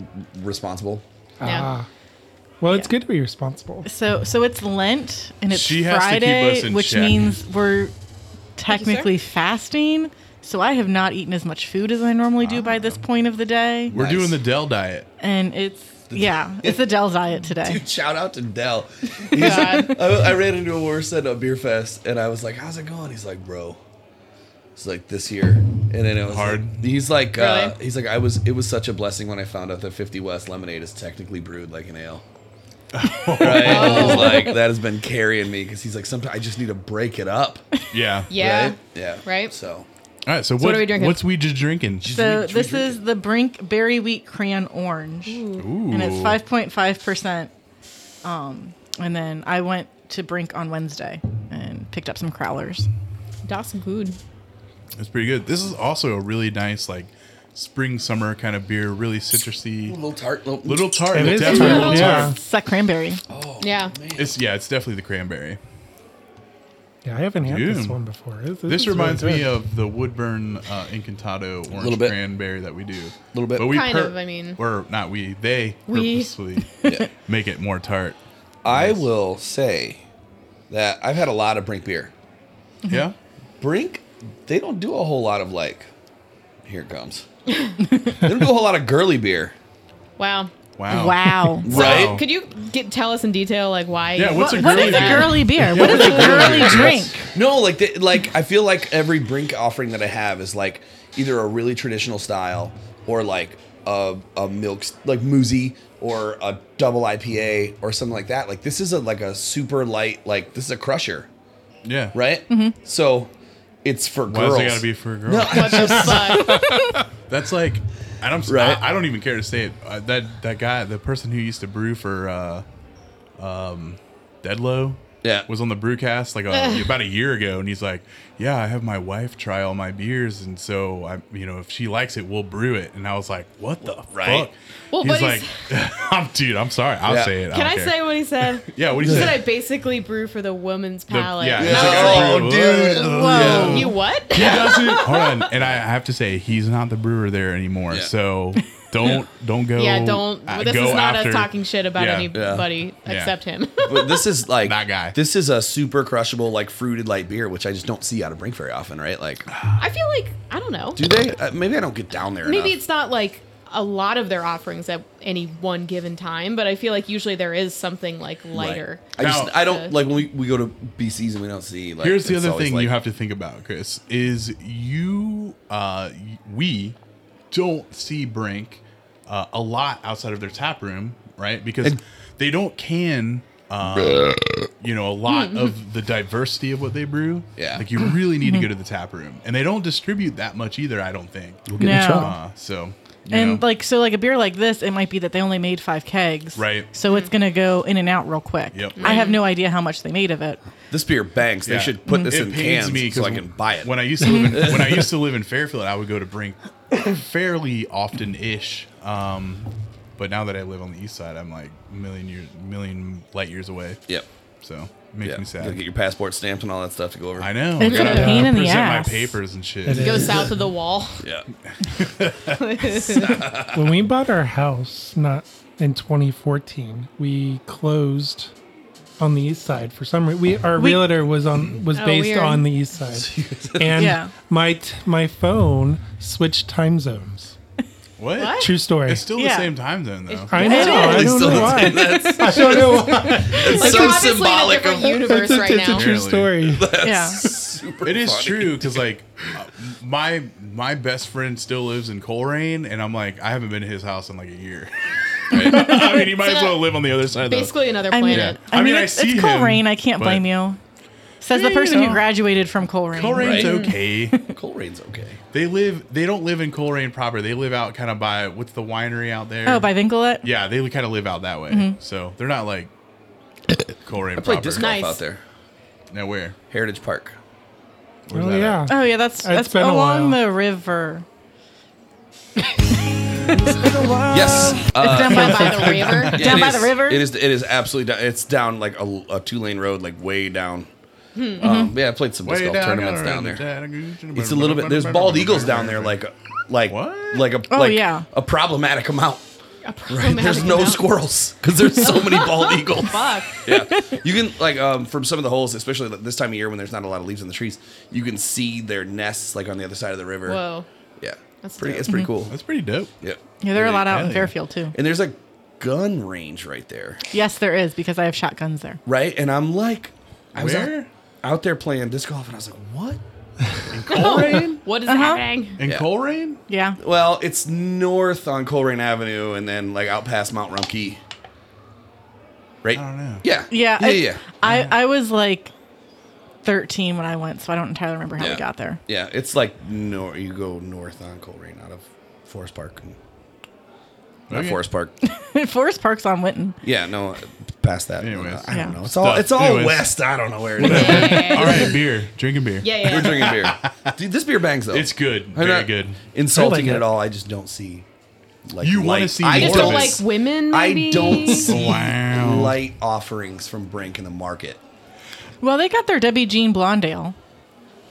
[SPEAKER 2] responsible.
[SPEAKER 3] yeah.
[SPEAKER 5] Ah. Well, it's good to be responsible.
[SPEAKER 4] So so it's Lent and it's
[SPEAKER 1] She has to keep
[SPEAKER 4] Friday,
[SPEAKER 1] us in
[SPEAKER 4] which
[SPEAKER 1] check.
[SPEAKER 4] means we're
[SPEAKER 3] you, sir.
[SPEAKER 4] technically fasting. So I have not eaten as much food as I normally
[SPEAKER 1] Ah,
[SPEAKER 4] do by this point of the day,
[SPEAKER 1] We're
[SPEAKER 2] Nice.
[SPEAKER 1] doing the Dell diet.
[SPEAKER 4] and it's yeah, it's a Dell diet today.
[SPEAKER 2] Dude, shout out to Dell.
[SPEAKER 3] God.
[SPEAKER 2] I, I ran into a horse at a beer fest, and I was like, "How's it going?" He's like, "Bro, it's like this year." And then it was
[SPEAKER 1] Hard.
[SPEAKER 2] like- he's like, uh,
[SPEAKER 3] Really?
[SPEAKER 2] "He's like, I was. It was such a blessing when I found out that Fifty West lemonade is technically brewed like an ale." right? And he's like,
[SPEAKER 3] Oh.
[SPEAKER 2] "That has been carrying me because he's like, sometimes I just need to break it up."
[SPEAKER 1] Yeah.
[SPEAKER 3] yeah.
[SPEAKER 2] Right? Yeah.
[SPEAKER 3] Right.
[SPEAKER 2] So
[SPEAKER 1] All right. So, what,
[SPEAKER 3] what are we drinking?
[SPEAKER 1] What's we just drinking?
[SPEAKER 4] So this is the Brink Berry Wheat Crayon Orange,
[SPEAKER 1] Ooh.
[SPEAKER 4] and it's five point five percent. Um, and then I went to Brink on Wednesday and picked up some crowlers.
[SPEAKER 3] That's good.
[SPEAKER 1] It's pretty good. This is also a really nice like spring summer kind of beer. Really citrusy.
[SPEAKER 2] little tart, little,
[SPEAKER 1] Little tart.
[SPEAKER 5] It is
[SPEAKER 1] definitely
[SPEAKER 5] tart,
[SPEAKER 1] a little
[SPEAKER 5] yeah.
[SPEAKER 1] tart.
[SPEAKER 4] It's that cranberry.
[SPEAKER 2] Oh,
[SPEAKER 3] Yeah.
[SPEAKER 1] It's yeah. It's definitely the cranberry.
[SPEAKER 5] Yeah, I haven't had this
[SPEAKER 1] Dude.
[SPEAKER 5] one before. This,
[SPEAKER 1] This
[SPEAKER 5] is really
[SPEAKER 1] reminds me
[SPEAKER 5] good.
[SPEAKER 1] of the Woodburn uh, Incantado orange
[SPEAKER 2] Little bit.
[SPEAKER 1] cranberry that we do. A
[SPEAKER 2] Little bit.
[SPEAKER 1] But we
[SPEAKER 3] Kind of, I mean.
[SPEAKER 1] or not we. They
[SPEAKER 3] We.
[SPEAKER 1] purposely
[SPEAKER 2] Yeah.
[SPEAKER 1] make it more tart.
[SPEAKER 2] I will say that I've had a lot of Brink beer.
[SPEAKER 1] Yeah.
[SPEAKER 2] Brink, they don't do a whole lot of like, here it comes. they don't do a whole lot of girly beer,
[SPEAKER 3] Wow.
[SPEAKER 1] Wow.
[SPEAKER 4] Wow.
[SPEAKER 2] right?
[SPEAKER 1] Wow.
[SPEAKER 3] Could you get, tell us in detail like why?
[SPEAKER 1] Yeah. What's a
[SPEAKER 4] What
[SPEAKER 1] girly
[SPEAKER 4] is a
[SPEAKER 1] beer?
[SPEAKER 4] girly beer? What is a girly drink?
[SPEAKER 2] No, like they, like I feel like every Brink offering that I have is like either a really traditional style or like a a milk s- like moosey or a double IPA or something like that. Like this is a like a super light like this is a crusher,
[SPEAKER 1] Yeah.
[SPEAKER 2] right? So it's for
[SPEAKER 1] Why does
[SPEAKER 2] girls.
[SPEAKER 1] it gotta be for a girl?
[SPEAKER 3] What the fuck?
[SPEAKER 1] That's like, and I'm
[SPEAKER 2] Right.
[SPEAKER 1] I, I don't even care to say it. Uh, that that guy, the person who used to brew for, uh, um, Deadlow,
[SPEAKER 2] Yeah.
[SPEAKER 1] was on the brewcast like a, about a year ago, and he's like, "Yeah, I have my wife try all my beers, and so I, you know, if she likes it, we'll brew it." And I was like, "What the
[SPEAKER 2] Right.
[SPEAKER 1] fuck?"
[SPEAKER 3] Well,
[SPEAKER 1] he's
[SPEAKER 3] but
[SPEAKER 1] like,
[SPEAKER 3] he's-
[SPEAKER 1] "I'm dude, I'm sorry, I'll
[SPEAKER 2] Yeah.
[SPEAKER 1] say it."
[SPEAKER 3] Can I
[SPEAKER 1] don't care."
[SPEAKER 3] say what he said?
[SPEAKER 1] Yeah, what do
[SPEAKER 3] he
[SPEAKER 1] you
[SPEAKER 3] said? I
[SPEAKER 1] say?
[SPEAKER 3] basically brew for the woman's
[SPEAKER 1] The-
[SPEAKER 3] palate.
[SPEAKER 1] yeah,
[SPEAKER 3] And
[SPEAKER 1] he's
[SPEAKER 3] I
[SPEAKER 1] like,
[SPEAKER 3] was
[SPEAKER 1] "I
[SPEAKER 3] like,
[SPEAKER 1] brew-
[SPEAKER 2] dude.
[SPEAKER 4] Whoa.
[SPEAKER 3] you what?
[SPEAKER 1] He doesn't. Hold on, and I have to say he's not the brewer there anymore.
[SPEAKER 2] Yeah.
[SPEAKER 1] So don't don't go.
[SPEAKER 3] yeah, don't.
[SPEAKER 1] uh,
[SPEAKER 3] this
[SPEAKER 1] go
[SPEAKER 3] is not
[SPEAKER 1] after-
[SPEAKER 3] us talking shit about
[SPEAKER 1] Yeah.
[SPEAKER 3] anybody
[SPEAKER 1] Yeah.
[SPEAKER 3] except him.
[SPEAKER 2] But this is like
[SPEAKER 1] That guy.
[SPEAKER 2] This is a super crushable, like fruited light beer, which I just don't see out of Brink very often, right? Like,
[SPEAKER 3] I feel like I don't know.
[SPEAKER 2] do they? Uh, maybe I don't get down there.
[SPEAKER 3] Maybe
[SPEAKER 2] enough.
[SPEAKER 3] it's not like a lot of their offerings at any one given time, but I feel like usually there is something like
[SPEAKER 2] Right.
[SPEAKER 3] lighter.
[SPEAKER 2] I just
[SPEAKER 1] Now-
[SPEAKER 2] I don't like when we, we go to BCs and we don't see. Like,
[SPEAKER 1] Here's the
[SPEAKER 2] it's
[SPEAKER 1] other
[SPEAKER 2] always,
[SPEAKER 1] thing
[SPEAKER 2] like-
[SPEAKER 1] you have to think about, Chris, is you uh y- we don't see Brink uh, a lot outside of their tap room, right? Because
[SPEAKER 2] And-
[SPEAKER 1] they don't can uh, you know a
[SPEAKER 4] Hmm.
[SPEAKER 1] lot of the diversity of what they brew.
[SPEAKER 2] Yeah.
[SPEAKER 1] like you
[SPEAKER 4] Hmm.
[SPEAKER 1] really need to go to the tap room, and they don't distribute that much either. I don't think.
[SPEAKER 4] No.
[SPEAKER 1] Uh, so you
[SPEAKER 4] And
[SPEAKER 1] know?
[SPEAKER 4] like so, like a beer like this, it might be that they only made five kegs,
[SPEAKER 1] Right.
[SPEAKER 4] So it's gonna go in and out real quick.
[SPEAKER 1] Yep.
[SPEAKER 4] I have no idea how much they made of it.
[SPEAKER 2] This beer banks.
[SPEAKER 1] Yeah.
[SPEAKER 2] They should
[SPEAKER 3] Mm-hmm.
[SPEAKER 2] put
[SPEAKER 4] Mm-hmm.
[SPEAKER 2] this
[SPEAKER 1] it
[SPEAKER 2] in
[SPEAKER 1] pains
[SPEAKER 2] cans
[SPEAKER 1] me
[SPEAKER 2] so I
[SPEAKER 1] 'cause
[SPEAKER 2] can buy it.
[SPEAKER 1] When I used to live in, when I used to live in Fairfield, I would go to Brink fairly often ish. Um, but now that I live on the east side, I'm like a million year, million light years away.
[SPEAKER 2] yep.
[SPEAKER 1] So it makes me
[SPEAKER 2] Yeah. You gotta get
[SPEAKER 1] sad.
[SPEAKER 2] your passport stamped and all that stuff to go over.
[SPEAKER 1] I know.
[SPEAKER 4] It's a
[SPEAKER 1] gotta
[SPEAKER 4] pain in the
[SPEAKER 1] present
[SPEAKER 4] ass.
[SPEAKER 1] my papers and shit.
[SPEAKER 5] It is.
[SPEAKER 3] Go south of the wall.
[SPEAKER 2] Yeah.
[SPEAKER 5] when we bought our house not in 2014 we closed on the east side for some reason we our
[SPEAKER 4] We-
[SPEAKER 5] realtor was on was
[SPEAKER 3] Oh,
[SPEAKER 5] based
[SPEAKER 3] weird.
[SPEAKER 5] on the east side and
[SPEAKER 4] Yeah.
[SPEAKER 5] my t- my phone switched time zones
[SPEAKER 1] What?
[SPEAKER 3] What?
[SPEAKER 5] true story
[SPEAKER 1] It's still
[SPEAKER 4] Yeah.
[SPEAKER 1] the same time zone though.
[SPEAKER 5] i know i
[SPEAKER 2] It's
[SPEAKER 5] don't
[SPEAKER 2] still
[SPEAKER 5] know
[SPEAKER 2] the
[SPEAKER 5] why
[SPEAKER 2] same- that's
[SPEAKER 5] i don't know why
[SPEAKER 3] Like
[SPEAKER 2] so
[SPEAKER 3] you're obviously
[SPEAKER 2] symbolic
[SPEAKER 3] in a different
[SPEAKER 2] of-
[SPEAKER 3] universe
[SPEAKER 5] it's, a,
[SPEAKER 3] right
[SPEAKER 5] it's a
[SPEAKER 3] now.
[SPEAKER 5] true
[SPEAKER 1] Apparently.
[SPEAKER 5] story
[SPEAKER 4] yeah,
[SPEAKER 2] super
[SPEAKER 1] It is
[SPEAKER 2] funny.
[SPEAKER 1] true because like uh, my my best friend still lives in Coleraine, and I'm like I haven't been to his house in like a year. I mean, he might as well live on the other side. Though.
[SPEAKER 3] Basically, another
[SPEAKER 4] I mean,
[SPEAKER 3] planet.
[SPEAKER 1] I
[SPEAKER 4] I mean,
[SPEAKER 1] mean, I
[SPEAKER 4] it's,
[SPEAKER 1] see
[SPEAKER 4] it's cool
[SPEAKER 1] him,
[SPEAKER 4] rain. I can't
[SPEAKER 1] but-
[SPEAKER 4] blame you. Says the
[SPEAKER 1] Yeah, you
[SPEAKER 4] person
[SPEAKER 1] know.
[SPEAKER 4] who graduated from Colerain.
[SPEAKER 1] Coleraine's
[SPEAKER 2] Right.
[SPEAKER 1] okay.
[SPEAKER 2] Colerain's okay.
[SPEAKER 1] They live. They don't live in Coleraine proper. They live out kind of by what's the winery out there.
[SPEAKER 4] Oh, by Vincolet.
[SPEAKER 1] yeah, they kind of live out that way. So they're not like Coleraine
[SPEAKER 2] Play
[SPEAKER 1] proper.
[SPEAKER 2] disc
[SPEAKER 3] Nice.
[SPEAKER 2] golf out there.
[SPEAKER 1] Now where?
[SPEAKER 2] Heritage Park.
[SPEAKER 1] Where's
[SPEAKER 5] oh
[SPEAKER 1] that at?
[SPEAKER 5] yeah
[SPEAKER 4] Oh yeah, that's that's
[SPEAKER 5] been a
[SPEAKER 4] along
[SPEAKER 5] while.
[SPEAKER 4] the river.
[SPEAKER 3] Um,
[SPEAKER 2] Yes. Uh,
[SPEAKER 4] down
[SPEAKER 3] Down
[SPEAKER 4] by,
[SPEAKER 3] by the river.
[SPEAKER 2] yeah,
[SPEAKER 4] down
[SPEAKER 2] it
[SPEAKER 4] by
[SPEAKER 2] is-
[SPEAKER 4] the river.
[SPEAKER 2] It is. It is absolutely. Down, it's down like a, two lane road, like way down.
[SPEAKER 4] Hmm. Mm-hmm.
[SPEAKER 2] Um, yeah, I played some disc
[SPEAKER 1] Way
[SPEAKER 2] golf
[SPEAKER 1] down,
[SPEAKER 2] tournaments down there.
[SPEAKER 1] there.
[SPEAKER 2] It's a little bit. There's bald eagles down there, like, like,
[SPEAKER 1] What?
[SPEAKER 2] like a
[SPEAKER 4] Oh,
[SPEAKER 2] like
[SPEAKER 4] yeah.
[SPEAKER 2] a problematic amount.
[SPEAKER 3] A
[SPEAKER 2] Right? There's
[SPEAKER 3] problematic
[SPEAKER 2] no
[SPEAKER 3] amount.
[SPEAKER 2] squirrels because there's so many bald eagles.
[SPEAKER 3] Fuck.
[SPEAKER 2] yeah, you can like um, from some of the holes, especially like, this time of year when there's not a lot of leaves in the trees, you can see their nests like on the other side of the river.
[SPEAKER 3] Whoa.
[SPEAKER 2] Yeah,
[SPEAKER 3] That's
[SPEAKER 2] pretty.
[SPEAKER 3] dope.
[SPEAKER 2] It's pretty cool.
[SPEAKER 1] That's pretty dope.
[SPEAKER 2] Yeah,
[SPEAKER 4] Mm-hmm. yeah, there are a lot out
[SPEAKER 1] Hell
[SPEAKER 4] in
[SPEAKER 1] yeah.
[SPEAKER 4] Fairfield too.
[SPEAKER 2] and there's a gun range right there,
[SPEAKER 4] Yes, there is because I have shotguns there.
[SPEAKER 2] right? And I'm like, I was
[SPEAKER 1] Where?
[SPEAKER 2] Out, out there playing disc golf, and I was like, what?
[SPEAKER 1] Coleraine?
[SPEAKER 3] What is
[SPEAKER 4] Uh-huh.
[SPEAKER 3] happening?
[SPEAKER 1] In
[SPEAKER 2] Yeah.
[SPEAKER 1] Coleraine?
[SPEAKER 4] Yeah.
[SPEAKER 2] Well, it's north on Colerain Avenue, and then like out past Mount Rumkey. Right?
[SPEAKER 1] I don't know.
[SPEAKER 2] Yeah.
[SPEAKER 4] Yeah.
[SPEAKER 2] Yeah.
[SPEAKER 4] I,
[SPEAKER 2] yeah.
[SPEAKER 4] I, I was like 13 when I went, so I don't entirely remember how
[SPEAKER 2] Yeah.
[SPEAKER 4] we got there.
[SPEAKER 2] Yeah, it's like nor you go north on Colerain out of Forest Park. and- Not
[SPEAKER 1] Okay.
[SPEAKER 2] Forest Park.
[SPEAKER 4] Forest Park's on Winton.
[SPEAKER 2] Yeah, no, uh, past that.
[SPEAKER 1] Anyways.
[SPEAKER 2] I don't
[SPEAKER 4] Yeah.
[SPEAKER 2] know. It's all it's all
[SPEAKER 1] Anyways.
[SPEAKER 2] west. I don't know where it is.
[SPEAKER 1] All right, beer. Drinking beer.
[SPEAKER 3] Yeah,
[SPEAKER 2] We're
[SPEAKER 3] yeah.
[SPEAKER 2] drinking beer. Dude, this beer bangs though.
[SPEAKER 1] It's good.
[SPEAKER 2] I'm
[SPEAKER 1] Very
[SPEAKER 2] not
[SPEAKER 1] good.
[SPEAKER 2] Insulting
[SPEAKER 5] I like
[SPEAKER 2] it
[SPEAKER 5] it.
[SPEAKER 2] at all. I just don't see. Like
[SPEAKER 1] You wanna
[SPEAKER 2] light-
[SPEAKER 1] see
[SPEAKER 3] I
[SPEAKER 2] I
[SPEAKER 3] just
[SPEAKER 1] more of
[SPEAKER 3] don't
[SPEAKER 2] don't
[SPEAKER 1] it.
[SPEAKER 3] like women. Maybe.
[SPEAKER 2] I don't see
[SPEAKER 1] Wow.
[SPEAKER 2] light offerings from Brink in the market.
[SPEAKER 4] Well, they got their Debbie Jean Blonde Ale.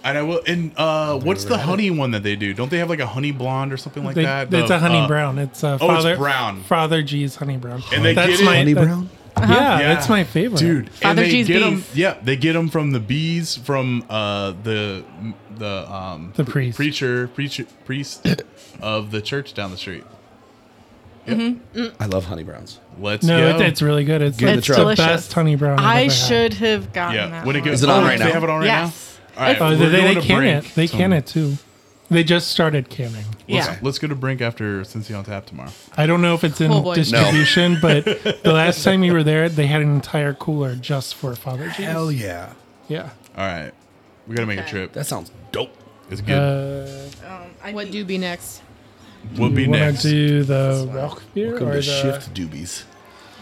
[SPEAKER 1] And I will. And uh, what's the honey one that they do? Don't they have like a honey blonde or something like
[SPEAKER 5] They-
[SPEAKER 1] that?
[SPEAKER 5] it's
[SPEAKER 1] The,
[SPEAKER 5] a honey
[SPEAKER 1] uh,
[SPEAKER 5] brown. It's uh,
[SPEAKER 1] oh, it's
[SPEAKER 5] father
[SPEAKER 1] brown.
[SPEAKER 5] Father G's honey brown.
[SPEAKER 1] And they get it- Honey
[SPEAKER 5] that-
[SPEAKER 2] brown?
[SPEAKER 5] Yeah,
[SPEAKER 1] Yeah.
[SPEAKER 5] that's my favorite,
[SPEAKER 1] dude. and
[SPEAKER 4] Father
[SPEAKER 1] they
[SPEAKER 4] G's
[SPEAKER 1] get them.
[SPEAKER 4] bees.
[SPEAKER 1] Yeah, they get them from the bees from uh the the um
[SPEAKER 5] The priest.
[SPEAKER 1] preacher preacher priest of the church down the street.
[SPEAKER 2] I love honey browns.
[SPEAKER 1] Let's
[SPEAKER 5] No,
[SPEAKER 1] go.
[SPEAKER 5] it, it's really good. It's,
[SPEAKER 2] Give it a
[SPEAKER 5] it's
[SPEAKER 2] try.
[SPEAKER 5] the
[SPEAKER 4] Delicious.
[SPEAKER 5] best honey brown. I've
[SPEAKER 4] I
[SPEAKER 5] ever had.
[SPEAKER 4] should have gotten
[SPEAKER 1] yeah.
[SPEAKER 4] that.
[SPEAKER 1] When it
[SPEAKER 4] one.
[SPEAKER 1] goes
[SPEAKER 2] Is it on
[SPEAKER 1] oh,
[SPEAKER 2] right
[SPEAKER 1] they
[SPEAKER 2] now?
[SPEAKER 1] have it on right
[SPEAKER 4] Yes.
[SPEAKER 1] now. All right,
[SPEAKER 5] Oh,
[SPEAKER 1] we're
[SPEAKER 5] they, they
[SPEAKER 1] going to
[SPEAKER 5] can
[SPEAKER 1] Brink.
[SPEAKER 5] it. They
[SPEAKER 1] So
[SPEAKER 5] can it too. They just started canning.
[SPEAKER 1] Let's,
[SPEAKER 4] Yeah.
[SPEAKER 1] let's go to Brink after Cincy on tap tomorrow.
[SPEAKER 5] I don't know if it's in
[SPEAKER 3] Oh, boy.
[SPEAKER 5] distribution, but the last time you were there, they had an entire cooler just for Father G's.
[SPEAKER 2] Hell yeah,
[SPEAKER 5] yeah.
[SPEAKER 1] All right, we gotta make a trip.
[SPEAKER 2] that sounds dope.
[SPEAKER 1] It's
[SPEAKER 5] Uh,
[SPEAKER 1] good.
[SPEAKER 3] What do be next?
[SPEAKER 1] we'll
[SPEAKER 5] do
[SPEAKER 1] be
[SPEAKER 5] you want
[SPEAKER 1] next.
[SPEAKER 5] to do the Ralph beer
[SPEAKER 2] Welcome
[SPEAKER 5] or
[SPEAKER 2] to
[SPEAKER 5] the
[SPEAKER 2] Shift Doobies.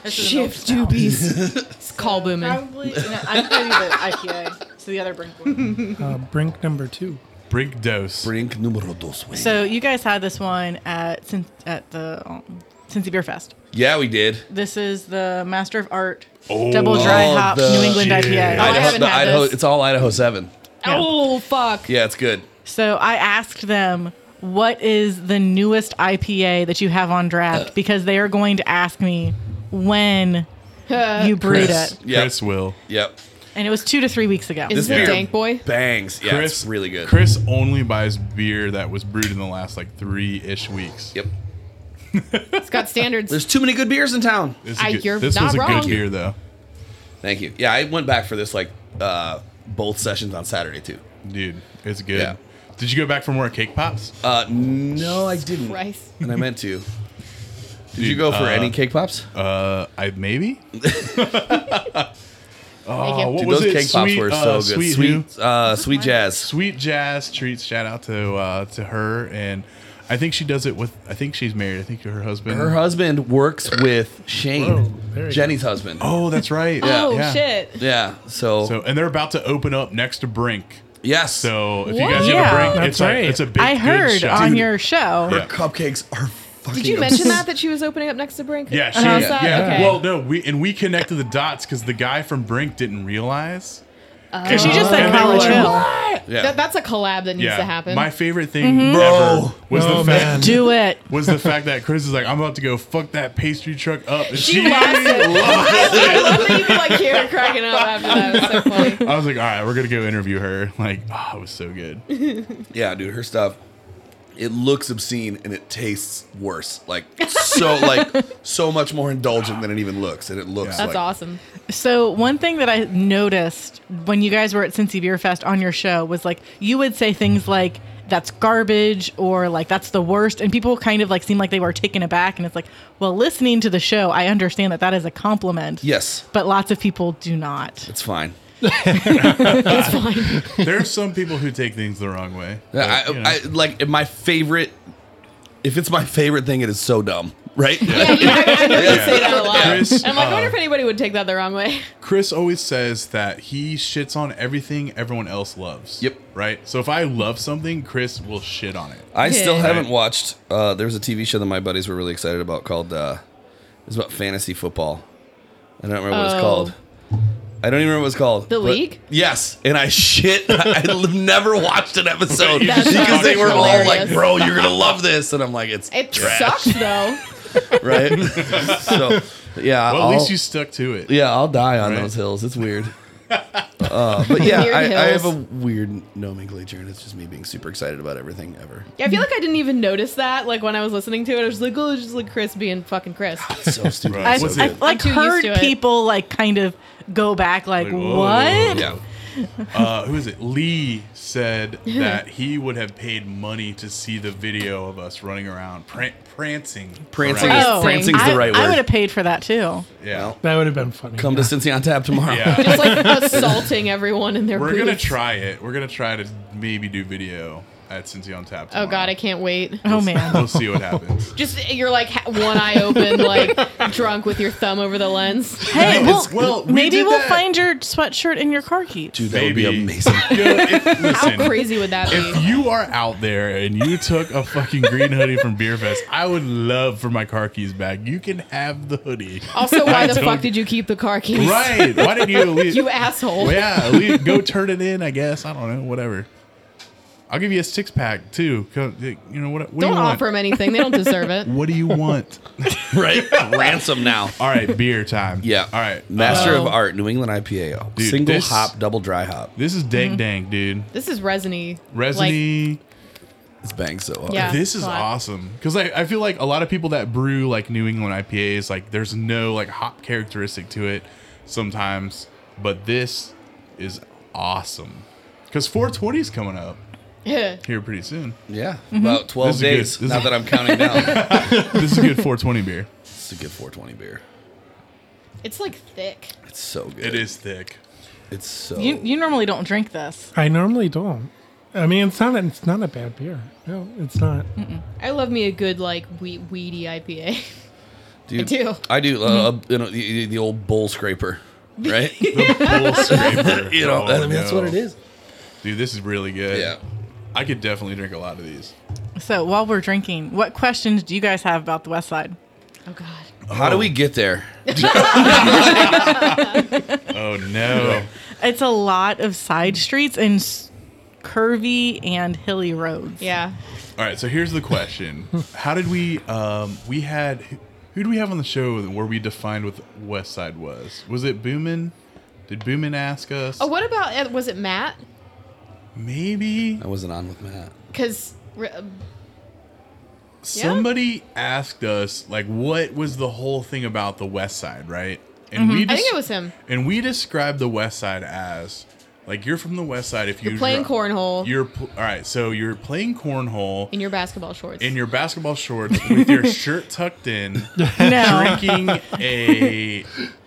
[SPEAKER 3] Shift doobies. it's call booming.
[SPEAKER 4] Probably. No, I'm going to do the IPA. So the other Brink one.
[SPEAKER 5] uh, Brink number two?
[SPEAKER 1] Brink dose.
[SPEAKER 2] Brink numero dos. güey.
[SPEAKER 4] So you guys had this one at Cin- at the um, Cincy Beer Fest.
[SPEAKER 2] yeah, we did.
[SPEAKER 4] This is the Master of Art Double Dry
[SPEAKER 2] Oh,
[SPEAKER 4] Hop
[SPEAKER 2] the-
[SPEAKER 4] New England
[SPEAKER 1] shit.
[SPEAKER 4] IPA.
[SPEAKER 3] I
[SPEAKER 2] Idaho,
[SPEAKER 3] haven't
[SPEAKER 2] the
[SPEAKER 3] had
[SPEAKER 2] Idaho,
[SPEAKER 3] this.
[SPEAKER 2] it's all Idaho Seven.
[SPEAKER 3] Oh fuck.
[SPEAKER 2] Yeah, it's good.
[SPEAKER 4] So I asked them, what is the newest IPA that you have on draft? Because they are going to ask me when you brewed
[SPEAKER 2] Chris.
[SPEAKER 4] it.
[SPEAKER 2] Yep.
[SPEAKER 1] Chris will.
[SPEAKER 2] Yep.
[SPEAKER 4] And it was two to three weeks ago.
[SPEAKER 3] Is- it Dank Boy?
[SPEAKER 2] Bangs. Yeah,
[SPEAKER 1] Chris
[SPEAKER 2] it's really good.
[SPEAKER 1] Chris only buys beer that was brewed in the last like three ish weeks.
[SPEAKER 2] Yep.
[SPEAKER 3] It's got standards.
[SPEAKER 2] There's too many good beers in town.
[SPEAKER 1] This,
[SPEAKER 3] I-
[SPEAKER 1] is good-
[SPEAKER 3] you're
[SPEAKER 1] this
[SPEAKER 3] not
[SPEAKER 1] was a
[SPEAKER 3] wrong.
[SPEAKER 1] good beer though.
[SPEAKER 2] Thank you. Yeah, I went back for this like uh both sessions on Saturday too.
[SPEAKER 1] Dude, it's good.
[SPEAKER 2] Yeah.
[SPEAKER 1] Did you go back for more cake pops?
[SPEAKER 2] Uh no, I didn't.
[SPEAKER 3] Christ.
[SPEAKER 2] And I meant to. Did
[SPEAKER 1] Dude,
[SPEAKER 2] you go for
[SPEAKER 1] uh,
[SPEAKER 2] any cake pops?
[SPEAKER 1] Uh, I maybe.
[SPEAKER 3] Thank you.
[SPEAKER 1] what
[SPEAKER 2] Dude,
[SPEAKER 1] was
[SPEAKER 2] those
[SPEAKER 1] it?
[SPEAKER 2] cake pops
[SPEAKER 1] Sweet,
[SPEAKER 2] were
[SPEAKER 1] uh,
[SPEAKER 2] so good.
[SPEAKER 1] Sweet, who?
[SPEAKER 2] sweet uh, sweet jazz.
[SPEAKER 1] sweet jazz treats. Shout out to uh, to her and I think she does it with. I think she's married. I think her husband.
[SPEAKER 2] Her husband works with Shane,
[SPEAKER 5] Whoa, there you
[SPEAKER 2] Jenny's husband.
[SPEAKER 1] oh, that's right. yeah.
[SPEAKER 3] oh
[SPEAKER 1] yeah.
[SPEAKER 3] shit!
[SPEAKER 2] Yeah. So,
[SPEAKER 1] So and they're about to open up next to Brink.
[SPEAKER 2] yes.
[SPEAKER 1] So if you
[SPEAKER 3] What?
[SPEAKER 1] guys
[SPEAKER 4] Yeah.
[SPEAKER 1] ever Brink,
[SPEAKER 5] That's
[SPEAKER 1] it's, like-
[SPEAKER 5] right.
[SPEAKER 1] it's a big.
[SPEAKER 4] I
[SPEAKER 1] good
[SPEAKER 4] heard
[SPEAKER 1] shot.
[SPEAKER 4] on
[SPEAKER 1] Dude,
[SPEAKER 4] your show.
[SPEAKER 2] her
[SPEAKER 1] Yeah.
[SPEAKER 2] cupcakes are fucking.
[SPEAKER 3] Did you mention that that she was opening up next to Brink?
[SPEAKER 1] Yeah, she,
[SPEAKER 3] on our
[SPEAKER 1] yeah.
[SPEAKER 3] side? Uh-huh. Okay.
[SPEAKER 1] Well, no, we and we connected the dots because the guy from Brink didn't realize.
[SPEAKER 4] She just said
[SPEAKER 1] And they were
[SPEAKER 4] College
[SPEAKER 1] like,
[SPEAKER 4] Hill.
[SPEAKER 2] Yeah.
[SPEAKER 3] That- that's a collab that needs to happen.
[SPEAKER 1] My favorite thing ever
[SPEAKER 2] Bro.
[SPEAKER 1] was
[SPEAKER 5] Oh,
[SPEAKER 1] the fact
[SPEAKER 5] man.
[SPEAKER 4] Do it.
[SPEAKER 1] was the fact that Chris is like, I'm about to go fuck that pastry truck up. And
[SPEAKER 3] she lost it. I love that you could like hear her cracking up after that. It was so funny.
[SPEAKER 1] I was like, all right, we're gonna go interview her. Like, ah, it was so good.
[SPEAKER 2] Yeah, dude, her stuff. It looks obscene and it tastes worse. Like so, like so much more indulgent than it even looks, and it looks.
[SPEAKER 1] Yeah.
[SPEAKER 3] That's
[SPEAKER 2] like,
[SPEAKER 3] awesome.
[SPEAKER 4] So one thing that I noticed when you guys were at Cincy Beer Fest on your show was like you would say things like "that's garbage" or like "that's the worst," and people kind of like seemed like they were taken aback. And it's like, well, listening to the show, I understand that that is a compliment.
[SPEAKER 2] Yes,
[SPEAKER 4] But lots of people do not.
[SPEAKER 2] it's fine.
[SPEAKER 1] There are some people who take things the wrong way.
[SPEAKER 2] I,
[SPEAKER 1] But, you know.
[SPEAKER 2] I, like my favorite. If it's my favorite thing, it is so dumb, right?
[SPEAKER 3] Yeah, you know, I know you
[SPEAKER 1] Yeah.
[SPEAKER 3] say that a lot.
[SPEAKER 1] Chris,
[SPEAKER 3] I'm like, I
[SPEAKER 1] uh,
[SPEAKER 3] wonder if anybody would take that the wrong way.
[SPEAKER 1] Chris always says that he shits on everything everyone else loves.
[SPEAKER 2] Yep.
[SPEAKER 1] Right. So if I love something, Chris will shit on it.
[SPEAKER 2] I still
[SPEAKER 3] Yeah.
[SPEAKER 2] haven't watched. Uh, there was a TV show that my buddies were really excited about called. Uh, it was about fantasy football. I don't remember what it
[SPEAKER 3] Oh.
[SPEAKER 2] was called. I don't even remember what it's called.
[SPEAKER 3] The
[SPEAKER 2] but-
[SPEAKER 3] League?
[SPEAKER 2] Yes, and I shit. I I've never watched an episode
[SPEAKER 1] That's
[SPEAKER 2] because they were all like,
[SPEAKER 3] hilarious.
[SPEAKER 2] "Bro, you're gonna love this," and I'm like, "It's
[SPEAKER 3] It
[SPEAKER 2] trash,
[SPEAKER 3] sucks though.
[SPEAKER 2] right?" so, yeah.
[SPEAKER 1] Well, at least
[SPEAKER 2] I'll-
[SPEAKER 1] you stuck to it.
[SPEAKER 2] yeah, I'll die on
[SPEAKER 1] Right.
[SPEAKER 2] those hills. It's weird. uh, but yeah,
[SPEAKER 3] Weird
[SPEAKER 2] I, I
[SPEAKER 3] hills.
[SPEAKER 2] have a weird nomenclature, and it's just me being super excited about everything ever.
[SPEAKER 3] Yeah, I feel like I didn't even notice that. Like when I was listening to it, I was like, oh, it's just like Chris being fucking Chris.
[SPEAKER 2] It's so stupid.
[SPEAKER 1] Right.
[SPEAKER 2] So
[SPEAKER 1] What's
[SPEAKER 2] good.
[SPEAKER 1] it?
[SPEAKER 4] I've like
[SPEAKER 3] too used
[SPEAKER 4] heard
[SPEAKER 3] to it.
[SPEAKER 4] people like kind of go back like,
[SPEAKER 1] Like, whoa.
[SPEAKER 4] what?
[SPEAKER 2] yeah.
[SPEAKER 1] uh, who is it? Lee said that he would have paid money to see the video of us running around pran- prancing.
[SPEAKER 2] Prancing
[SPEAKER 1] around.
[SPEAKER 2] is,
[SPEAKER 4] Oh.
[SPEAKER 2] prancing's
[SPEAKER 4] I,
[SPEAKER 2] the right
[SPEAKER 4] I would
[SPEAKER 2] word.
[SPEAKER 4] have paid for that too. Oh,
[SPEAKER 1] Yeah.
[SPEAKER 5] That would have been funny.
[SPEAKER 2] Come to Cincy on Tap tomorrow.
[SPEAKER 1] Yeah.
[SPEAKER 3] Just like assaulting everyone in their
[SPEAKER 1] We're going to
[SPEAKER 3] booths.
[SPEAKER 1] try it. We're going to try to maybe do video at Cincy on Tap.
[SPEAKER 3] Oh
[SPEAKER 1] Tomorrow.
[SPEAKER 3] god, I can't wait.
[SPEAKER 4] Oh man.
[SPEAKER 1] We'll see what happens.
[SPEAKER 3] Just you're like ha- one eye open, like drunk with your thumb over the lens.
[SPEAKER 4] Hey,
[SPEAKER 1] No,
[SPEAKER 4] well,
[SPEAKER 1] it's- well, we
[SPEAKER 4] maybe
[SPEAKER 1] did
[SPEAKER 4] we'll
[SPEAKER 1] that.
[SPEAKER 4] find your sweatshirt and your car keys.
[SPEAKER 2] Dude, that
[SPEAKER 1] Maybe.
[SPEAKER 2] would be amazing.
[SPEAKER 1] Yo, if-
[SPEAKER 3] How
[SPEAKER 1] listen,
[SPEAKER 3] crazy would that be?
[SPEAKER 1] if you are out there and you took a fucking green hoodie from Beer Fest, I would love for my car keys back. You can have the hoodie.
[SPEAKER 3] Also,
[SPEAKER 1] I
[SPEAKER 3] why the
[SPEAKER 1] don't-
[SPEAKER 3] fuck did you keep the car keys?
[SPEAKER 1] Right. Why didn't you leave?
[SPEAKER 3] You asshole.
[SPEAKER 1] Well, yeah, leave, go turn it in, I guess. I don't know, whatever. I'll give you a six pack too. Co- You know what? what do
[SPEAKER 3] Don't
[SPEAKER 1] you want?
[SPEAKER 3] offer them anything. They don't deserve it.
[SPEAKER 1] What do you want?
[SPEAKER 2] right? Ransom now.
[SPEAKER 1] All right, beer time.
[SPEAKER 2] Yeah.
[SPEAKER 1] All right. uh, Um,
[SPEAKER 2] Master
[SPEAKER 3] Wow.
[SPEAKER 2] of Art, New England IPA.
[SPEAKER 1] Dude,
[SPEAKER 2] Single
[SPEAKER 1] this-
[SPEAKER 2] hop, double dry hop.
[SPEAKER 1] This is
[SPEAKER 3] Mm-hmm.
[SPEAKER 1] dank dank, dude.
[SPEAKER 3] This is resiny. Like,
[SPEAKER 1] Resiny.
[SPEAKER 2] It's bang so hard.
[SPEAKER 3] Yeah.
[SPEAKER 1] this is
[SPEAKER 3] a lot.
[SPEAKER 1] awesome because I, I feel like a lot of people that brew like New England IPAs like there's no like hop characteristic to it sometimes, but this is awesome because 420 is coming up
[SPEAKER 3] yeah.
[SPEAKER 1] here pretty soon.
[SPEAKER 2] Yeah. About
[SPEAKER 1] This
[SPEAKER 2] 12
[SPEAKER 1] is good.
[SPEAKER 2] days.
[SPEAKER 1] This
[SPEAKER 2] Not
[SPEAKER 1] is-
[SPEAKER 2] that I'm counting down.
[SPEAKER 1] This is a good 420 beer.
[SPEAKER 2] it's a good 420 beer.
[SPEAKER 3] It's like thick.
[SPEAKER 2] It's so good.
[SPEAKER 1] It is thick.
[SPEAKER 2] It's so.
[SPEAKER 4] You, you normally don't drink this.
[SPEAKER 5] I normally don't. I mean, it's not. It's not a bad beer. No, it's not.
[SPEAKER 3] I love me a good like wheat, weedy IPA.
[SPEAKER 2] Dude,
[SPEAKER 3] I do.
[SPEAKER 2] I do. Uh, you know, the, the old bowl scraper, right?
[SPEAKER 1] The bull scraper.
[SPEAKER 2] you know,
[SPEAKER 1] Oh,
[SPEAKER 2] I mean, that's
[SPEAKER 1] no.
[SPEAKER 2] what it is.
[SPEAKER 1] Dude, this is really good.
[SPEAKER 2] Yeah.
[SPEAKER 1] I could definitely drink a lot of these.
[SPEAKER 4] So while we're drinking, what questions do you guys have about the West Side?
[SPEAKER 3] Oh god.
[SPEAKER 2] How do we get there?
[SPEAKER 1] Oh no.
[SPEAKER 4] It's a lot of side streets and s- curvy and hilly roads.
[SPEAKER 3] Yeah.
[SPEAKER 1] All right, so here's the question. How did we um we had who do we have on the show where we defined what the West Side was? Was it Boomin? Did Boomin ask us?
[SPEAKER 3] Oh, what about uh, was it Matt?
[SPEAKER 1] Maybe
[SPEAKER 2] I wasn't on with Matt.
[SPEAKER 3] Because um,
[SPEAKER 1] somebody asked us like what was the whole thing about the West Side, right? And we
[SPEAKER 3] Mm-hmm. I think
[SPEAKER 1] des-
[SPEAKER 3] it was him.
[SPEAKER 1] And we described the West Side as like you're from the West Side if you
[SPEAKER 3] You're playing
[SPEAKER 1] dri-
[SPEAKER 3] cornhole.
[SPEAKER 1] You're pl- all right, so you're playing cornhole
[SPEAKER 3] in your basketball shorts.
[SPEAKER 1] in your basketball shorts with your shirt tucked in,
[SPEAKER 4] Oh. No,
[SPEAKER 1] drinking a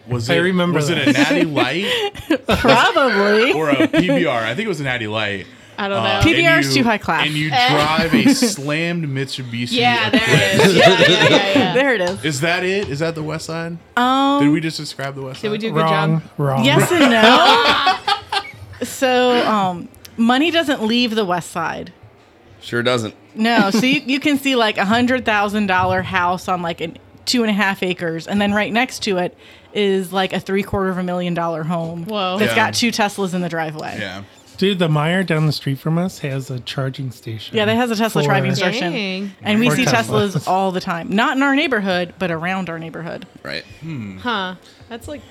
[SPEAKER 1] was it
[SPEAKER 5] I remember
[SPEAKER 1] was it a
[SPEAKER 5] that.
[SPEAKER 1] natty light
[SPEAKER 4] probably.
[SPEAKER 1] or a PBR? I think it was a natty light.
[SPEAKER 3] I don't know.
[SPEAKER 1] Uh,
[SPEAKER 4] PBR
[SPEAKER 1] and
[SPEAKER 4] is
[SPEAKER 1] you-
[SPEAKER 4] too high class.
[SPEAKER 1] And you
[SPEAKER 3] Eh.
[SPEAKER 1] drive a slammed Mitsubishi.
[SPEAKER 3] yeah,
[SPEAKER 1] up
[SPEAKER 3] there
[SPEAKER 1] there.
[SPEAKER 3] it is. Yeah, yeah, yeah, yeah.
[SPEAKER 4] There it is.
[SPEAKER 1] Is that it? Is that the West Side? Did
[SPEAKER 4] Um,
[SPEAKER 1] we just describe the West Side?
[SPEAKER 3] Did we do a good
[SPEAKER 5] Wrong.
[SPEAKER 3] job?
[SPEAKER 5] Wrong.
[SPEAKER 4] yes and no. so, um, money doesn't leave the West Side.
[SPEAKER 2] Sure doesn't.
[SPEAKER 4] No, so you, you can see like a hundred thousand dollar house on like an two and a half acres, and then right next to it is like a three quarter of a million dollar home.
[SPEAKER 3] Whoa.
[SPEAKER 4] that's
[SPEAKER 1] Yeah.
[SPEAKER 4] got two Teslas in the driveway.
[SPEAKER 1] Yeah.
[SPEAKER 5] Dude, the Meyer down the street from us has a charging station.
[SPEAKER 4] Yeah, that has a Tesla
[SPEAKER 5] for-
[SPEAKER 4] driving station,
[SPEAKER 3] Dang.
[SPEAKER 4] and we
[SPEAKER 5] For
[SPEAKER 4] see
[SPEAKER 5] Tesla.
[SPEAKER 4] Teslas all the time. Not in our neighborhood, but around our neighborhood.
[SPEAKER 2] Right.
[SPEAKER 3] Huh. That's like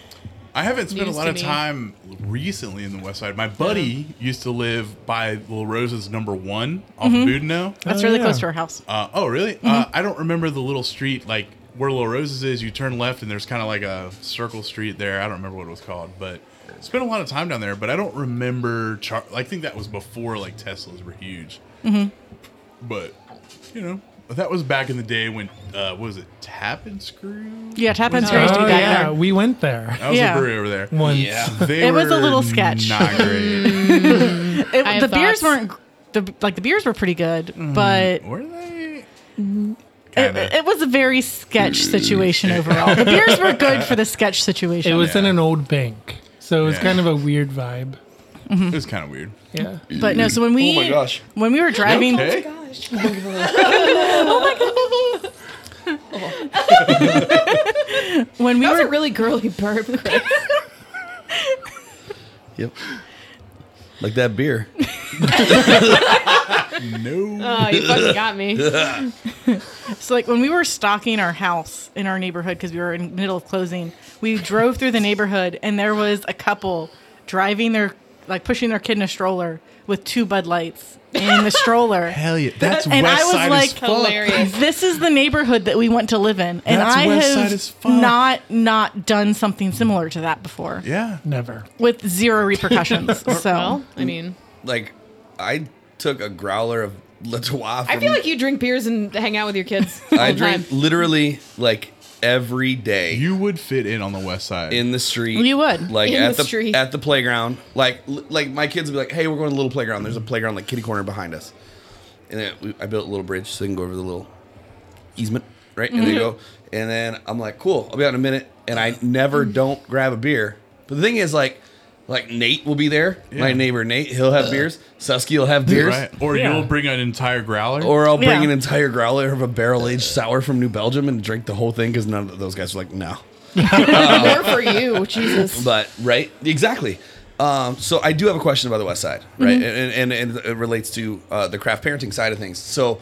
[SPEAKER 1] I haven't spent
[SPEAKER 3] News
[SPEAKER 1] a lot
[SPEAKER 3] to
[SPEAKER 1] of
[SPEAKER 3] me.
[SPEAKER 1] time recently in the West Side. My buddy used to live by Little Rose's number one off of
[SPEAKER 3] Mm-hmm.
[SPEAKER 1] Budino.
[SPEAKER 4] That's
[SPEAKER 5] Oh,
[SPEAKER 4] really
[SPEAKER 5] yeah.
[SPEAKER 4] close to our house.
[SPEAKER 1] Uh, oh, really?
[SPEAKER 4] Mm-hmm.
[SPEAKER 1] Uh, I don't remember the little street like where Little Roses is. You turn left and there's kind of like a circle street there. I don't remember what it was called, but spent a lot of time down there. But I don't remember. Char- I think that was before like Teslas were huge.
[SPEAKER 4] Mm-hmm.
[SPEAKER 1] But you know, that was back in the day when uh, what was it Tap and Screw?
[SPEAKER 4] Yeah, Tap and
[SPEAKER 3] Oh,
[SPEAKER 4] Screw used to be
[SPEAKER 5] Oh,
[SPEAKER 4] back
[SPEAKER 5] yeah,
[SPEAKER 4] there.
[SPEAKER 5] we went there
[SPEAKER 1] That was
[SPEAKER 4] Yeah.
[SPEAKER 1] a brewery over there.
[SPEAKER 5] once.
[SPEAKER 2] Yeah.
[SPEAKER 1] They
[SPEAKER 4] It was a
[SPEAKER 1] were
[SPEAKER 4] little sketch.
[SPEAKER 1] Not great.
[SPEAKER 4] It-
[SPEAKER 3] I have
[SPEAKER 4] the beers
[SPEAKER 3] thoughts.
[SPEAKER 4] weren't gr- the like the beers were pretty good, but
[SPEAKER 1] were they?
[SPEAKER 4] Mm-hmm. it,
[SPEAKER 1] Kinda.
[SPEAKER 4] it was a very sketch situation overall. The beers were good for the sketch situation.
[SPEAKER 5] It was in
[SPEAKER 1] Yeah.
[SPEAKER 5] an old bank, so it was
[SPEAKER 1] Yeah.
[SPEAKER 5] kind of a weird vibe.
[SPEAKER 4] uh.
[SPEAKER 1] It was kind of weird.
[SPEAKER 5] Yeah.
[SPEAKER 4] But no, so when we
[SPEAKER 2] Oh my gosh.
[SPEAKER 4] when we were driving,
[SPEAKER 1] Okay.
[SPEAKER 4] when we
[SPEAKER 3] that was
[SPEAKER 4] were
[SPEAKER 3] a really girly burp. Chris.
[SPEAKER 2] Yep. Like that beer.
[SPEAKER 1] No.
[SPEAKER 4] Uh,
[SPEAKER 3] oh, you fucking got me.
[SPEAKER 4] so like when we were stocking our house in our neighborhood because we were in the middle of closing, we drove through the neighborhood and there was a couple driving their like pushing their kid in a stroller with two Bud Lights in the stroller.
[SPEAKER 1] Hell yeah. That's
[SPEAKER 4] And I
[SPEAKER 1] West
[SPEAKER 4] was
[SPEAKER 1] Side
[SPEAKER 4] like,
[SPEAKER 1] as fuck.
[SPEAKER 3] Hilarious.
[SPEAKER 4] This is the neighborhood that we want to live in, and
[SPEAKER 1] That's
[SPEAKER 4] I
[SPEAKER 1] West Side as
[SPEAKER 4] have
[SPEAKER 1] fuck.
[SPEAKER 4] not not done something similar to that before
[SPEAKER 1] Yeah.
[SPEAKER 5] Never.
[SPEAKER 4] with zero repercussions. so
[SPEAKER 3] Well, I mean,
[SPEAKER 2] Like I took a growler of Latois.
[SPEAKER 3] I feel like you drink beers and hang out with your kids all
[SPEAKER 2] I
[SPEAKER 3] the
[SPEAKER 2] drink
[SPEAKER 3] time.
[SPEAKER 2] literally like every day
[SPEAKER 1] You would fit in on the West Side.
[SPEAKER 2] in the street.
[SPEAKER 4] You would.
[SPEAKER 2] like
[SPEAKER 3] In
[SPEAKER 2] at
[SPEAKER 3] the
[SPEAKER 2] the,
[SPEAKER 3] street.
[SPEAKER 2] at the playground. Like l- like my kids would be like, "Hey, we're going to the little playground. There's a playground like kitty corner behind us." And then we, I built a little bridge so they can go over the little easement, right? And they go, and then I'm like, "Cool, I'll be out in a minute." And I never don't grab a beer. But the thing is, like. Like Nate will be there. My
[SPEAKER 1] Yeah.
[SPEAKER 2] neighbor Nate, he'll have beers. Susky will have beers.
[SPEAKER 1] right? Or
[SPEAKER 5] Yeah.
[SPEAKER 1] you'll bring an entire growler.
[SPEAKER 2] Or I'll bring
[SPEAKER 4] Yeah.
[SPEAKER 2] an entire growler of a barrel aged sour from New Belgium and drink the whole thing because none of those guys are like, no.
[SPEAKER 3] More for you, Jesus.
[SPEAKER 2] But right, exactly. Um, so I do have a question about the West Side, right? And, and and it relates to uh, the craft parenting side of things. So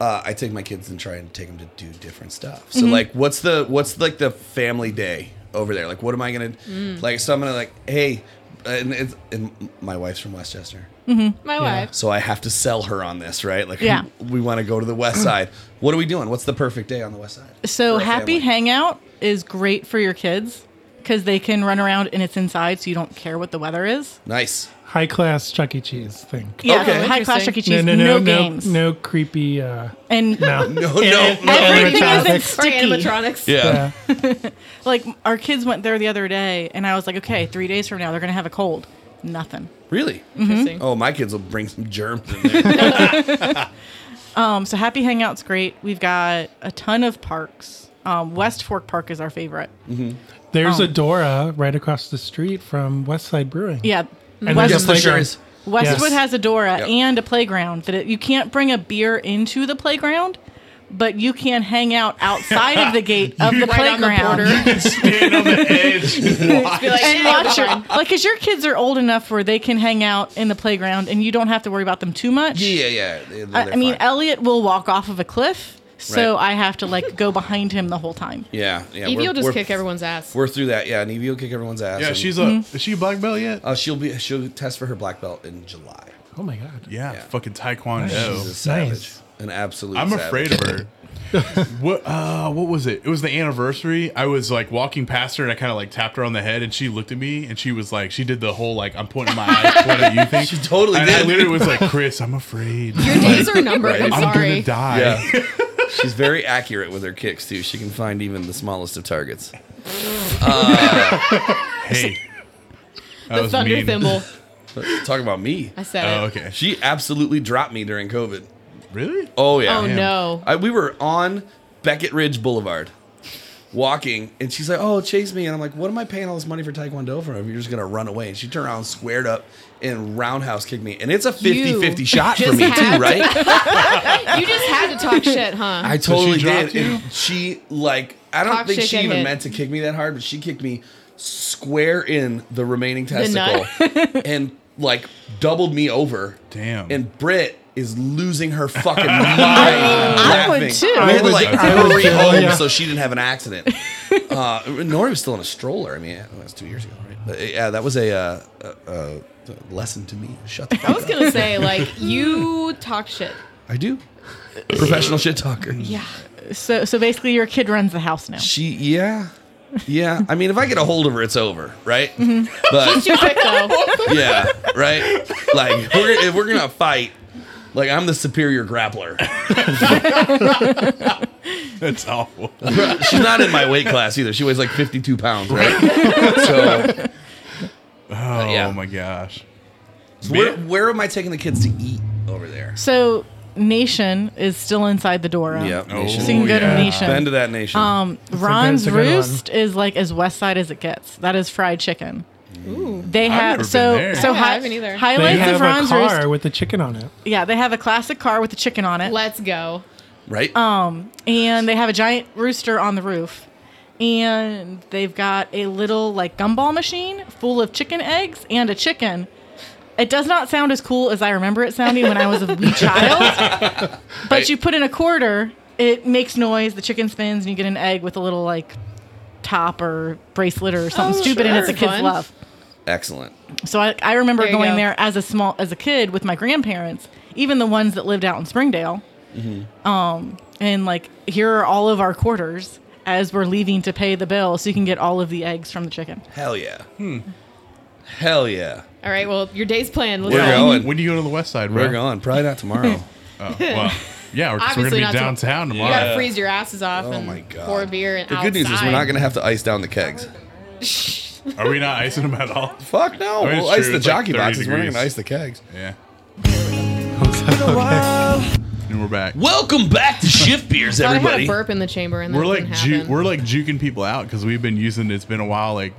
[SPEAKER 2] uh, I take my kids and try and take them to do different stuff. So like, what's the what's like the family day over there? Like, what am I gonna like? So I'm gonna like, hey, and, it's, and my wife's from Westchester.
[SPEAKER 3] My wife.
[SPEAKER 2] So I have to sell her on this, right? Like,
[SPEAKER 4] Yeah.
[SPEAKER 2] we want to go to the West Side. What are we doing? What's the perfect day on the West Side?
[SPEAKER 4] So
[SPEAKER 2] for a family?
[SPEAKER 4] happy hangout is great for your kids because they can run around and it's inside, so you don't care what the weather is.
[SPEAKER 2] nice.
[SPEAKER 5] High class Chuck E. Cheese thing.
[SPEAKER 4] Yeah,
[SPEAKER 2] Okay.
[SPEAKER 4] high class
[SPEAKER 3] Interesting.
[SPEAKER 4] Chuck E. Cheese, no,
[SPEAKER 5] no, no,
[SPEAKER 4] games,
[SPEAKER 5] no, no creepy. Uh,
[SPEAKER 4] and
[SPEAKER 5] no,
[SPEAKER 2] Oh, No, no, no.
[SPEAKER 4] Everything is in
[SPEAKER 5] animatronics.
[SPEAKER 4] s-
[SPEAKER 3] Or
[SPEAKER 4] Sticky.
[SPEAKER 3] animatronics.
[SPEAKER 2] Mm-hmm.
[SPEAKER 5] Yeah.
[SPEAKER 4] like our kids went there the other day, and I was like, okay, three days from now they're gonna have a cold. Nothing.
[SPEAKER 2] Really?
[SPEAKER 3] Interesting.
[SPEAKER 2] Oh, my kids will bring some germs in there.
[SPEAKER 4] Um, so happy hangout's great. We've got a ton of parks. Um, West Fork Park is our favorite.
[SPEAKER 5] There's
[SPEAKER 4] Oh.
[SPEAKER 5] a Dora right across the street from West Side Brewing.
[SPEAKER 4] Yeah.
[SPEAKER 5] And
[SPEAKER 4] West-
[SPEAKER 5] there's
[SPEAKER 2] yes,
[SPEAKER 5] a
[SPEAKER 2] there sure
[SPEAKER 5] playground.
[SPEAKER 2] is.
[SPEAKER 4] Westwood
[SPEAKER 5] Yes.
[SPEAKER 4] has a Dora
[SPEAKER 2] Yep.
[SPEAKER 4] and a playground that it, you can't bring a beer into the playground, but you can hang out outside of the gate of the
[SPEAKER 3] Right on the
[SPEAKER 4] playground
[SPEAKER 3] border.
[SPEAKER 1] Stand on the edge. Watch.
[SPEAKER 3] Be like,
[SPEAKER 4] and
[SPEAKER 3] "Yeah,
[SPEAKER 4] watch your
[SPEAKER 3] fine."
[SPEAKER 4] like because your kids are old enough where they can hang out in the playground and you don't have to worry about them too much.
[SPEAKER 2] Yeah, yeah, yeah. They- they're
[SPEAKER 4] I, I mean,
[SPEAKER 2] fine.
[SPEAKER 4] Elliot will walk off of a cliff, so
[SPEAKER 2] Right.
[SPEAKER 4] I have to like go behind him the whole time.
[SPEAKER 2] yeah, yeah.
[SPEAKER 3] Evie
[SPEAKER 2] we're-
[SPEAKER 3] will just
[SPEAKER 2] we're-
[SPEAKER 3] kick everyone's ass.
[SPEAKER 2] We're through that. Yeah, and Evie will kick everyone's ass.
[SPEAKER 1] yeah,
[SPEAKER 2] and-
[SPEAKER 1] she's a. Is she a black belt yet?
[SPEAKER 2] Uh, she'll be. She'll test for her black belt in July.
[SPEAKER 5] Oh my god.
[SPEAKER 1] yeah,
[SPEAKER 2] yeah.
[SPEAKER 1] fucking taekwondo.
[SPEAKER 2] She's a savage,
[SPEAKER 5] Nice.
[SPEAKER 2] an absolute.
[SPEAKER 1] I'm
[SPEAKER 2] savage.
[SPEAKER 1] afraid of her. what uh what was it? It was the anniversary. I was like walking past her and I kind of like tapped her on the head and she looked at me and she was like she did the whole like I'm pointing my eyes pointing at you thing. She
[SPEAKER 2] totally
[SPEAKER 1] and I
[SPEAKER 2] did.
[SPEAKER 1] literally was like, "Chris, I'm afraid.
[SPEAKER 3] Your days are numbered.
[SPEAKER 2] Right.
[SPEAKER 3] I'm
[SPEAKER 1] I'm going to
[SPEAKER 3] sorry.
[SPEAKER 1] die."
[SPEAKER 2] Yeah, she's very accurate with her kicks too. She can find even the smallest of targets.
[SPEAKER 1] Hey. That
[SPEAKER 3] The
[SPEAKER 1] was
[SPEAKER 3] thunder
[SPEAKER 1] mean.
[SPEAKER 3] thimble.
[SPEAKER 2] Talking about me.
[SPEAKER 3] I said
[SPEAKER 1] Oh,
[SPEAKER 3] it.
[SPEAKER 1] okay.
[SPEAKER 2] She absolutely dropped me during COVID.
[SPEAKER 1] Really?
[SPEAKER 2] Oh yeah.
[SPEAKER 3] Oh
[SPEAKER 1] Damn.
[SPEAKER 3] no.
[SPEAKER 2] I, we were on Beckett Ridge Boulevard walking, and she's like, Oh, chase me. And I'm like, What am I paying all this money for Taekwondo for if you're just going to run away? And she turned around, squared up, and roundhouse kicked me. And it's a 50 50
[SPEAKER 3] You
[SPEAKER 2] shot for
[SPEAKER 3] just
[SPEAKER 2] me,
[SPEAKER 3] had
[SPEAKER 2] too,
[SPEAKER 3] to-
[SPEAKER 2] right?
[SPEAKER 3] You just had to talk shit, huh?
[SPEAKER 2] I
[SPEAKER 1] So she
[SPEAKER 2] totally
[SPEAKER 1] dropped
[SPEAKER 2] did. And she, like, I don't
[SPEAKER 3] Cock
[SPEAKER 2] think
[SPEAKER 3] shit
[SPEAKER 2] she
[SPEAKER 3] and
[SPEAKER 2] even
[SPEAKER 3] hit.
[SPEAKER 2] meant to kick me that hard, but she kicked me square in the remaining testicle
[SPEAKER 3] nut.
[SPEAKER 2] and, like, doubled me over.
[SPEAKER 1] Damn.
[SPEAKER 2] And Britt. Is losing her fucking mind. I
[SPEAKER 4] would, too.
[SPEAKER 2] We had to
[SPEAKER 5] I
[SPEAKER 2] like
[SPEAKER 5] would, too.
[SPEAKER 2] hurry home
[SPEAKER 5] Yeah.
[SPEAKER 2] so she didn't have an accident. Uh, Nori was still in a stroller. I mean, that was two years ago, right? But uh, yeah, that was a, uh, a, a lesson to me. Shut the fuck
[SPEAKER 3] I was
[SPEAKER 2] up.
[SPEAKER 3] gonna say like you talked shit.
[SPEAKER 2] I do. Professional shit talker.
[SPEAKER 3] Yeah.
[SPEAKER 4] So, so basically, your kid runs the house now.
[SPEAKER 2] She, yeah. Yeah. I mean, if I get a hold of her, it's over, right? But
[SPEAKER 3] Too quick though.
[SPEAKER 2] yeah, right? Like, we're, if we're going to fight, like, I'm the superior grappler.
[SPEAKER 1] That's awful.
[SPEAKER 2] She's not in my weight class either. She weighs like 52 pounds, right? so.
[SPEAKER 1] Oh
[SPEAKER 2] yeah.
[SPEAKER 1] my gosh.
[SPEAKER 2] So where, where am I taking the kids to eat over there?
[SPEAKER 4] So, Nation is still inside the Dora.
[SPEAKER 1] Oh,
[SPEAKER 2] Nation.
[SPEAKER 4] So you can go
[SPEAKER 1] yeah.
[SPEAKER 4] to Nation.
[SPEAKER 2] Bend to that nation.
[SPEAKER 4] Um, Ron's
[SPEAKER 5] it's a good one.
[SPEAKER 4] Roost is like as west side as it gets. That is fried chicken.
[SPEAKER 3] Ooh.
[SPEAKER 4] They have
[SPEAKER 1] never
[SPEAKER 4] so
[SPEAKER 1] been there.
[SPEAKER 4] so
[SPEAKER 3] I
[SPEAKER 4] hi-
[SPEAKER 3] haven't either.
[SPEAKER 5] They
[SPEAKER 4] highlights
[SPEAKER 5] have
[SPEAKER 4] of
[SPEAKER 5] a
[SPEAKER 4] Ron's
[SPEAKER 5] car
[SPEAKER 4] Roost.
[SPEAKER 5] with the chicken on it.
[SPEAKER 4] Yeah, they have a classic car with the chicken on it,
[SPEAKER 3] Let's go.
[SPEAKER 2] right?
[SPEAKER 4] and they have a giant rooster on the roof, and they've got a little like gumball machine full of chicken eggs and a chicken. It does not sound as cool as I remember it sounding when I was a wee child, but you put in a quarter, it makes noise. The chicken spins, and you get an egg with a little like top or bracelet or something
[SPEAKER 3] Oh,
[SPEAKER 4] stupid, and
[SPEAKER 3] sure.
[SPEAKER 4] it's a kid's
[SPEAKER 3] Fun.
[SPEAKER 4] love.
[SPEAKER 2] Excellent.
[SPEAKER 4] So I, I remember
[SPEAKER 3] There you
[SPEAKER 4] going
[SPEAKER 3] go.
[SPEAKER 4] there as a small as a kid with my grandparents, even the ones that lived out in Springdale.
[SPEAKER 1] Mm-hmm.
[SPEAKER 4] Um, and like here are all of our quarters as we're leaving to pay the bill, so you can get all of the eggs from the chicken.
[SPEAKER 2] Hell yeah.
[SPEAKER 1] Hmm.
[SPEAKER 2] Hell yeah.
[SPEAKER 3] All right. Well, your day's planned. Let's
[SPEAKER 2] We're
[SPEAKER 3] go.
[SPEAKER 2] going.
[SPEAKER 1] When do you go to the west side, bro?
[SPEAKER 2] We're going. Probably not tomorrow.
[SPEAKER 1] Oh, well, yeah, we're, 'cause we're
[SPEAKER 3] Obviously
[SPEAKER 1] gonna
[SPEAKER 3] not
[SPEAKER 1] be downtown
[SPEAKER 3] You gotta
[SPEAKER 1] tomorrow.
[SPEAKER 3] freeze your asses off and
[SPEAKER 2] Oh my God.
[SPEAKER 3] pour a beer and
[SPEAKER 2] the good news is we're not
[SPEAKER 3] outside.
[SPEAKER 2] going to have to ice down the kegs.
[SPEAKER 1] Are we not icing them at all?
[SPEAKER 2] Fuck no.
[SPEAKER 1] mean, it's
[SPEAKER 2] we'll ice
[SPEAKER 1] true.
[SPEAKER 2] the
[SPEAKER 1] It's like
[SPEAKER 2] jockey
[SPEAKER 1] 30
[SPEAKER 2] boxes. We're not going
[SPEAKER 1] degrees.
[SPEAKER 2] to ice the kegs.
[SPEAKER 1] Yeah,
[SPEAKER 5] okay.
[SPEAKER 1] and we're back.
[SPEAKER 2] Welcome back to Shift Beers,
[SPEAKER 3] Thought I had a
[SPEAKER 2] everybody.
[SPEAKER 3] burp in the chamber and that
[SPEAKER 1] We're like
[SPEAKER 3] didn't
[SPEAKER 1] ju-
[SPEAKER 3] happen.
[SPEAKER 1] we're like juking people out because we've been using it's been a while like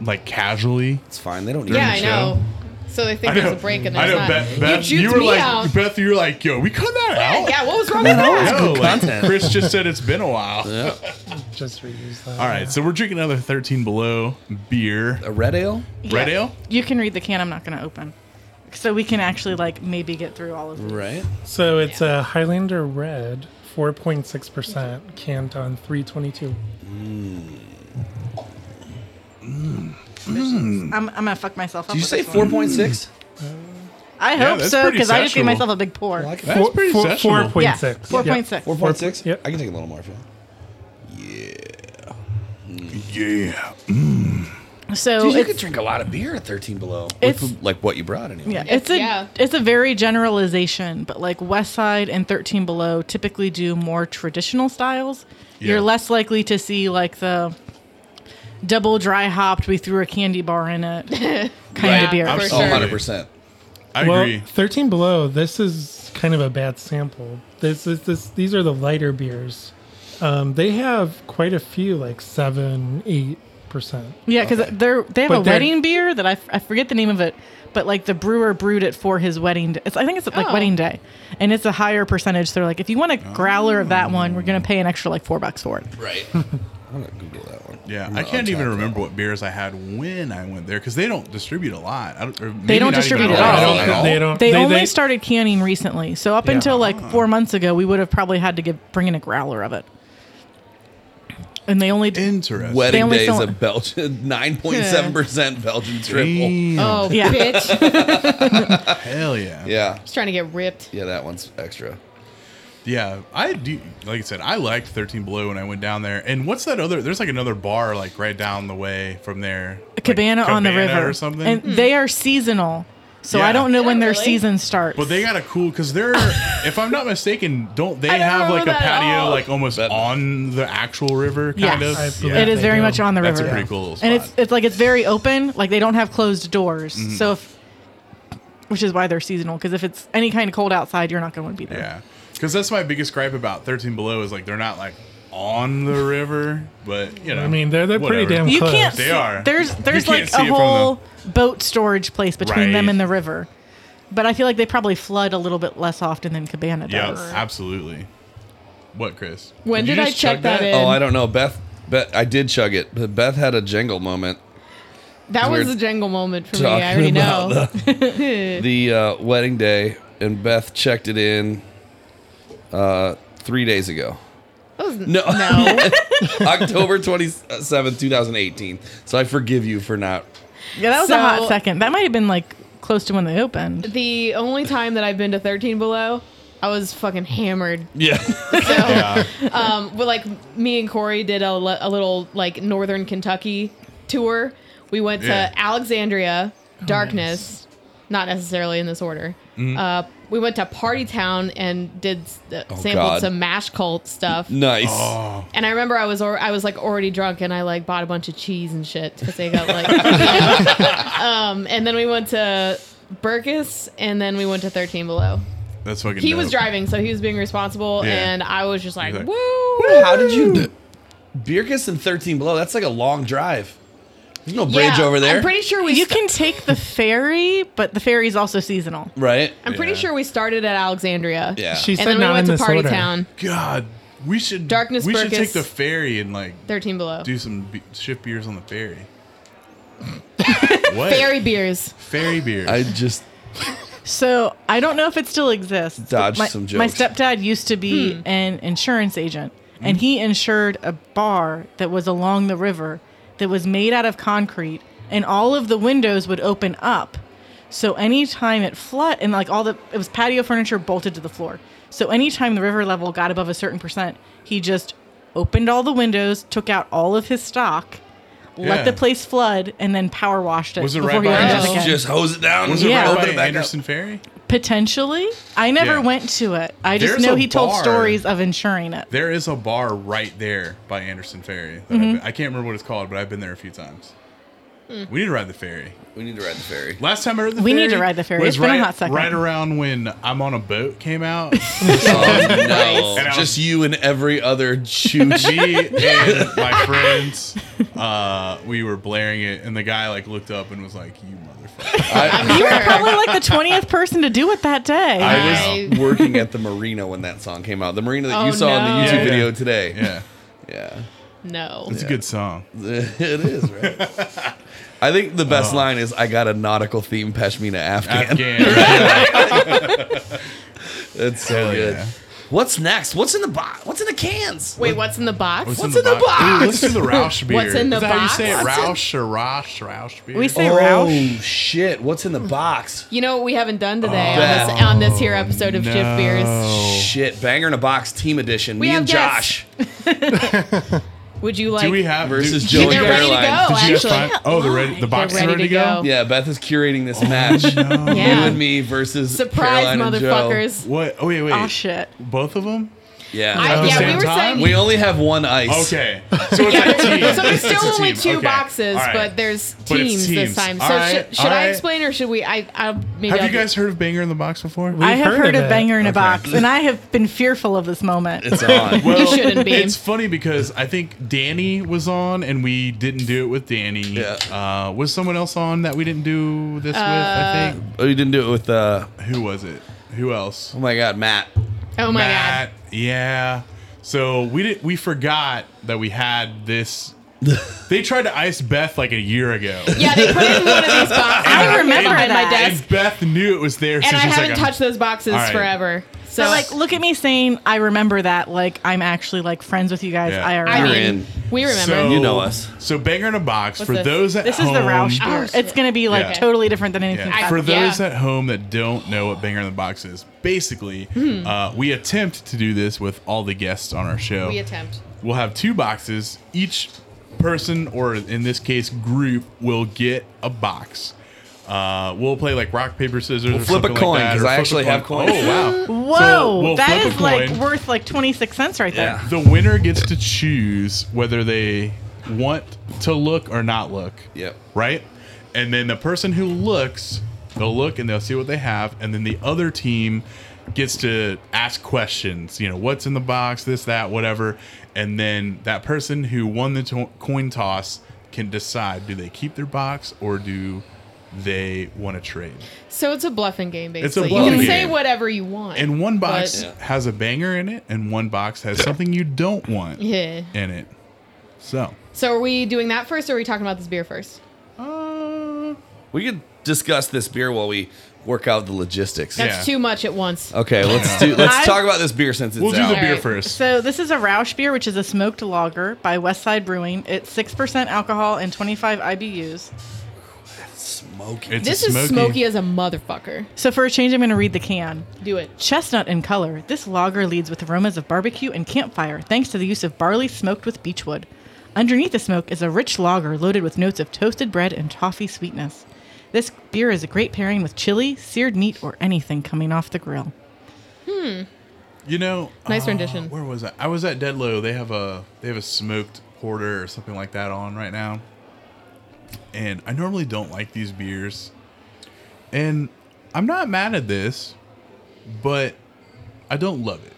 [SPEAKER 1] like casually.
[SPEAKER 2] It's fine. They don't need
[SPEAKER 3] yeah,
[SPEAKER 2] it.
[SPEAKER 3] I know. So they think there's a break and
[SPEAKER 1] I
[SPEAKER 3] there's
[SPEAKER 1] know.
[SPEAKER 3] not.
[SPEAKER 1] Beth, Beth,
[SPEAKER 3] you
[SPEAKER 1] you,
[SPEAKER 3] juked
[SPEAKER 1] were
[SPEAKER 3] me
[SPEAKER 1] like
[SPEAKER 3] out.
[SPEAKER 1] Beth. You were like, yo, we cut that out.
[SPEAKER 3] Yeah, what was wrong with that?
[SPEAKER 1] No,
[SPEAKER 2] good
[SPEAKER 1] like,
[SPEAKER 2] content.
[SPEAKER 1] Chris just said it's been a while.
[SPEAKER 5] Just reuse that.
[SPEAKER 1] All right, so we're drinking another 13 Below beer,
[SPEAKER 2] A red ale?
[SPEAKER 1] red
[SPEAKER 4] Yeah.
[SPEAKER 1] ale.
[SPEAKER 4] You can read the can. I'm not going to open, so we can actually like maybe get through all of. Them.
[SPEAKER 2] Right.
[SPEAKER 5] So it's a Highlander Red, 4.6%, canned on 322.
[SPEAKER 4] I'm, I'm gonna fuck myself up.
[SPEAKER 2] Did you
[SPEAKER 4] with
[SPEAKER 2] say
[SPEAKER 4] this one.
[SPEAKER 2] 4.6?
[SPEAKER 4] I hope
[SPEAKER 1] that's
[SPEAKER 4] so
[SPEAKER 1] pretty
[SPEAKER 4] because I just gave
[SPEAKER 1] sessionable.
[SPEAKER 4] myself a big pour.
[SPEAKER 2] Well, I can-
[SPEAKER 1] That's
[SPEAKER 5] Four-
[SPEAKER 1] pretty
[SPEAKER 5] four-
[SPEAKER 1] sessionable.
[SPEAKER 5] 4.6.
[SPEAKER 4] yeah,
[SPEAKER 5] Yep.
[SPEAKER 4] four point six.
[SPEAKER 2] 4.6?
[SPEAKER 5] Yep.
[SPEAKER 2] I can take a little more if you want.
[SPEAKER 1] Yeah.
[SPEAKER 4] So
[SPEAKER 2] Dude, you
[SPEAKER 4] it's-
[SPEAKER 2] could drink a lot of beer at 13 below.
[SPEAKER 4] It's-
[SPEAKER 2] with, like what you brought anyway.
[SPEAKER 4] Yeah, it's a
[SPEAKER 3] yeah.
[SPEAKER 4] it's a very generalization, but like West Side and Thirteen Below typically do more traditional styles. You're
[SPEAKER 1] Yeah.
[SPEAKER 4] less likely to see like the double dry hopped. We threw a candy bar in it kind
[SPEAKER 3] Right.
[SPEAKER 4] of beer.
[SPEAKER 3] I'm
[SPEAKER 2] Oh,
[SPEAKER 3] For sure.
[SPEAKER 2] 100%.
[SPEAKER 1] I
[SPEAKER 5] well,
[SPEAKER 1] agree.
[SPEAKER 5] 13 Below, this is kind of a bad sample. This is this these are the lighter beers. Um, they have quite a few like 7, 8%.
[SPEAKER 4] yeah, because they're they have
[SPEAKER 5] But
[SPEAKER 4] a
[SPEAKER 5] they're-
[SPEAKER 4] wedding beer that I, f- I forget the name of it, but like the brewer brewed it for his wedding. Day. It's I think it's like
[SPEAKER 3] Oh.
[SPEAKER 4] wedding day, and it's a higher percentage. They're like, if you want a growler of that one, we're gonna pay an extra like four bucks for it.
[SPEAKER 2] Right. I'm gonna Google that one.
[SPEAKER 1] Yeah,
[SPEAKER 2] I'm
[SPEAKER 1] I
[SPEAKER 2] gonna
[SPEAKER 1] can't even
[SPEAKER 2] untapped
[SPEAKER 1] remember
[SPEAKER 2] that.
[SPEAKER 1] what beers I had when I went there because they don't distribute a lot. I don't, or maybe
[SPEAKER 4] They don't
[SPEAKER 1] not even
[SPEAKER 4] distribute at
[SPEAKER 2] all.
[SPEAKER 5] They
[SPEAKER 2] At all?
[SPEAKER 5] don't. They, don't,
[SPEAKER 4] They, only started canning recently, so up
[SPEAKER 5] Yeah.
[SPEAKER 4] until like
[SPEAKER 1] Uh-huh.
[SPEAKER 4] four months ago, we would have probably had to give, bring in a growler of it. And they only d-
[SPEAKER 1] Interesting.
[SPEAKER 4] They
[SPEAKER 2] Wedding
[SPEAKER 4] only
[SPEAKER 2] Day is
[SPEAKER 4] sell-
[SPEAKER 2] a Belgian nine point seven percent Belgian triple.
[SPEAKER 1] Damn,
[SPEAKER 3] Oh,
[SPEAKER 4] Yeah.
[SPEAKER 3] bitch. I
[SPEAKER 1] hell yeah.
[SPEAKER 2] Yeah,
[SPEAKER 3] was trying to get ripped.
[SPEAKER 2] yeah, that one's extra.
[SPEAKER 1] Yeah, I do. Like I said, I liked Thirteen Below when I went down there. And what's that other? There's like another bar like right down the way from there. Like
[SPEAKER 4] cabana on the
[SPEAKER 1] Cabana
[SPEAKER 4] river
[SPEAKER 1] or something. Hmm.
[SPEAKER 4] and they are seasonal. So
[SPEAKER 1] Yeah.
[SPEAKER 4] I don't know when their
[SPEAKER 3] Really?
[SPEAKER 4] season starts.
[SPEAKER 1] but they got a cool because they're, if I'm not mistaken, don't they
[SPEAKER 3] I don't
[SPEAKER 1] have like
[SPEAKER 3] remember
[SPEAKER 1] a
[SPEAKER 3] that at
[SPEAKER 1] patio
[SPEAKER 3] all.
[SPEAKER 1] like almost
[SPEAKER 2] But-
[SPEAKER 1] on the actual river?
[SPEAKER 4] Yes.
[SPEAKER 1] Kind
[SPEAKER 5] I
[SPEAKER 1] of.
[SPEAKER 5] believe
[SPEAKER 4] it is
[SPEAKER 5] They
[SPEAKER 4] very
[SPEAKER 5] do.
[SPEAKER 4] much on the
[SPEAKER 1] That's a
[SPEAKER 4] river.
[SPEAKER 1] pretty cool little
[SPEAKER 4] And
[SPEAKER 1] spot. Mm-hmm.
[SPEAKER 4] it's it's like it's very open. Like they don't have closed doors. So if which is why they're seasonal. Because if it's any kind of cold outside, you're not going to want to be there.
[SPEAKER 1] Yeah, because that's my biggest gripe about Thirteen Below is like they're not like on the river, but you know,
[SPEAKER 5] I mean, they're- they're pretty damn
[SPEAKER 4] You
[SPEAKER 5] Close.
[SPEAKER 4] can't.
[SPEAKER 1] They
[SPEAKER 4] see-
[SPEAKER 1] are.
[SPEAKER 4] There's
[SPEAKER 1] You
[SPEAKER 4] there's
[SPEAKER 1] can't
[SPEAKER 4] like
[SPEAKER 1] see
[SPEAKER 4] a
[SPEAKER 1] it from
[SPEAKER 4] whole boat storage place between them
[SPEAKER 1] Right.
[SPEAKER 4] and the river, but I feel like they probably flood a little bit less often than Cabana
[SPEAKER 1] Yeah,
[SPEAKER 4] does.
[SPEAKER 1] absolutely. What, Chris?
[SPEAKER 3] When did
[SPEAKER 1] you
[SPEAKER 3] I
[SPEAKER 1] just
[SPEAKER 3] check
[SPEAKER 1] chug
[SPEAKER 3] that in?
[SPEAKER 2] Oh, I don't know. Beth, Beth, I did chug it, but Beth had a jangle moment.
[SPEAKER 3] That
[SPEAKER 2] We're
[SPEAKER 3] was a jangle moment for me.
[SPEAKER 2] talking
[SPEAKER 3] I already
[SPEAKER 2] about
[SPEAKER 3] know.
[SPEAKER 2] The uh, wedding day, and Beth checked it in uh, three days ago.
[SPEAKER 3] That was-
[SPEAKER 2] No,
[SPEAKER 3] no.
[SPEAKER 2] October 27th, 2018. So I forgive you for not.
[SPEAKER 4] Yeah, that was a
[SPEAKER 3] So-
[SPEAKER 4] hot second. That might have been like close to when they opened.
[SPEAKER 3] the only time that I've been to 13 Below, I was fucking hammered.
[SPEAKER 2] Yeah.
[SPEAKER 3] So,
[SPEAKER 1] Yeah.
[SPEAKER 3] um, but like me and Corey did a, li- a little like Northern Kentucky tour. We went to
[SPEAKER 1] Yeah.
[SPEAKER 3] Alexandria, Darkness, not necessarily in this order. Uh, we went to Party Town and did s- uh, sampled
[SPEAKER 2] God.
[SPEAKER 3] some mash cult stuff.
[SPEAKER 2] nice.
[SPEAKER 1] Oh,
[SPEAKER 3] And I remember I was or, I was like already drunk and I like bought a bunch of cheese and shit because they got like. um, and then we went to Burkus and then we went to Thirteen Below.
[SPEAKER 1] that's fucking.
[SPEAKER 3] He was
[SPEAKER 1] dope.
[SPEAKER 3] driving, so he was being responsible,
[SPEAKER 1] Yeah.
[SPEAKER 3] and I was just like,
[SPEAKER 1] He's like,
[SPEAKER 3] "Woo!"
[SPEAKER 2] How did you. d- Bierkus and 13 Below, that's like a long drive. There's no bridge
[SPEAKER 3] Yeah,
[SPEAKER 2] over there.
[SPEAKER 3] I'm pretty sure we.
[SPEAKER 4] You
[SPEAKER 3] st-
[SPEAKER 4] can take the ferry, but the ferry's also seasonal.
[SPEAKER 2] right?
[SPEAKER 3] I'm pretty
[SPEAKER 1] Yeah.
[SPEAKER 3] sure we started at Alexandria.
[SPEAKER 2] Yeah.
[SPEAKER 5] She
[SPEAKER 3] And
[SPEAKER 5] said
[SPEAKER 3] then we
[SPEAKER 5] not in
[SPEAKER 3] went to
[SPEAKER 5] this
[SPEAKER 3] Party
[SPEAKER 5] order.
[SPEAKER 3] Town,
[SPEAKER 1] God, we should
[SPEAKER 3] Darkness
[SPEAKER 1] We should
[SPEAKER 3] Burkus.
[SPEAKER 1] take the ferry and like
[SPEAKER 3] Thirteen Below.
[SPEAKER 1] do some be- shift beers on the ferry. what
[SPEAKER 3] Fairy beers.
[SPEAKER 1] ferry beers?
[SPEAKER 2] I just.
[SPEAKER 4] So I don't know if it still exists. but
[SPEAKER 2] Dodged
[SPEAKER 4] my,
[SPEAKER 2] some
[SPEAKER 4] My
[SPEAKER 2] jokes.
[SPEAKER 4] stepdad used to be an insurance agent, and he insured a bar that was along the river that was made out of concrete, and all of the windows would open up. So anytime it flood and like all the it was patio furniture bolted to the floor. So anytime the river level got above a certain percent, he just opened all the windows, took out all of his stock,
[SPEAKER 1] Yeah.
[SPEAKER 4] let the place flood, and then power washed it
[SPEAKER 1] Was it
[SPEAKER 4] before
[SPEAKER 1] right
[SPEAKER 4] he
[SPEAKER 1] by-
[SPEAKER 4] opened it
[SPEAKER 3] Just-
[SPEAKER 4] again.
[SPEAKER 2] Just hose it down.
[SPEAKER 1] was
[SPEAKER 2] and
[SPEAKER 1] it
[SPEAKER 4] Yeah.
[SPEAKER 1] right
[SPEAKER 2] open
[SPEAKER 1] by
[SPEAKER 2] it back up.
[SPEAKER 1] Anderson Ferry?
[SPEAKER 4] Potentially. I never
[SPEAKER 1] Yeah.
[SPEAKER 4] went to it. I just
[SPEAKER 1] There's
[SPEAKER 4] know
[SPEAKER 1] a
[SPEAKER 4] he told
[SPEAKER 1] bar.
[SPEAKER 4] stories of insuring it.
[SPEAKER 1] There is a bar right there by Anderson Ferry.
[SPEAKER 4] Mm-hmm.
[SPEAKER 1] That I've been- I can't remember what it's called, but I've been there a few times. We need to ride the ferry.
[SPEAKER 2] We need to ride the ferry.
[SPEAKER 1] Last time I rode the
[SPEAKER 4] We
[SPEAKER 1] ferry,
[SPEAKER 4] need to ride the ferry.
[SPEAKER 1] was
[SPEAKER 4] It's been a
[SPEAKER 1] right,
[SPEAKER 4] hot second.
[SPEAKER 1] right around when I'm on a boat came out.
[SPEAKER 2] no.
[SPEAKER 1] And I was-
[SPEAKER 2] Um, Just you and every other choo
[SPEAKER 1] me and my friends, uh, we were blaring it, and the guy like looked up and was like, "You motherfucker!"
[SPEAKER 2] I,
[SPEAKER 4] You were probably like the 20th person to do it that day.
[SPEAKER 1] I
[SPEAKER 2] I was working at the marina when that song came out. The marina that you
[SPEAKER 3] Oh,
[SPEAKER 2] saw in
[SPEAKER 3] no.
[SPEAKER 2] the YouTube
[SPEAKER 1] Yeah, yeah.
[SPEAKER 2] video today.
[SPEAKER 1] Yeah,
[SPEAKER 2] Yeah.
[SPEAKER 3] No.
[SPEAKER 1] it's a good song.
[SPEAKER 2] it is, right? I think the best line is I got a nautical theme pashmina Afghan.
[SPEAKER 1] Oh. Afghan. right?
[SPEAKER 2] It's so
[SPEAKER 1] Hell
[SPEAKER 2] good.
[SPEAKER 1] yeah.
[SPEAKER 2] What's next? What's in the box? What's in the cans?
[SPEAKER 3] Wait, what's in the box?
[SPEAKER 1] What's,
[SPEAKER 2] in the box?
[SPEAKER 1] Ooh, let's do the Roush beer.
[SPEAKER 3] What's in the
[SPEAKER 1] Is that how you say it?
[SPEAKER 3] box?
[SPEAKER 1] Roush or Roush? Roush beer.
[SPEAKER 4] we say
[SPEAKER 2] Oh
[SPEAKER 4] Roush.
[SPEAKER 2] shit! What's in the
[SPEAKER 3] Hmm.
[SPEAKER 2] box?
[SPEAKER 3] You know what we haven't done today on,
[SPEAKER 2] Beth.
[SPEAKER 3] this, on this here episode of Shift Beers?
[SPEAKER 1] Oh.
[SPEAKER 2] Shit! Banger in a box team edition.
[SPEAKER 3] We
[SPEAKER 2] Me
[SPEAKER 3] have
[SPEAKER 2] and
[SPEAKER 3] guests.
[SPEAKER 2] Josh
[SPEAKER 3] Would you like?
[SPEAKER 1] do we have
[SPEAKER 2] versus
[SPEAKER 1] do-
[SPEAKER 2] Joey
[SPEAKER 3] They're ready to go.
[SPEAKER 1] Did
[SPEAKER 2] Caroline.
[SPEAKER 1] you guys
[SPEAKER 3] actually.
[SPEAKER 1] find- oh, the ready, the box is
[SPEAKER 3] ready
[SPEAKER 1] ready to
[SPEAKER 3] to
[SPEAKER 1] go.
[SPEAKER 3] go.
[SPEAKER 2] Yeah, Beth is curating this
[SPEAKER 1] Oh,
[SPEAKER 2] match.
[SPEAKER 3] Yeah.
[SPEAKER 2] You and me versus
[SPEAKER 3] Surprise,
[SPEAKER 2] Caroline and Joe.
[SPEAKER 3] motherfuckers!
[SPEAKER 1] What? Oh wait, wait.
[SPEAKER 4] Oh, shit.
[SPEAKER 1] Both of them?
[SPEAKER 2] Yeah.
[SPEAKER 3] I,
[SPEAKER 5] the
[SPEAKER 3] yeah, we
[SPEAKER 5] same
[SPEAKER 3] were
[SPEAKER 1] time?
[SPEAKER 3] saying.
[SPEAKER 2] we only have one ice.
[SPEAKER 1] Okay. So it's like team.
[SPEAKER 3] so there's
[SPEAKER 1] It's
[SPEAKER 3] still
[SPEAKER 1] a
[SPEAKER 3] only
[SPEAKER 1] team.
[SPEAKER 3] two
[SPEAKER 1] Okay.
[SPEAKER 3] boxes,
[SPEAKER 1] All right.
[SPEAKER 3] but there's teams,
[SPEAKER 1] But it's teams.
[SPEAKER 3] this time. So
[SPEAKER 1] All right,
[SPEAKER 3] should, should
[SPEAKER 1] all
[SPEAKER 3] I
[SPEAKER 1] right.
[SPEAKER 3] explain or should we? I, I maybe.
[SPEAKER 1] Have
[SPEAKER 3] I'll
[SPEAKER 1] you guys heard of Banger in the Box before?
[SPEAKER 5] We've
[SPEAKER 4] I have heard,
[SPEAKER 5] heard of
[SPEAKER 4] of
[SPEAKER 5] it.
[SPEAKER 4] Banger in a
[SPEAKER 1] Okay.
[SPEAKER 4] Box, and I have been fearful of this moment.
[SPEAKER 2] It's on.
[SPEAKER 1] Well,
[SPEAKER 3] shouldn't be.
[SPEAKER 1] It's funny because I think Danny was on and we didn't do it with Danny.
[SPEAKER 2] Yeah.
[SPEAKER 1] Uh, was someone else on that we didn't do this with? I think.
[SPEAKER 2] oh, you didn't do it with uh
[SPEAKER 1] Who was it? Who else?
[SPEAKER 2] oh my god, Matt.
[SPEAKER 3] Oh my
[SPEAKER 1] Matt. Yeah. So we did. We forgot that we had this. they tried to ice Beth like a year ago.
[SPEAKER 3] god! Yeah, they put it in one of these boxes.
[SPEAKER 4] I remember
[SPEAKER 3] at my
[SPEAKER 4] that.
[SPEAKER 3] desk,
[SPEAKER 1] And Beth knew it was there. so
[SPEAKER 3] and I
[SPEAKER 1] she was
[SPEAKER 3] haven't
[SPEAKER 1] like,
[SPEAKER 3] touched those boxes
[SPEAKER 1] All right.
[SPEAKER 3] forever. So,
[SPEAKER 4] so, like, look at me saying, I remember that. Like, I'm actually, like, friends with you guys.
[SPEAKER 1] Yeah.
[SPEAKER 4] IRL.
[SPEAKER 3] I
[SPEAKER 2] You're
[SPEAKER 3] mean,
[SPEAKER 2] in.
[SPEAKER 3] we remember.
[SPEAKER 1] So,
[SPEAKER 2] You know us.
[SPEAKER 1] So banger in a box
[SPEAKER 3] What's
[SPEAKER 1] for
[SPEAKER 3] this?
[SPEAKER 1] those at
[SPEAKER 4] this is
[SPEAKER 1] home.
[SPEAKER 4] the Roush
[SPEAKER 3] Oh,
[SPEAKER 4] beer.
[SPEAKER 3] shit.
[SPEAKER 4] it's going to be, like,
[SPEAKER 1] Yeah.
[SPEAKER 4] totally different than anything.
[SPEAKER 1] Yeah.
[SPEAKER 3] I-
[SPEAKER 1] For those
[SPEAKER 3] yeah.
[SPEAKER 1] at home that don't know what Banger in the Box is, basically,
[SPEAKER 3] Hmm.
[SPEAKER 1] uh, we attempt to do this with all the guests on our show.
[SPEAKER 3] we attempt.
[SPEAKER 1] We'll have two boxes. Each person, or in this case, group, will get a box. Uh, we'll play like rock, paper, scissors. or
[SPEAKER 2] flip a
[SPEAKER 1] something
[SPEAKER 2] coin,
[SPEAKER 1] like that,
[SPEAKER 2] 'cause
[SPEAKER 1] or
[SPEAKER 2] I
[SPEAKER 1] flip a
[SPEAKER 2] actually have
[SPEAKER 1] coin.
[SPEAKER 2] coins.
[SPEAKER 1] Oh, wow.
[SPEAKER 4] Whoa,
[SPEAKER 1] we'll
[SPEAKER 4] that
[SPEAKER 1] flip a
[SPEAKER 4] is like
[SPEAKER 1] coin.
[SPEAKER 4] worth like 26 cents right there.
[SPEAKER 2] Yeah.
[SPEAKER 1] The winner gets to choose whether they want to look or not look.
[SPEAKER 2] Yep.
[SPEAKER 1] Right? And then the person who looks They'll look and they'll see what they have, and then the other team gets to ask questions. You know, what's in the box, this, that, whatever, and then that person who won the to- coin toss can decide: do they keep their box or do they want to trade?
[SPEAKER 3] So it's a bluffing game, basically.
[SPEAKER 1] It's a
[SPEAKER 3] you
[SPEAKER 1] bluffing
[SPEAKER 3] can say
[SPEAKER 1] game.
[SPEAKER 3] whatever you want.
[SPEAKER 1] And one box
[SPEAKER 3] but-
[SPEAKER 1] has a banger in it, and one box has something you don't want
[SPEAKER 3] yeah.
[SPEAKER 1] in it. So,
[SPEAKER 3] So are we doing that first, or are we talking about this beer first?
[SPEAKER 1] uh,
[SPEAKER 2] We could discuss this beer while we work out the logistics.
[SPEAKER 1] Yeah.
[SPEAKER 3] That's too much at once.
[SPEAKER 2] Okay, let's do. Let's
[SPEAKER 4] I-
[SPEAKER 2] talk about this beer since it's
[SPEAKER 1] we'll do
[SPEAKER 2] out.
[SPEAKER 1] the beer
[SPEAKER 3] Alright.
[SPEAKER 1] first.
[SPEAKER 4] So this is a Rausch beer, which is a smoked lager by Westside Brewing. It's six percent alcohol and twenty five IBUs.
[SPEAKER 2] smoking.
[SPEAKER 1] It's
[SPEAKER 3] This is
[SPEAKER 1] smoky.
[SPEAKER 3] smoky as a motherfucker.
[SPEAKER 4] So for a change, I'm going to read the can.
[SPEAKER 3] Do it.
[SPEAKER 4] Chestnut in color, this lager leads with aromas of barbecue and campfire thanks to the use of barley smoked with beechwood. Underneath the smoke is a rich lager loaded with notes of toasted bread and toffee sweetness. This beer is a great pairing with chili, seared meat, or anything coming off the grill.
[SPEAKER 1] You know,
[SPEAKER 3] Nice
[SPEAKER 1] uh,
[SPEAKER 3] rendition.
[SPEAKER 1] Where was I? I was at Dead Low. They have a they have a smoked porter or something like that on right now. And I normally don't like these beers. And I'm not mad at this, but I don't love it.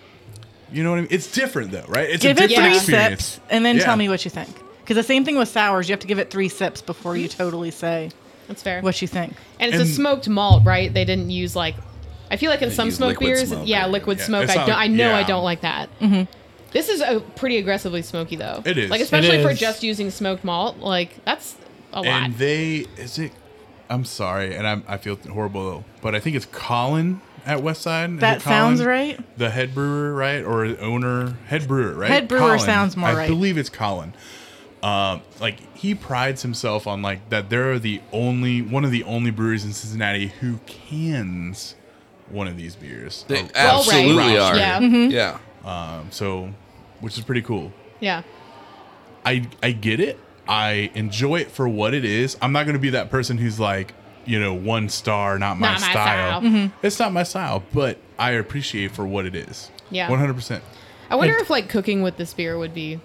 [SPEAKER 1] You know what I mean? It's different though, right? It's
[SPEAKER 4] Give
[SPEAKER 1] a
[SPEAKER 4] it
[SPEAKER 1] different
[SPEAKER 4] three
[SPEAKER 1] experience.
[SPEAKER 4] sips and then
[SPEAKER 1] Yeah.
[SPEAKER 4] tell me what you think. Because the same thing with sours, you have to give it three sips before
[SPEAKER 1] Mm-hmm.
[SPEAKER 4] you totally say
[SPEAKER 3] That's fair.
[SPEAKER 4] what you think.
[SPEAKER 3] and it's
[SPEAKER 1] and-
[SPEAKER 3] a smoked malt, right? They didn't use like. I feel like in some
[SPEAKER 2] use
[SPEAKER 3] smoked
[SPEAKER 2] liquid
[SPEAKER 3] beers,
[SPEAKER 2] smoke,
[SPEAKER 3] yeah,
[SPEAKER 2] right?
[SPEAKER 3] liquid
[SPEAKER 1] Yeah,
[SPEAKER 3] smoke.
[SPEAKER 1] it's
[SPEAKER 3] I
[SPEAKER 1] not
[SPEAKER 3] don't.
[SPEAKER 1] like-
[SPEAKER 3] I know I
[SPEAKER 1] yeah.
[SPEAKER 3] don't like that. Mm-hmm. This is a pretty aggressively smoky though.
[SPEAKER 1] It is.
[SPEAKER 3] Like
[SPEAKER 1] It
[SPEAKER 3] especially for
[SPEAKER 5] is.
[SPEAKER 3] just using smoked malt, like that's a lot.
[SPEAKER 1] And they is it? I'm sorry, and I'm, I feel horrible, but I think it's Colin at Westside. Is it
[SPEAKER 4] That sounds
[SPEAKER 1] Colin?
[SPEAKER 4] right.
[SPEAKER 1] The head brewer, right, or owner, head brewer, right?
[SPEAKER 4] Head brewer sounds more
[SPEAKER 1] I
[SPEAKER 4] right.
[SPEAKER 1] believe it's Colin. Um, like he prides himself on like that. They're the only one of the only breweries in Cincinnati who cans one of these beers.
[SPEAKER 2] They
[SPEAKER 1] Oh,
[SPEAKER 2] absolutely
[SPEAKER 1] Rausch
[SPEAKER 2] are.
[SPEAKER 1] beer.
[SPEAKER 3] Yeah.
[SPEAKER 2] Yeah.
[SPEAKER 1] Um, so, which is pretty cool.
[SPEAKER 3] Yeah.
[SPEAKER 1] I I get it. I enjoy it for what it is. I'm not going to be that person who's like, you know, one star, not my
[SPEAKER 3] Not my
[SPEAKER 1] style. Mm-hmm.
[SPEAKER 3] style. Mhm.
[SPEAKER 1] It's not my style, but I appreciate for what it is.
[SPEAKER 3] Yeah.
[SPEAKER 1] 100%.
[SPEAKER 3] I wonder if like cooking with this beer would be.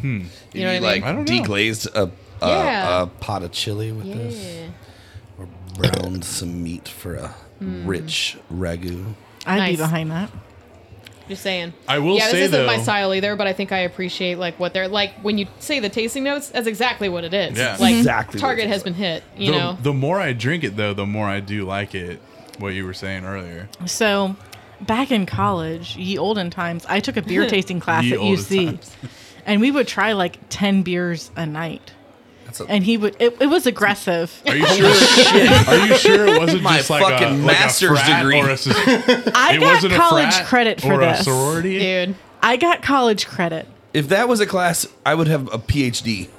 [SPEAKER 2] You,
[SPEAKER 3] know what I mean?
[SPEAKER 2] like
[SPEAKER 1] I don't know.
[SPEAKER 2] deglazed a, a,
[SPEAKER 3] Yeah.
[SPEAKER 2] a pot of chili with this,
[SPEAKER 3] Yeah.
[SPEAKER 2] or browned some meat for a rich ragu.
[SPEAKER 4] I'd be
[SPEAKER 3] Nice.
[SPEAKER 4] behind that.
[SPEAKER 3] Just saying.
[SPEAKER 1] I will
[SPEAKER 3] yeah,
[SPEAKER 1] say,
[SPEAKER 3] this isn't my
[SPEAKER 1] though-
[SPEAKER 3] style either, but I think I appreciate like what they're like when you say the tasting notes. That's exactly what it is.
[SPEAKER 1] Yeah.
[SPEAKER 3] Like
[SPEAKER 2] Exactly what
[SPEAKER 3] Target
[SPEAKER 2] it
[SPEAKER 3] has
[SPEAKER 2] is.
[SPEAKER 3] been hit. You
[SPEAKER 1] the,
[SPEAKER 3] know.
[SPEAKER 1] the more I drink it, though, the more I do like it. What you were saying earlier.
[SPEAKER 4] So, back in college, ye olden times, I took a beer tasting class
[SPEAKER 1] Ye
[SPEAKER 4] at
[SPEAKER 1] olden
[SPEAKER 4] UC,
[SPEAKER 1] times.
[SPEAKER 4] and we would try like ten beers a night.
[SPEAKER 2] That's a,
[SPEAKER 4] And he would. It, it was aggressive.
[SPEAKER 1] Are you sure? Are you sure it wasn't
[SPEAKER 2] Oh, My
[SPEAKER 1] just like a,
[SPEAKER 2] fucking
[SPEAKER 1] like a
[SPEAKER 2] master's
[SPEAKER 1] frat
[SPEAKER 2] degree.
[SPEAKER 1] Or a, sus- it
[SPEAKER 4] I got
[SPEAKER 1] wasn't a
[SPEAKER 4] college
[SPEAKER 1] frat
[SPEAKER 4] credit for
[SPEAKER 1] or
[SPEAKER 4] this.
[SPEAKER 1] a sorority.
[SPEAKER 3] Dude.
[SPEAKER 4] I got college credit.
[SPEAKER 2] if that was a class, I would have a PhD.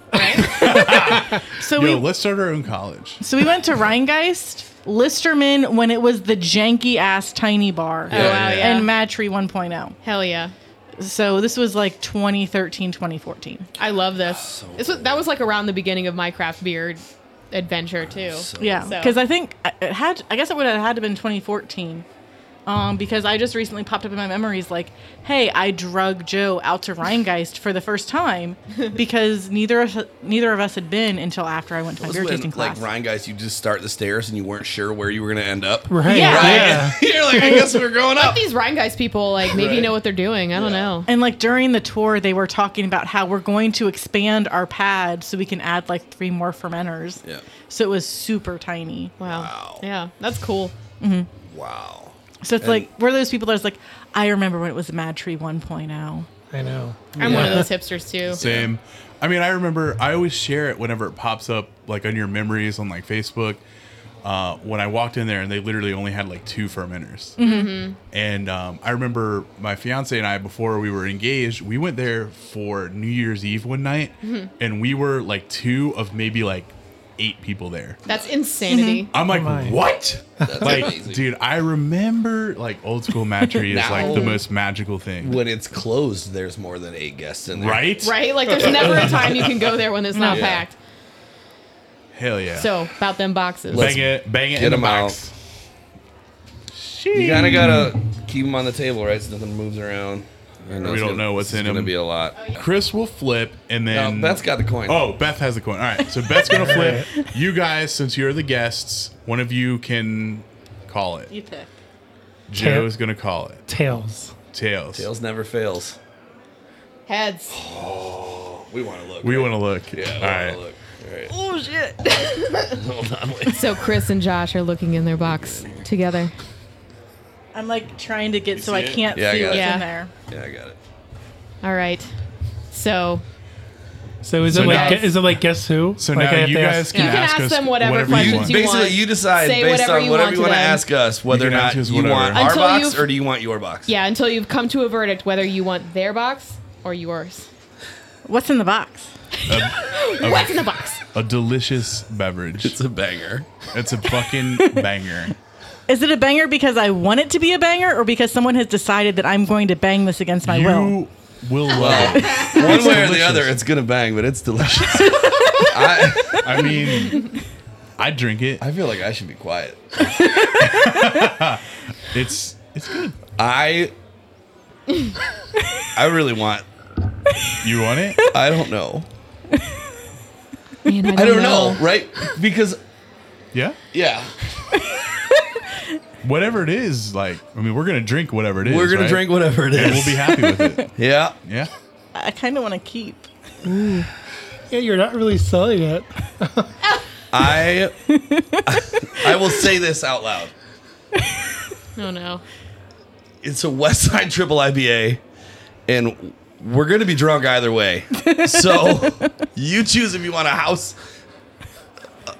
[SPEAKER 4] So
[SPEAKER 1] Yo,
[SPEAKER 4] we
[SPEAKER 1] let's start our own college.
[SPEAKER 4] so we went to Rheingeist, Listerman when it was the janky ass tiny bar,
[SPEAKER 3] Oh wow.
[SPEAKER 2] yeah.
[SPEAKER 3] Yeah.
[SPEAKER 4] and Matry 1.0.
[SPEAKER 3] Hell yeah.
[SPEAKER 4] So this was like 2013, 2014.
[SPEAKER 3] I love this. this was, that was like around the beginning of my craft beer adventure too.
[SPEAKER 4] Yeah,
[SPEAKER 3] So-
[SPEAKER 4] because I think I- it had. I guess it would have had to been 2014, um, because I just recently popped up in my memories like, hey, I drug Joe out to Rheingeist for the first time because neither of neither of us had been until after I went to my
[SPEAKER 2] Was
[SPEAKER 4] beer
[SPEAKER 2] when,
[SPEAKER 4] tasting
[SPEAKER 2] like
[SPEAKER 4] class.
[SPEAKER 2] Ryan guys, you just start the stairs and you weren't sure where you were going to end up.
[SPEAKER 5] Right.
[SPEAKER 4] Yeah.
[SPEAKER 5] Yeah.
[SPEAKER 4] Right.
[SPEAKER 2] You're like, I guess we're going up.
[SPEAKER 3] These Rhine guys people like maybe
[SPEAKER 2] Right.
[SPEAKER 3] know what they're doing. I don't know.
[SPEAKER 4] and like during the tour, they were talking about how we're going to expand our pad so we can add like three more fermenters.
[SPEAKER 2] Yeah.
[SPEAKER 4] So it was super tiny.
[SPEAKER 3] Wow.
[SPEAKER 2] Wow.
[SPEAKER 3] Yeah, that's cool.
[SPEAKER 2] Wow.
[SPEAKER 4] So it's like we're those people that's like, I remember when it was the Mad Tree oh. 1.0.
[SPEAKER 5] I know.
[SPEAKER 3] I'm one of those hipsters too.
[SPEAKER 1] Same. I mean, I remember I always share it whenever it pops up, like on your memories on like Facebook. Uh, when I walked in there and they literally only had like two fermenters. And um, I remember my fiance and I, before we were engaged, we went there for New Year's Eve one night and we were like two of maybe like eight people there.
[SPEAKER 3] That's insanity.
[SPEAKER 1] I'm like,
[SPEAKER 5] my.
[SPEAKER 1] what? like,
[SPEAKER 2] amazing.
[SPEAKER 1] dude, I remember like old school matry is like the
[SPEAKER 2] Now-
[SPEAKER 1] most magical thing.
[SPEAKER 2] When it's closed, there's more than eight guests in there.
[SPEAKER 1] Right?
[SPEAKER 3] Right? Like there's never a time you can go there when it's not
[SPEAKER 2] Yeah.
[SPEAKER 3] packed.
[SPEAKER 1] Hell yeah.
[SPEAKER 3] So about them boxes.
[SPEAKER 2] Let's
[SPEAKER 1] bang it, bang it
[SPEAKER 2] get
[SPEAKER 1] in the
[SPEAKER 2] 'em out.
[SPEAKER 1] box.
[SPEAKER 2] You kind of got to keep them on the table, right? So nothing moves around. I know
[SPEAKER 1] We
[SPEAKER 2] it's
[SPEAKER 1] don't
[SPEAKER 2] gonna-
[SPEAKER 1] know what's
[SPEAKER 2] this is
[SPEAKER 1] in
[SPEAKER 2] gonna
[SPEAKER 1] them.
[SPEAKER 2] be a lot.
[SPEAKER 1] Chris will flip, and
[SPEAKER 2] No,
[SPEAKER 1] then
[SPEAKER 2] Beth's got the coin.
[SPEAKER 1] Oh, Beth has the coin. All right, so Beth's gonna flip. You guys, since you're the guests, one of you can call it.
[SPEAKER 4] You pick.
[SPEAKER 1] Joe is gonna call it.
[SPEAKER 5] Tails.
[SPEAKER 1] Tails.
[SPEAKER 2] tails never fails.
[SPEAKER 3] Heads.
[SPEAKER 2] We want to look.
[SPEAKER 1] We
[SPEAKER 2] right?
[SPEAKER 1] want to look.
[SPEAKER 2] Yeah,
[SPEAKER 1] All
[SPEAKER 2] we
[SPEAKER 1] right.
[SPEAKER 2] want to look. All
[SPEAKER 4] Oh shit!
[SPEAKER 2] right. Hold on, wait.
[SPEAKER 3] So Chris and Josh are looking in their box together.
[SPEAKER 4] I'm like trying to get so
[SPEAKER 1] see
[SPEAKER 4] I
[SPEAKER 1] it?
[SPEAKER 4] can't
[SPEAKER 2] Yeah, I
[SPEAKER 4] see
[SPEAKER 2] got
[SPEAKER 4] what's
[SPEAKER 3] it.
[SPEAKER 4] in there.
[SPEAKER 2] Yeah, I got it.
[SPEAKER 3] All right. So
[SPEAKER 5] So is
[SPEAKER 1] So
[SPEAKER 5] it like
[SPEAKER 1] now-
[SPEAKER 5] gu- is it like guess who?
[SPEAKER 1] So
[SPEAKER 5] like
[SPEAKER 1] now
[SPEAKER 5] have
[SPEAKER 1] you
[SPEAKER 5] to
[SPEAKER 1] guys
[SPEAKER 5] ask-
[SPEAKER 1] can,
[SPEAKER 3] You can
[SPEAKER 1] ask,
[SPEAKER 3] ask
[SPEAKER 1] us
[SPEAKER 3] them whatever
[SPEAKER 1] you
[SPEAKER 3] questions
[SPEAKER 1] want.
[SPEAKER 3] you
[SPEAKER 2] Basically,
[SPEAKER 3] want-
[SPEAKER 2] you decide
[SPEAKER 3] say
[SPEAKER 2] based
[SPEAKER 3] whatever
[SPEAKER 2] on
[SPEAKER 3] you
[SPEAKER 2] whatever
[SPEAKER 3] want
[SPEAKER 2] you
[SPEAKER 3] to
[SPEAKER 2] want to
[SPEAKER 3] them.
[SPEAKER 2] ask us whether
[SPEAKER 1] You
[SPEAKER 2] or
[SPEAKER 1] can
[SPEAKER 2] not
[SPEAKER 1] ask us
[SPEAKER 2] you
[SPEAKER 1] whatever.
[SPEAKER 2] want our
[SPEAKER 3] Until
[SPEAKER 2] box
[SPEAKER 3] you've-
[SPEAKER 2] or do you want your box.
[SPEAKER 3] yeah, until you've come to a verdict whether you want their box or yours.
[SPEAKER 4] What's in the box?
[SPEAKER 3] What's in the box?
[SPEAKER 1] a delicious beverage. It's
[SPEAKER 2] it's a banger.
[SPEAKER 1] a, fucking banger.
[SPEAKER 4] Is it a banger because I want it to be a banger, or because someone has decided that I'm going to bang this against my
[SPEAKER 1] you
[SPEAKER 4] will?
[SPEAKER 1] will, love. it.
[SPEAKER 2] One way or the
[SPEAKER 1] delicious.
[SPEAKER 2] other, it's gonna bang, but it's delicious. I,
[SPEAKER 1] I mean, I drink it.
[SPEAKER 2] I feel like I should be quiet.
[SPEAKER 1] It's it's good.
[SPEAKER 2] I I really want.
[SPEAKER 1] You want it?
[SPEAKER 2] I don't know.
[SPEAKER 3] Man,
[SPEAKER 2] I don't know, right? Because
[SPEAKER 1] Yeah.
[SPEAKER 2] yeah,
[SPEAKER 1] Whatever it is, like I mean, we're gonna drink whatever it is.
[SPEAKER 2] we're gonna
[SPEAKER 1] right?
[SPEAKER 2] drink whatever it
[SPEAKER 1] and we'll
[SPEAKER 2] is.
[SPEAKER 1] be happy with it.
[SPEAKER 2] yeah.
[SPEAKER 1] Yeah.
[SPEAKER 4] I kind of want to keep.
[SPEAKER 5] Yeah, you're not really selling it.
[SPEAKER 2] I I will say this out loud.
[SPEAKER 3] Oh no.
[SPEAKER 2] it's a West Side Triple IPA, and we're gonna be drunk either way. So you choose if you want a house,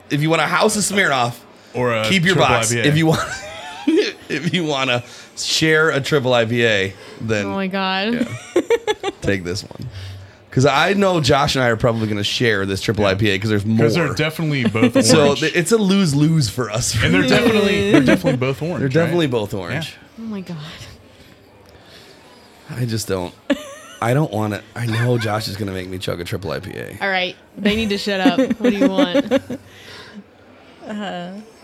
[SPEAKER 2] if you want a house of Smirnoff,
[SPEAKER 1] Or a
[SPEAKER 2] keep your
[SPEAKER 1] triple
[SPEAKER 2] box.
[SPEAKER 1] IPA.
[SPEAKER 2] If you want, if you want to share a Triple IPA, then
[SPEAKER 3] Oh my god.
[SPEAKER 2] take this one. Because I know Josh and I are probably gonna share this Triple IPA because there's more.
[SPEAKER 1] Because they're definitely both orange.
[SPEAKER 2] so th- it's a lose lose for us.
[SPEAKER 1] and they're definitely they're definitely both orange.
[SPEAKER 2] They're definitely
[SPEAKER 1] right?
[SPEAKER 2] both orange.
[SPEAKER 3] Oh my god.
[SPEAKER 2] I just don't. I don't want it. I know Josh is gonna make me chug a triple IPA.
[SPEAKER 3] All right. They need to shut up. What do you want?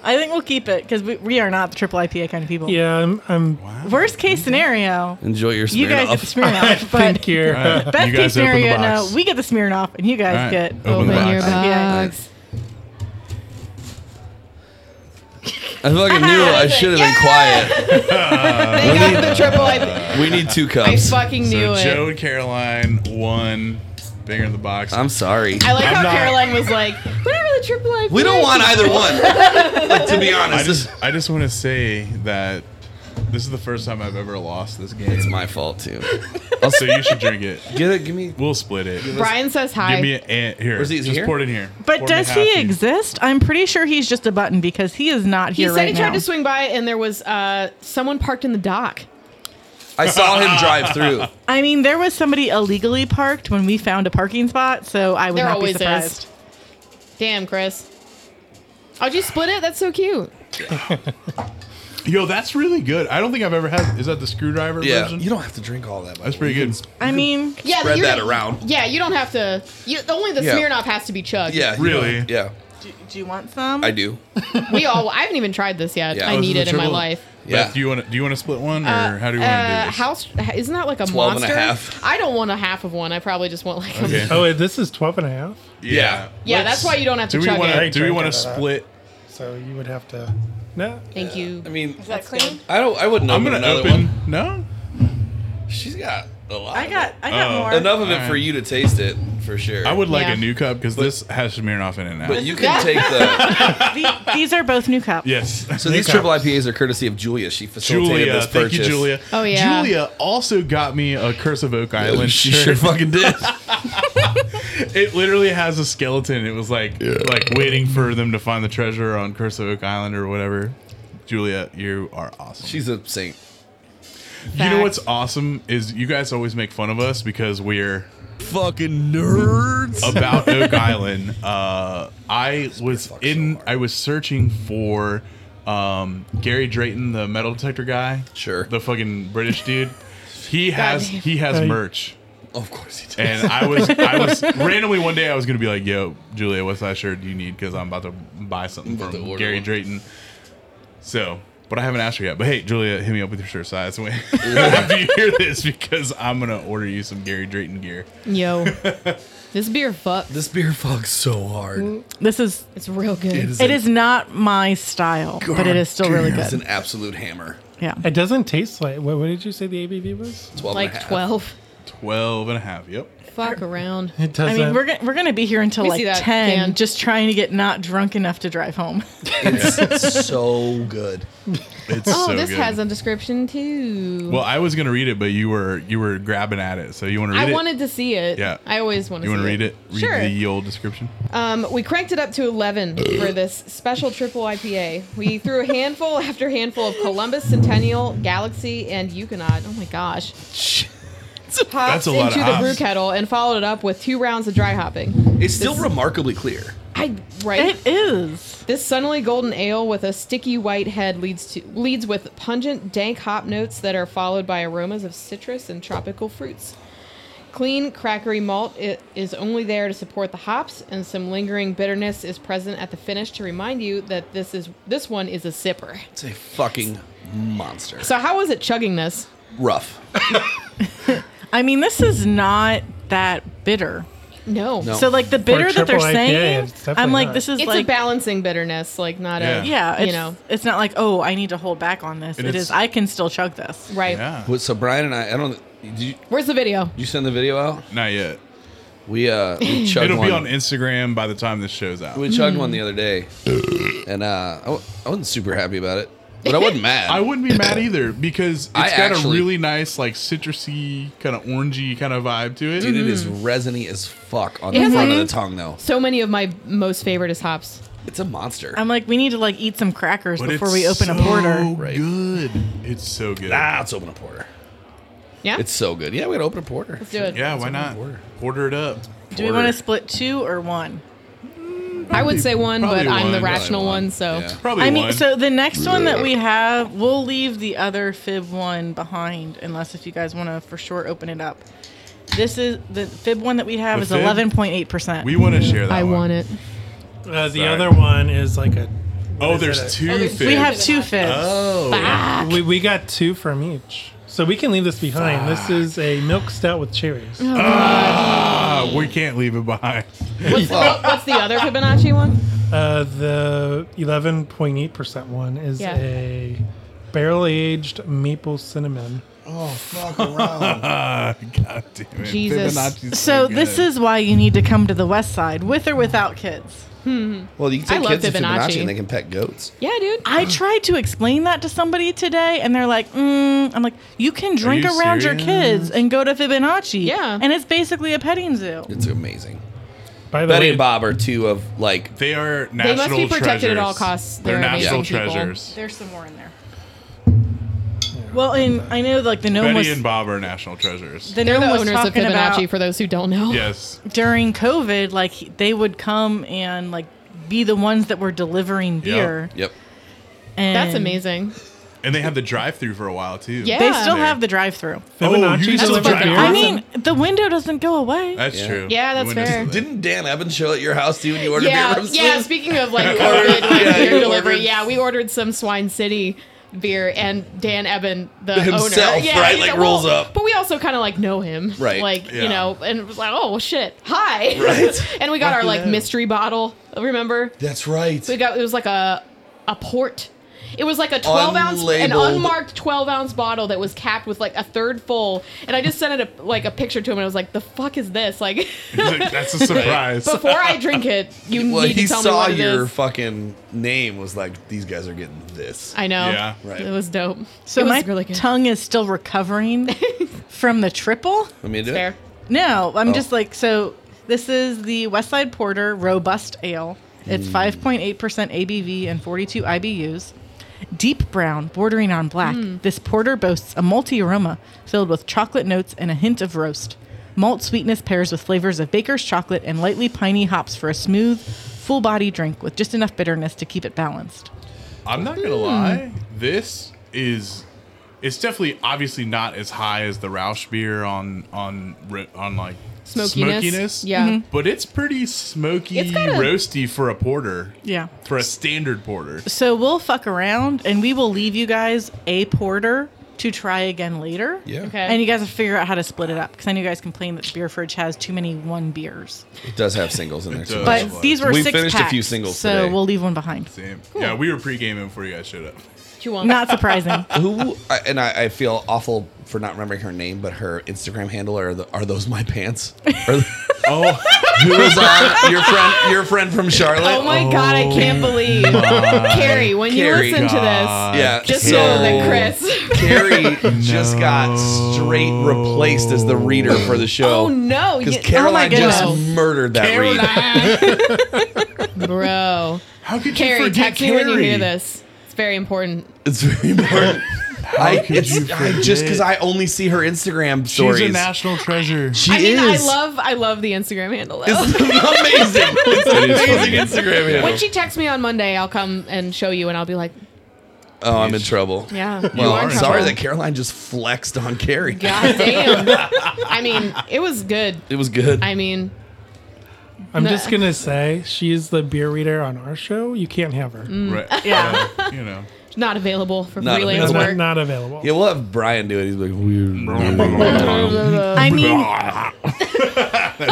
[SPEAKER 4] I think we'll keep it because we, we are not the triple IPA kind of people.
[SPEAKER 5] Yeah, I'm. I'm
[SPEAKER 4] Worst case scenario,
[SPEAKER 2] Enjoy your
[SPEAKER 4] you guys get the
[SPEAKER 2] Smirnoff.
[SPEAKER 5] I
[SPEAKER 4] Smirnoff,
[SPEAKER 5] think
[SPEAKER 4] but
[SPEAKER 5] you're. Uh,
[SPEAKER 4] best
[SPEAKER 1] You
[SPEAKER 4] case
[SPEAKER 1] guys open the
[SPEAKER 4] scenario, no,
[SPEAKER 1] box.
[SPEAKER 4] we get the Smirnoff, and you guys
[SPEAKER 1] All right.
[SPEAKER 4] get.
[SPEAKER 1] Open the
[SPEAKER 3] Open your
[SPEAKER 1] box.
[SPEAKER 3] box.
[SPEAKER 2] I fucking knew I should have been
[SPEAKER 3] They got the triple I,
[SPEAKER 2] quiet. We need two
[SPEAKER 3] I
[SPEAKER 2] cups.
[SPEAKER 3] fucking knew
[SPEAKER 1] So
[SPEAKER 3] it.
[SPEAKER 1] Joe and Caroline won banger in the box.
[SPEAKER 2] I'm sorry.
[SPEAKER 3] I like
[SPEAKER 1] I'm
[SPEAKER 3] how
[SPEAKER 1] not-
[SPEAKER 3] Caroline was like, whatever the triple I
[SPEAKER 2] we don't want either one. Like, to be
[SPEAKER 1] I
[SPEAKER 2] honest, this
[SPEAKER 1] just I just want to say that this is the first time I've ever lost this game.
[SPEAKER 2] it's my fault too.
[SPEAKER 1] so you should drink it.
[SPEAKER 2] Get it. Give me.
[SPEAKER 1] We'll split it. Give
[SPEAKER 3] Brian says hi.
[SPEAKER 1] me an here.
[SPEAKER 2] Where's he? Is
[SPEAKER 1] just
[SPEAKER 2] he here?
[SPEAKER 1] pour it in here.
[SPEAKER 4] But
[SPEAKER 1] Pour me
[SPEAKER 4] does
[SPEAKER 1] half
[SPEAKER 4] he
[SPEAKER 1] here.
[SPEAKER 4] exist? I'm pretty sure he's just a button because he is not
[SPEAKER 3] he
[SPEAKER 4] here
[SPEAKER 3] said
[SPEAKER 4] right
[SPEAKER 3] he tried
[SPEAKER 4] now.
[SPEAKER 3] to swing by and there was uh, someone parked in the dock.
[SPEAKER 2] I saw him drive through.
[SPEAKER 4] I mean, there was somebody illegally parked when we found a parking spot, so I would
[SPEAKER 3] There
[SPEAKER 4] not be
[SPEAKER 3] always
[SPEAKER 4] surprised.
[SPEAKER 3] is. Damn, Chris. Oh, did you split it? That's so cute.
[SPEAKER 1] Yo, that's really good. I don't think I've ever had. Is that the screwdriver
[SPEAKER 2] Yeah.
[SPEAKER 1] version?
[SPEAKER 2] You don't have to drink all that. by
[SPEAKER 1] that's
[SPEAKER 2] the way.
[SPEAKER 1] pretty good.
[SPEAKER 4] I mean,
[SPEAKER 3] Yeah,
[SPEAKER 2] Spread
[SPEAKER 3] you're
[SPEAKER 2] that
[SPEAKER 3] not-
[SPEAKER 2] around.
[SPEAKER 3] Yeah, you don't have to. You, only the
[SPEAKER 2] Yeah.
[SPEAKER 3] Smirnoff has to be chugged.
[SPEAKER 2] Yeah. you
[SPEAKER 1] Really?
[SPEAKER 2] know, Yeah.
[SPEAKER 4] do, do you want some?
[SPEAKER 2] I do.
[SPEAKER 3] we all. I haven't even tried this yet.
[SPEAKER 2] Yeah.
[SPEAKER 3] I
[SPEAKER 2] Oh,
[SPEAKER 1] this
[SPEAKER 3] need
[SPEAKER 1] is
[SPEAKER 3] it
[SPEAKER 1] the
[SPEAKER 3] in my
[SPEAKER 1] triple?
[SPEAKER 3] life.
[SPEAKER 2] Yeah.
[SPEAKER 1] Beth, do you want to do you want to split one or
[SPEAKER 3] Uh,
[SPEAKER 1] how do you want to
[SPEAKER 3] uh,
[SPEAKER 1] do this?
[SPEAKER 3] House isn't that like a
[SPEAKER 2] 12 and a
[SPEAKER 3] monster?
[SPEAKER 2] half.
[SPEAKER 3] I don't want a half of one. I probably just want like. A,
[SPEAKER 1] Okay.
[SPEAKER 5] oh, wait, this is 12 and a half.
[SPEAKER 2] Yeah.
[SPEAKER 3] yeah, that's why you don't have to
[SPEAKER 1] Do we
[SPEAKER 3] chug
[SPEAKER 1] want to
[SPEAKER 3] it.
[SPEAKER 5] Hey,
[SPEAKER 1] do we
[SPEAKER 5] drink
[SPEAKER 1] want
[SPEAKER 5] it uh,
[SPEAKER 1] to
[SPEAKER 5] up.
[SPEAKER 1] split?
[SPEAKER 5] So you would have to. No.
[SPEAKER 3] Thank you.
[SPEAKER 2] I mean,
[SPEAKER 4] Is that
[SPEAKER 3] That's
[SPEAKER 4] clean?
[SPEAKER 2] I don't. I wouldn't.
[SPEAKER 1] I'm
[SPEAKER 2] open
[SPEAKER 1] gonna
[SPEAKER 2] another
[SPEAKER 1] open.
[SPEAKER 2] One.
[SPEAKER 1] No.
[SPEAKER 2] She's got a lot.
[SPEAKER 4] I
[SPEAKER 2] of
[SPEAKER 4] got,
[SPEAKER 2] it.
[SPEAKER 4] I got
[SPEAKER 1] Oh.
[SPEAKER 4] more.
[SPEAKER 2] enough of it
[SPEAKER 1] Alright.
[SPEAKER 2] for you to taste it for sure.
[SPEAKER 1] I would like
[SPEAKER 3] Yeah.
[SPEAKER 1] a new cup because this has Smirnoff in it now.
[SPEAKER 2] But you can take the.
[SPEAKER 4] The- these are both new cups.
[SPEAKER 1] yes.
[SPEAKER 2] So these triple IPAs are courtesy of Julia. She facilitated
[SPEAKER 1] Julia,
[SPEAKER 2] this
[SPEAKER 1] thank
[SPEAKER 2] purchase.
[SPEAKER 1] you, Julia.
[SPEAKER 3] Oh, yeah.
[SPEAKER 1] Julia also got me a Curse of Oak Island
[SPEAKER 2] she
[SPEAKER 1] shirt.
[SPEAKER 2] sure fucking did.
[SPEAKER 1] It literally has a skeleton. It was like like waiting for them to find the treasure on Curse of Oak Island or whatever. Julia, you are awesome.
[SPEAKER 2] She's a saint.
[SPEAKER 1] you know
[SPEAKER 3] Fact.
[SPEAKER 1] what's awesome is you guys always make fun of us because we're
[SPEAKER 2] Fucking nerds.
[SPEAKER 1] about Oak Island. Uh, I was
[SPEAKER 2] fucks
[SPEAKER 1] in.
[SPEAKER 2] so hard.
[SPEAKER 1] I was searching for um, Gary Drayton, the metal detector guy.
[SPEAKER 2] Sure.
[SPEAKER 1] the fucking British dude. He has
[SPEAKER 3] damn.
[SPEAKER 1] he has
[SPEAKER 5] Hey.
[SPEAKER 1] merch.
[SPEAKER 2] Of course he did.
[SPEAKER 1] And I was I was randomly one day I was gonna be like, "Yo, Julia, what's that shirt you need?" Because I'm about to buy something
[SPEAKER 2] About to
[SPEAKER 1] from
[SPEAKER 2] order
[SPEAKER 1] Gary
[SPEAKER 2] one.
[SPEAKER 1] Drayton. So But I haven't asked her yet. But hey, Julia, hit me up with your shirt size when after you hear this because I'm gonna order you some Gary Drayton gear.
[SPEAKER 3] Yo, this beer fuck.
[SPEAKER 2] This beer fucks so hard.
[SPEAKER 4] This is
[SPEAKER 3] It's real good.
[SPEAKER 4] it is not my style, but it is still really
[SPEAKER 2] It's an
[SPEAKER 4] good.
[SPEAKER 2] absolute hammer.
[SPEAKER 4] Yeah.
[SPEAKER 5] It doesn't taste like. What, what did you say the ABV was?
[SPEAKER 2] 12 and a
[SPEAKER 3] like
[SPEAKER 2] half.
[SPEAKER 3] twelve.
[SPEAKER 1] 12 and a half. Yep.
[SPEAKER 3] Fuck around.
[SPEAKER 5] It
[SPEAKER 4] I
[SPEAKER 5] doesn't.
[SPEAKER 4] mean, we're gonna, we're gonna be here until
[SPEAKER 3] We
[SPEAKER 4] like
[SPEAKER 3] see that
[SPEAKER 4] ten,
[SPEAKER 3] can.
[SPEAKER 4] just trying to get not drunk enough to drive home.
[SPEAKER 2] It's so good.
[SPEAKER 1] It's
[SPEAKER 3] Oh,
[SPEAKER 1] so
[SPEAKER 3] this
[SPEAKER 1] good.
[SPEAKER 3] has a description too.
[SPEAKER 1] well, I was gonna read it, but you were you were grabbing at it, so you want to read
[SPEAKER 3] I
[SPEAKER 1] it.
[SPEAKER 3] wanted to see it.
[SPEAKER 1] Yeah.
[SPEAKER 3] I always want to.
[SPEAKER 1] you
[SPEAKER 3] want to
[SPEAKER 1] read it? Read
[SPEAKER 3] sure.
[SPEAKER 1] the old description.
[SPEAKER 3] Um, we cranked it up to 11 for this special triple IPA. We threw a handful after handful of Columbus, Centennial, Galaxy, and Euconaut. Oh my gosh. Hops
[SPEAKER 1] That's a lot
[SPEAKER 3] into
[SPEAKER 1] of
[SPEAKER 3] the
[SPEAKER 1] hops.
[SPEAKER 3] brew kettle and followed it up with two rounds of dry hopping.
[SPEAKER 2] It's still remarkably clear.
[SPEAKER 3] I right.
[SPEAKER 4] It is.
[SPEAKER 3] This sunnily golden ale with a sticky white head leads to leads with pungent dank hop notes that are followed by aromas of citrus and tropical fruits. Clean crackery malt i- is only there to support the hops, and some lingering bitterness is present at the finish to remind you that this is this one is a sipper.
[SPEAKER 2] It's a fucking monster.
[SPEAKER 3] So how was it chugging this?
[SPEAKER 2] Rough.
[SPEAKER 4] I mean, this is not that bitter.
[SPEAKER 3] No,
[SPEAKER 2] No.
[SPEAKER 4] So like the bitter that they're
[SPEAKER 5] triple IPA,
[SPEAKER 4] saying,
[SPEAKER 5] it's
[SPEAKER 4] I'm
[SPEAKER 5] definitely
[SPEAKER 4] like,
[SPEAKER 5] not.
[SPEAKER 4] this is
[SPEAKER 3] it's
[SPEAKER 4] like
[SPEAKER 3] a balancing bitterness, like not
[SPEAKER 1] Yeah.
[SPEAKER 3] a
[SPEAKER 4] yeah, it's,
[SPEAKER 3] you know
[SPEAKER 4] it's not like oh, I need to hold back on this.
[SPEAKER 1] And
[SPEAKER 4] it
[SPEAKER 1] it's-
[SPEAKER 4] is. I can still chug this.
[SPEAKER 3] right.
[SPEAKER 1] Yeah.
[SPEAKER 2] Well, So Brian and I, I don't. Did you, did
[SPEAKER 3] Where's the video?
[SPEAKER 2] you send the video out?
[SPEAKER 1] Not yet.
[SPEAKER 2] We uh, we chugged
[SPEAKER 1] It'll
[SPEAKER 2] one.
[SPEAKER 1] be on Instagram by the time this show's out.
[SPEAKER 2] we chugged
[SPEAKER 3] Mm.
[SPEAKER 2] one the other day, and uh, I, w- I wasn't super happy about it, but I wasn't mad.
[SPEAKER 1] I wouldn't be mad either because it's
[SPEAKER 2] I
[SPEAKER 1] got a
[SPEAKER 2] actually-
[SPEAKER 1] really nice, like citrusy, kind of orangey kind of vibe to it.
[SPEAKER 2] Dude, it is resiny as fuck on
[SPEAKER 3] It
[SPEAKER 2] the
[SPEAKER 3] has,
[SPEAKER 2] front
[SPEAKER 3] like-
[SPEAKER 2] of the tongue, though.
[SPEAKER 3] So many of my most favorite is hops.
[SPEAKER 2] It's a monster.
[SPEAKER 4] I'm like, we need to like eat some crackers
[SPEAKER 1] But
[SPEAKER 4] before
[SPEAKER 1] it's
[SPEAKER 4] we open
[SPEAKER 1] so
[SPEAKER 4] a porter.
[SPEAKER 2] Right.
[SPEAKER 1] Good. It's so good.
[SPEAKER 2] ah, let's open a porter.
[SPEAKER 3] Yeah,
[SPEAKER 2] It's so good. Yeah, we gotta open a porter.
[SPEAKER 3] let's do it.
[SPEAKER 1] Yeah, why not?
[SPEAKER 2] order.
[SPEAKER 1] Order it up.
[SPEAKER 4] Do we want to split two or one?
[SPEAKER 3] I would say one,
[SPEAKER 1] Probably
[SPEAKER 3] but I'm the
[SPEAKER 1] one.
[SPEAKER 3] rational
[SPEAKER 2] Probably one.
[SPEAKER 3] one, so.
[SPEAKER 2] Yeah.
[SPEAKER 1] Probably
[SPEAKER 4] I mean,
[SPEAKER 1] one.
[SPEAKER 4] so the next one that we have, we'll leave the other fib one behind, unless if you guys want to for sure open it up. This is the fib one that we have
[SPEAKER 1] The
[SPEAKER 4] is
[SPEAKER 1] fib?
[SPEAKER 4] eleven point eight percent.
[SPEAKER 1] we want to share that.
[SPEAKER 3] I
[SPEAKER 1] one.
[SPEAKER 3] want it.
[SPEAKER 5] Uh, the
[SPEAKER 1] Sorry.
[SPEAKER 5] other one is like a.
[SPEAKER 1] Oh,
[SPEAKER 5] Is it
[SPEAKER 1] there's
[SPEAKER 5] a-
[SPEAKER 1] two.
[SPEAKER 3] Oh, there's-
[SPEAKER 1] fibs.
[SPEAKER 4] We have two fibs.
[SPEAKER 1] Oh,
[SPEAKER 5] We, we got two from each, so we can leave this behind. This is a milk stout with cherries.
[SPEAKER 1] ah, we can't leave it behind.
[SPEAKER 3] What's the other Fibonacci one?
[SPEAKER 5] Uh, the eleven point eight percent one is
[SPEAKER 3] Yeah.
[SPEAKER 5] a barrel aged maple cinnamon.
[SPEAKER 1] Ah, God damn it.
[SPEAKER 3] Jesus.
[SPEAKER 1] Fibonacci's
[SPEAKER 4] So this
[SPEAKER 1] good.
[SPEAKER 4] is why you need to come to the West Side with or without kids.
[SPEAKER 2] Well, you
[SPEAKER 3] I
[SPEAKER 2] can take
[SPEAKER 3] love
[SPEAKER 2] kids to
[SPEAKER 3] Fibonacci.
[SPEAKER 2] Fibonacci and they can pet goats.
[SPEAKER 3] Yeah, dude.
[SPEAKER 4] I tried to explain that to somebody today, and they're like, mm. "I'm like, you can drink
[SPEAKER 1] you
[SPEAKER 4] around your kids
[SPEAKER 1] serious?
[SPEAKER 4] and go to Fibonacci,
[SPEAKER 3] Yeah.
[SPEAKER 4] and it's basically a petting zoo."
[SPEAKER 2] It's amazing.
[SPEAKER 5] By the
[SPEAKER 2] Betty
[SPEAKER 5] way,
[SPEAKER 2] and Bob are two of like
[SPEAKER 1] They are national
[SPEAKER 3] must be protected at
[SPEAKER 1] treasures.
[SPEAKER 3] all costs.
[SPEAKER 1] They're,
[SPEAKER 3] They're
[SPEAKER 1] national
[SPEAKER 3] amazing people.
[SPEAKER 1] treasures.
[SPEAKER 4] There's some more in there. Well, and I know like the gnome was
[SPEAKER 1] Betty and Bob are national treasures.
[SPEAKER 4] the
[SPEAKER 3] They're
[SPEAKER 4] gnome
[SPEAKER 3] the
[SPEAKER 4] was
[SPEAKER 3] owners of
[SPEAKER 4] talking
[SPEAKER 3] Fibonacci,
[SPEAKER 4] about
[SPEAKER 3] for those who don't know.
[SPEAKER 1] yes.
[SPEAKER 4] during COVID, like he- they would come and like be the ones that were delivering beer.
[SPEAKER 2] yep.
[SPEAKER 4] And
[SPEAKER 3] That's amazing.
[SPEAKER 1] And they had the drive-through for a while too.
[SPEAKER 3] Yeah.
[SPEAKER 4] They still
[SPEAKER 1] There.
[SPEAKER 4] have the drive-through.
[SPEAKER 1] Oh,
[SPEAKER 5] Fibonacci
[SPEAKER 1] you still
[SPEAKER 5] delivered
[SPEAKER 1] drive
[SPEAKER 5] beer?
[SPEAKER 4] I
[SPEAKER 3] Awesome.
[SPEAKER 4] mean, the window doesn't go away.
[SPEAKER 1] That's
[SPEAKER 2] Yeah.
[SPEAKER 1] true.
[SPEAKER 3] Yeah, that's
[SPEAKER 1] You wouldn't
[SPEAKER 3] fair.
[SPEAKER 1] have-
[SPEAKER 2] Didn't Dan Evans show at your house too when you ordered
[SPEAKER 3] Yeah,
[SPEAKER 2] beer from
[SPEAKER 3] yeah.
[SPEAKER 2] Slim?
[SPEAKER 3] Speaking of like
[SPEAKER 2] ordered-
[SPEAKER 3] COVID like,
[SPEAKER 2] yeah,
[SPEAKER 3] beer
[SPEAKER 2] you
[SPEAKER 3] delivery,
[SPEAKER 2] ordered-
[SPEAKER 3] yeah, we ordered some Swine City beer, and Dan Eben, the
[SPEAKER 2] Himself,
[SPEAKER 3] owner, yeah,
[SPEAKER 2] right,
[SPEAKER 3] he's
[SPEAKER 2] like, rolls up.
[SPEAKER 3] But we also kind of like know him,
[SPEAKER 2] Right,
[SPEAKER 3] Like
[SPEAKER 1] yeah.
[SPEAKER 3] you know, and it was like, oh shit, hi,
[SPEAKER 2] Right.
[SPEAKER 3] and we got our like
[SPEAKER 1] Hello.
[SPEAKER 3] mystery bottle. Remember,
[SPEAKER 2] That's right.
[SPEAKER 3] We got it was like a a port. It was like a twelve ounce, an
[SPEAKER 2] Unlabeled.
[SPEAKER 3] unmarked twelve ounce bottle that was capped with like a third full. And I just sent it a, like a picture to him, and I was like, "The fuck is this?" Like,
[SPEAKER 1] He's like, That's a surprise.
[SPEAKER 3] before I drink it, you
[SPEAKER 2] well,
[SPEAKER 3] need
[SPEAKER 2] he
[SPEAKER 3] to tell
[SPEAKER 2] saw
[SPEAKER 3] me what
[SPEAKER 2] your
[SPEAKER 3] it is.
[SPEAKER 2] fucking name was like these guys are getting this.
[SPEAKER 3] I know.
[SPEAKER 1] Yeah.
[SPEAKER 2] Right.
[SPEAKER 3] It was dope.
[SPEAKER 4] So
[SPEAKER 3] it was
[SPEAKER 4] my
[SPEAKER 3] really good.
[SPEAKER 4] tongue is still recovering from the triple.
[SPEAKER 2] Let me to do
[SPEAKER 3] Fair.
[SPEAKER 2] it.
[SPEAKER 4] No, I'm
[SPEAKER 2] Oh.
[SPEAKER 4] just like so. This is the Westside Porter Robust Ale.
[SPEAKER 2] Hmm.
[SPEAKER 4] It's 5.8% ABV and 42 IBUs. Deep brown, bordering on black, this porter boasts a multi aroma filled with chocolate notes and a hint of roast. Malt sweetness pairs with flavors of baker's chocolate and lightly piney hops for a smooth, full body drink with just enough bitterness to keep it balanced.
[SPEAKER 1] I'm not gonna lie.
[SPEAKER 3] Hmm.
[SPEAKER 1] This is it's definitely obviously not as high as the Roush beer on on re- on like
[SPEAKER 3] smokiness.
[SPEAKER 1] Smokiness?
[SPEAKER 3] Yeah. Mm-hmm.
[SPEAKER 1] But it's pretty smoky,
[SPEAKER 3] It's got a-
[SPEAKER 1] roasty for a porter.
[SPEAKER 4] Yeah.
[SPEAKER 1] For a standard porter.
[SPEAKER 4] So we'll fuck around and we will leave you guys a porter to try again later.
[SPEAKER 2] Yeah.
[SPEAKER 3] Okay.
[SPEAKER 4] And you guys have to figure out how to split it up because I know you guys complain that the beer fridge has too many one beers.
[SPEAKER 2] It does have singles in there.
[SPEAKER 1] It
[SPEAKER 2] too.
[SPEAKER 1] does.
[SPEAKER 4] But
[SPEAKER 1] That's why.
[SPEAKER 4] these were
[SPEAKER 2] We
[SPEAKER 4] six
[SPEAKER 2] finished a
[SPEAKER 4] packs,
[SPEAKER 2] few singles
[SPEAKER 4] so
[SPEAKER 2] today.
[SPEAKER 4] we'll leave one behind.
[SPEAKER 1] Damn. Yeah, we were pre-gaming before you guys showed up.
[SPEAKER 3] Chewonka.
[SPEAKER 4] Not surprising.
[SPEAKER 2] Who I, and I, I feel awful for not remembering her name, but her Instagram handle are the, are those my pants? Are-
[SPEAKER 1] Oh,
[SPEAKER 2] who was on your friend your friend from Charlotte?
[SPEAKER 3] Oh my god, I can't believe Carrie. When
[SPEAKER 2] Carrie.
[SPEAKER 3] you listen to
[SPEAKER 1] God.
[SPEAKER 3] this,
[SPEAKER 2] yeah,
[SPEAKER 3] just
[SPEAKER 2] so
[SPEAKER 3] know that Chris.
[SPEAKER 2] Carrie just got straight replaced as the reader for the show.
[SPEAKER 3] Oh no,
[SPEAKER 2] Because
[SPEAKER 3] you-
[SPEAKER 2] Caroline
[SPEAKER 4] goodness.
[SPEAKER 2] just murdered that read.
[SPEAKER 3] bro.
[SPEAKER 1] how could you
[SPEAKER 3] Carrie,
[SPEAKER 1] forget
[SPEAKER 3] text me when you hear
[SPEAKER 1] Carrie?
[SPEAKER 3] this. It's very important.
[SPEAKER 2] It's very important. I,
[SPEAKER 1] could
[SPEAKER 2] it's,
[SPEAKER 1] you
[SPEAKER 2] I just
[SPEAKER 1] forget?
[SPEAKER 2] because I only see her Instagram stories.
[SPEAKER 1] She's a national treasure.
[SPEAKER 2] she
[SPEAKER 3] I mean,
[SPEAKER 2] is.
[SPEAKER 3] I love, I love the Instagram handle. though.
[SPEAKER 2] It's amazing. It's an amazing Instagram handle.
[SPEAKER 3] When she texts me on Monday, I'll come and show you, and I'll be like,
[SPEAKER 2] Oh, I'm in trouble.
[SPEAKER 3] "Yeah,
[SPEAKER 2] Well,
[SPEAKER 1] are
[SPEAKER 2] I'm
[SPEAKER 1] in trouble.
[SPEAKER 2] sorry that Caroline just flexed on Carrie.
[SPEAKER 3] God damn. I mean, it was good.
[SPEAKER 2] It was good.
[SPEAKER 3] I mean,
[SPEAKER 5] I'm
[SPEAKER 3] Nah.
[SPEAKER 5] just gonna say she's the beer reader on our show. You can't have her.
[SPEAKER 1] Right.
[SPEAKER 4] Yeah.
[SPEAKER 1] So, you know.
[SPEAKER 3] not available for
[SPEAKER 2] Not
[SPEAKER 3] freelance
[SPEAKER 5] That's
[SPEAKER 2] available.
[SPEAKER 3] work.
[SPEAKER 5] not, not available.
[SPEAKER 2] yeah, we'll have Brian do it. He's like, weird.
[SPEAKER 4] I mean,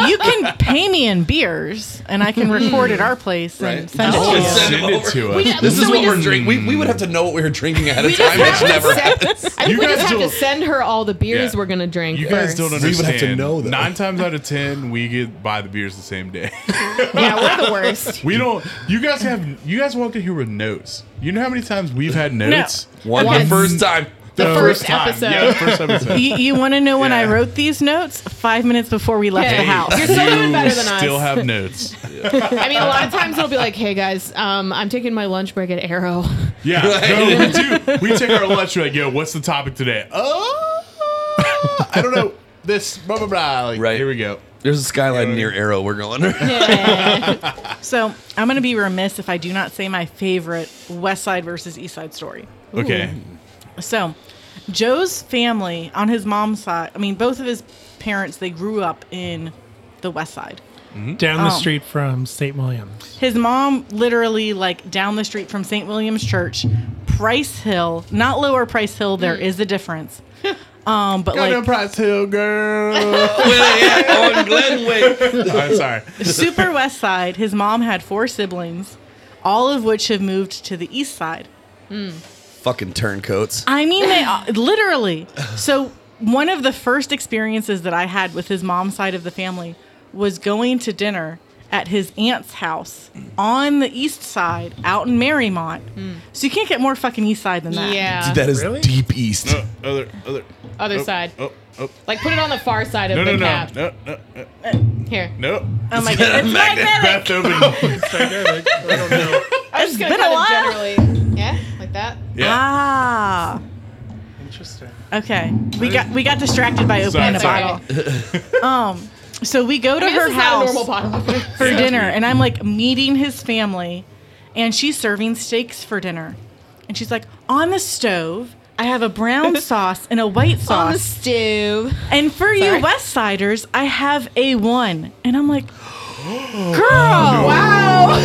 [SPEAKER 4] you can pay me in beers and I can record at our place and
[SPEAKER 2] Right.
[SPEAKER 4] send
[SPEAKER 2] Oh,
[SPEAKER 4] it to
[SPEAKER 2] yeah.
[SPEAKER 4] you.
[SPEAKER 2] send
[SPEAKER 1] send
[SPEAKER 2] them
[SPEAKER 1] it to
[SPEAKER 3] We
[SPEAKER 1] us.
[SPEAKER 3] just-
[SPEAKER 2] This is
[SPEAKER 3] so we
[SPEAKER 2] what we're
[SPEAKER 3] just-
[SPEAKER 2] drinking. We, we would have to know what we were drinking ahead of
[SPEAKER 3] We just
[SPEAKER 2] time, which
[SPEAKER 3] have to
[SPEAKER 2] never
[SPEAKER 3] send-
[SPEAKER 2] happens.
[SPEAKER 3] I think we
[SPEAKER 1] You
[SPEAKER 3] just
[SPEAKER 1] guys
[SPEAKER 3] have to
[SPEAKER 1] don't-
[SPEAKER 3] send her all the beers
[SPEAKER 1] Yeah.
[SPEAKER 3] we're gonna drink.
[SPEAKER 1] You guys
[SPEAKER 3] first.
[SPEAKER 1] don't
[SPEAKER 2] We would
[SPEAKER 1] understand.
[SPEAKER 2] have to know, though.
[SPEAKER 1] Nine times out of ten, we get buy the beers the same day.
[SPEAKER 3] Yeah, we're the worst.
[SPEAKER 1] We don't. You guys have. You guys walked in here with notes. You know how many times we've had notes?
[SPEAKER 2] One
[SPEAKER 3] Once.
[SPEAKER 2] the first time.
[SPEAKER 3] The
[SPEAKER 1] No.
[SPEAKER 3] first
[SPEAKER 1] time.
[SPEAKER 3] episode.
[SPEAKER 1] Yeah, the first episode.
[SPEAKER 4] You, you want to know when I
[SPEAKER 1] Yeah.
[SPEAKER 4] wrote these notes? Five minutes before we left
[SPEAKER 3] Hey.
[SPEAKER 4] the house.
[SPEAKER 3] You're so doing better than us.
[SPEAKER 1] Still have notes.
[SPEAKER 3] I mean, a lot of times it'll be like, "Hey guys, um, I'm taking my lunch break at Arrow."
[SPEAKER 1] Yeah,
[SPEAKER 2] Right.
[SPEAKER 1] no, we do. We take our lunch. We're like, yo, what's the topic today? Oh, I don't know. This blah blah blah. Like,
[SPEAKER 2] Right.
[SPEAKER 1] here we go.
[SPEAKER 2] There's a skyline near Arrow we're going.
[SPEAKER 4] So I'm going to be remiss if I do not say my favorite West Side versus East Side story.
[SPEAKER 1] Okay.
[SPEAKER 4] So Joe's family on his mom's side, I mean, both of his parents, they grew up in the West Side.
[SPEAKER 5] Down the
[SPEAKER 4] Oh.
[SPEAKER 5] street from St. Williams.
[SPEAKER 4] His mom literally like down the street from St. William's Church, Price Hill, not Lower Price Hill. There is a difference. Um, but
[SPEAKER 1] Mm. Got no
[SPEAKER 4] like
[SPEAKER 1] price hill girl.
[SPEAKER 2] on Glenway.
[SPEAKER 1] I'm sorry.
[SPEAKER 4] Super West Side, his mom had four siblings, all of which have moved to the East Side.
[SPEAKER 2] Fucking turncoats.
[SPEAKER 4] I mean, they are- literally. So one of the first experiences that I had with his mom's side of the family was going to dinner at his aunt's house on the east side out in Marymont. So you can't get more fucking east side than that.
[SPEAKER 3] Yeah,
[SPEAKER 2] Dude, that is
[SPEAKER 5] Really?
[SPEAKER 2] deep east.
[SPEAKER 1] Oh, other, other,
[SPEAKER 3] other
[SPEAKER 1] oh,
[SPEAKER 3] side.
[SPEAKER 1] Oh, oh.
[SPEAKER 3] Like, put it on the far side of
[SPEAKER 1] No,
[SPEAKER 3] the
[SPEAKER 1] no, no,
[SPEAKER 3] cap.
[SPEAKER 1] no, no, no,
[SPEAKER 3] Here,
[SPEAKER 1] no.
[SPEAKER 4] Oh my god, it's magnetic.
[SPEAKER 1] Beth
[SPEAKER 2] Oh
[SPEAKER 1] opened.
[SPEAKER 3] I'm just gonna
[SPEAKER 4] been a
[SPEAKER 3] cut it generally. Yeah, like that.
[SPEAKER 1] Yeah.
[SPEAKER 4] Ah.
[SPEAKER 5] Interesting.
[SPEAKER 4] Okay. We got we got distracted by opening
[SPEAKER 1] Sorry.
[SPEAKER 4] a bottle. Um so we go to
[SPEAKER 3] I mean,
[SPEAKER 4] her
[SPEAKER 3] this is
[SPEAKER 4] house.
[SPEAKER 3] not a normal bottle opener.
[SPEAKER 4] for dinner and I'm like meeting his family and she's serving steaks for dinner. And she's like, on the stove, I have a brown sauce and a white
[SPEAKER 3] on the
[SPEAKER 4] sauce.
[SPEAKER 3] stove.
[SPEAKER 4] and for
[SPEAKER 3] Sorry.
[SPEAKER 4] you West Siders, I have a one. And I'm like, girl,
[SPEAKER 3] Wow.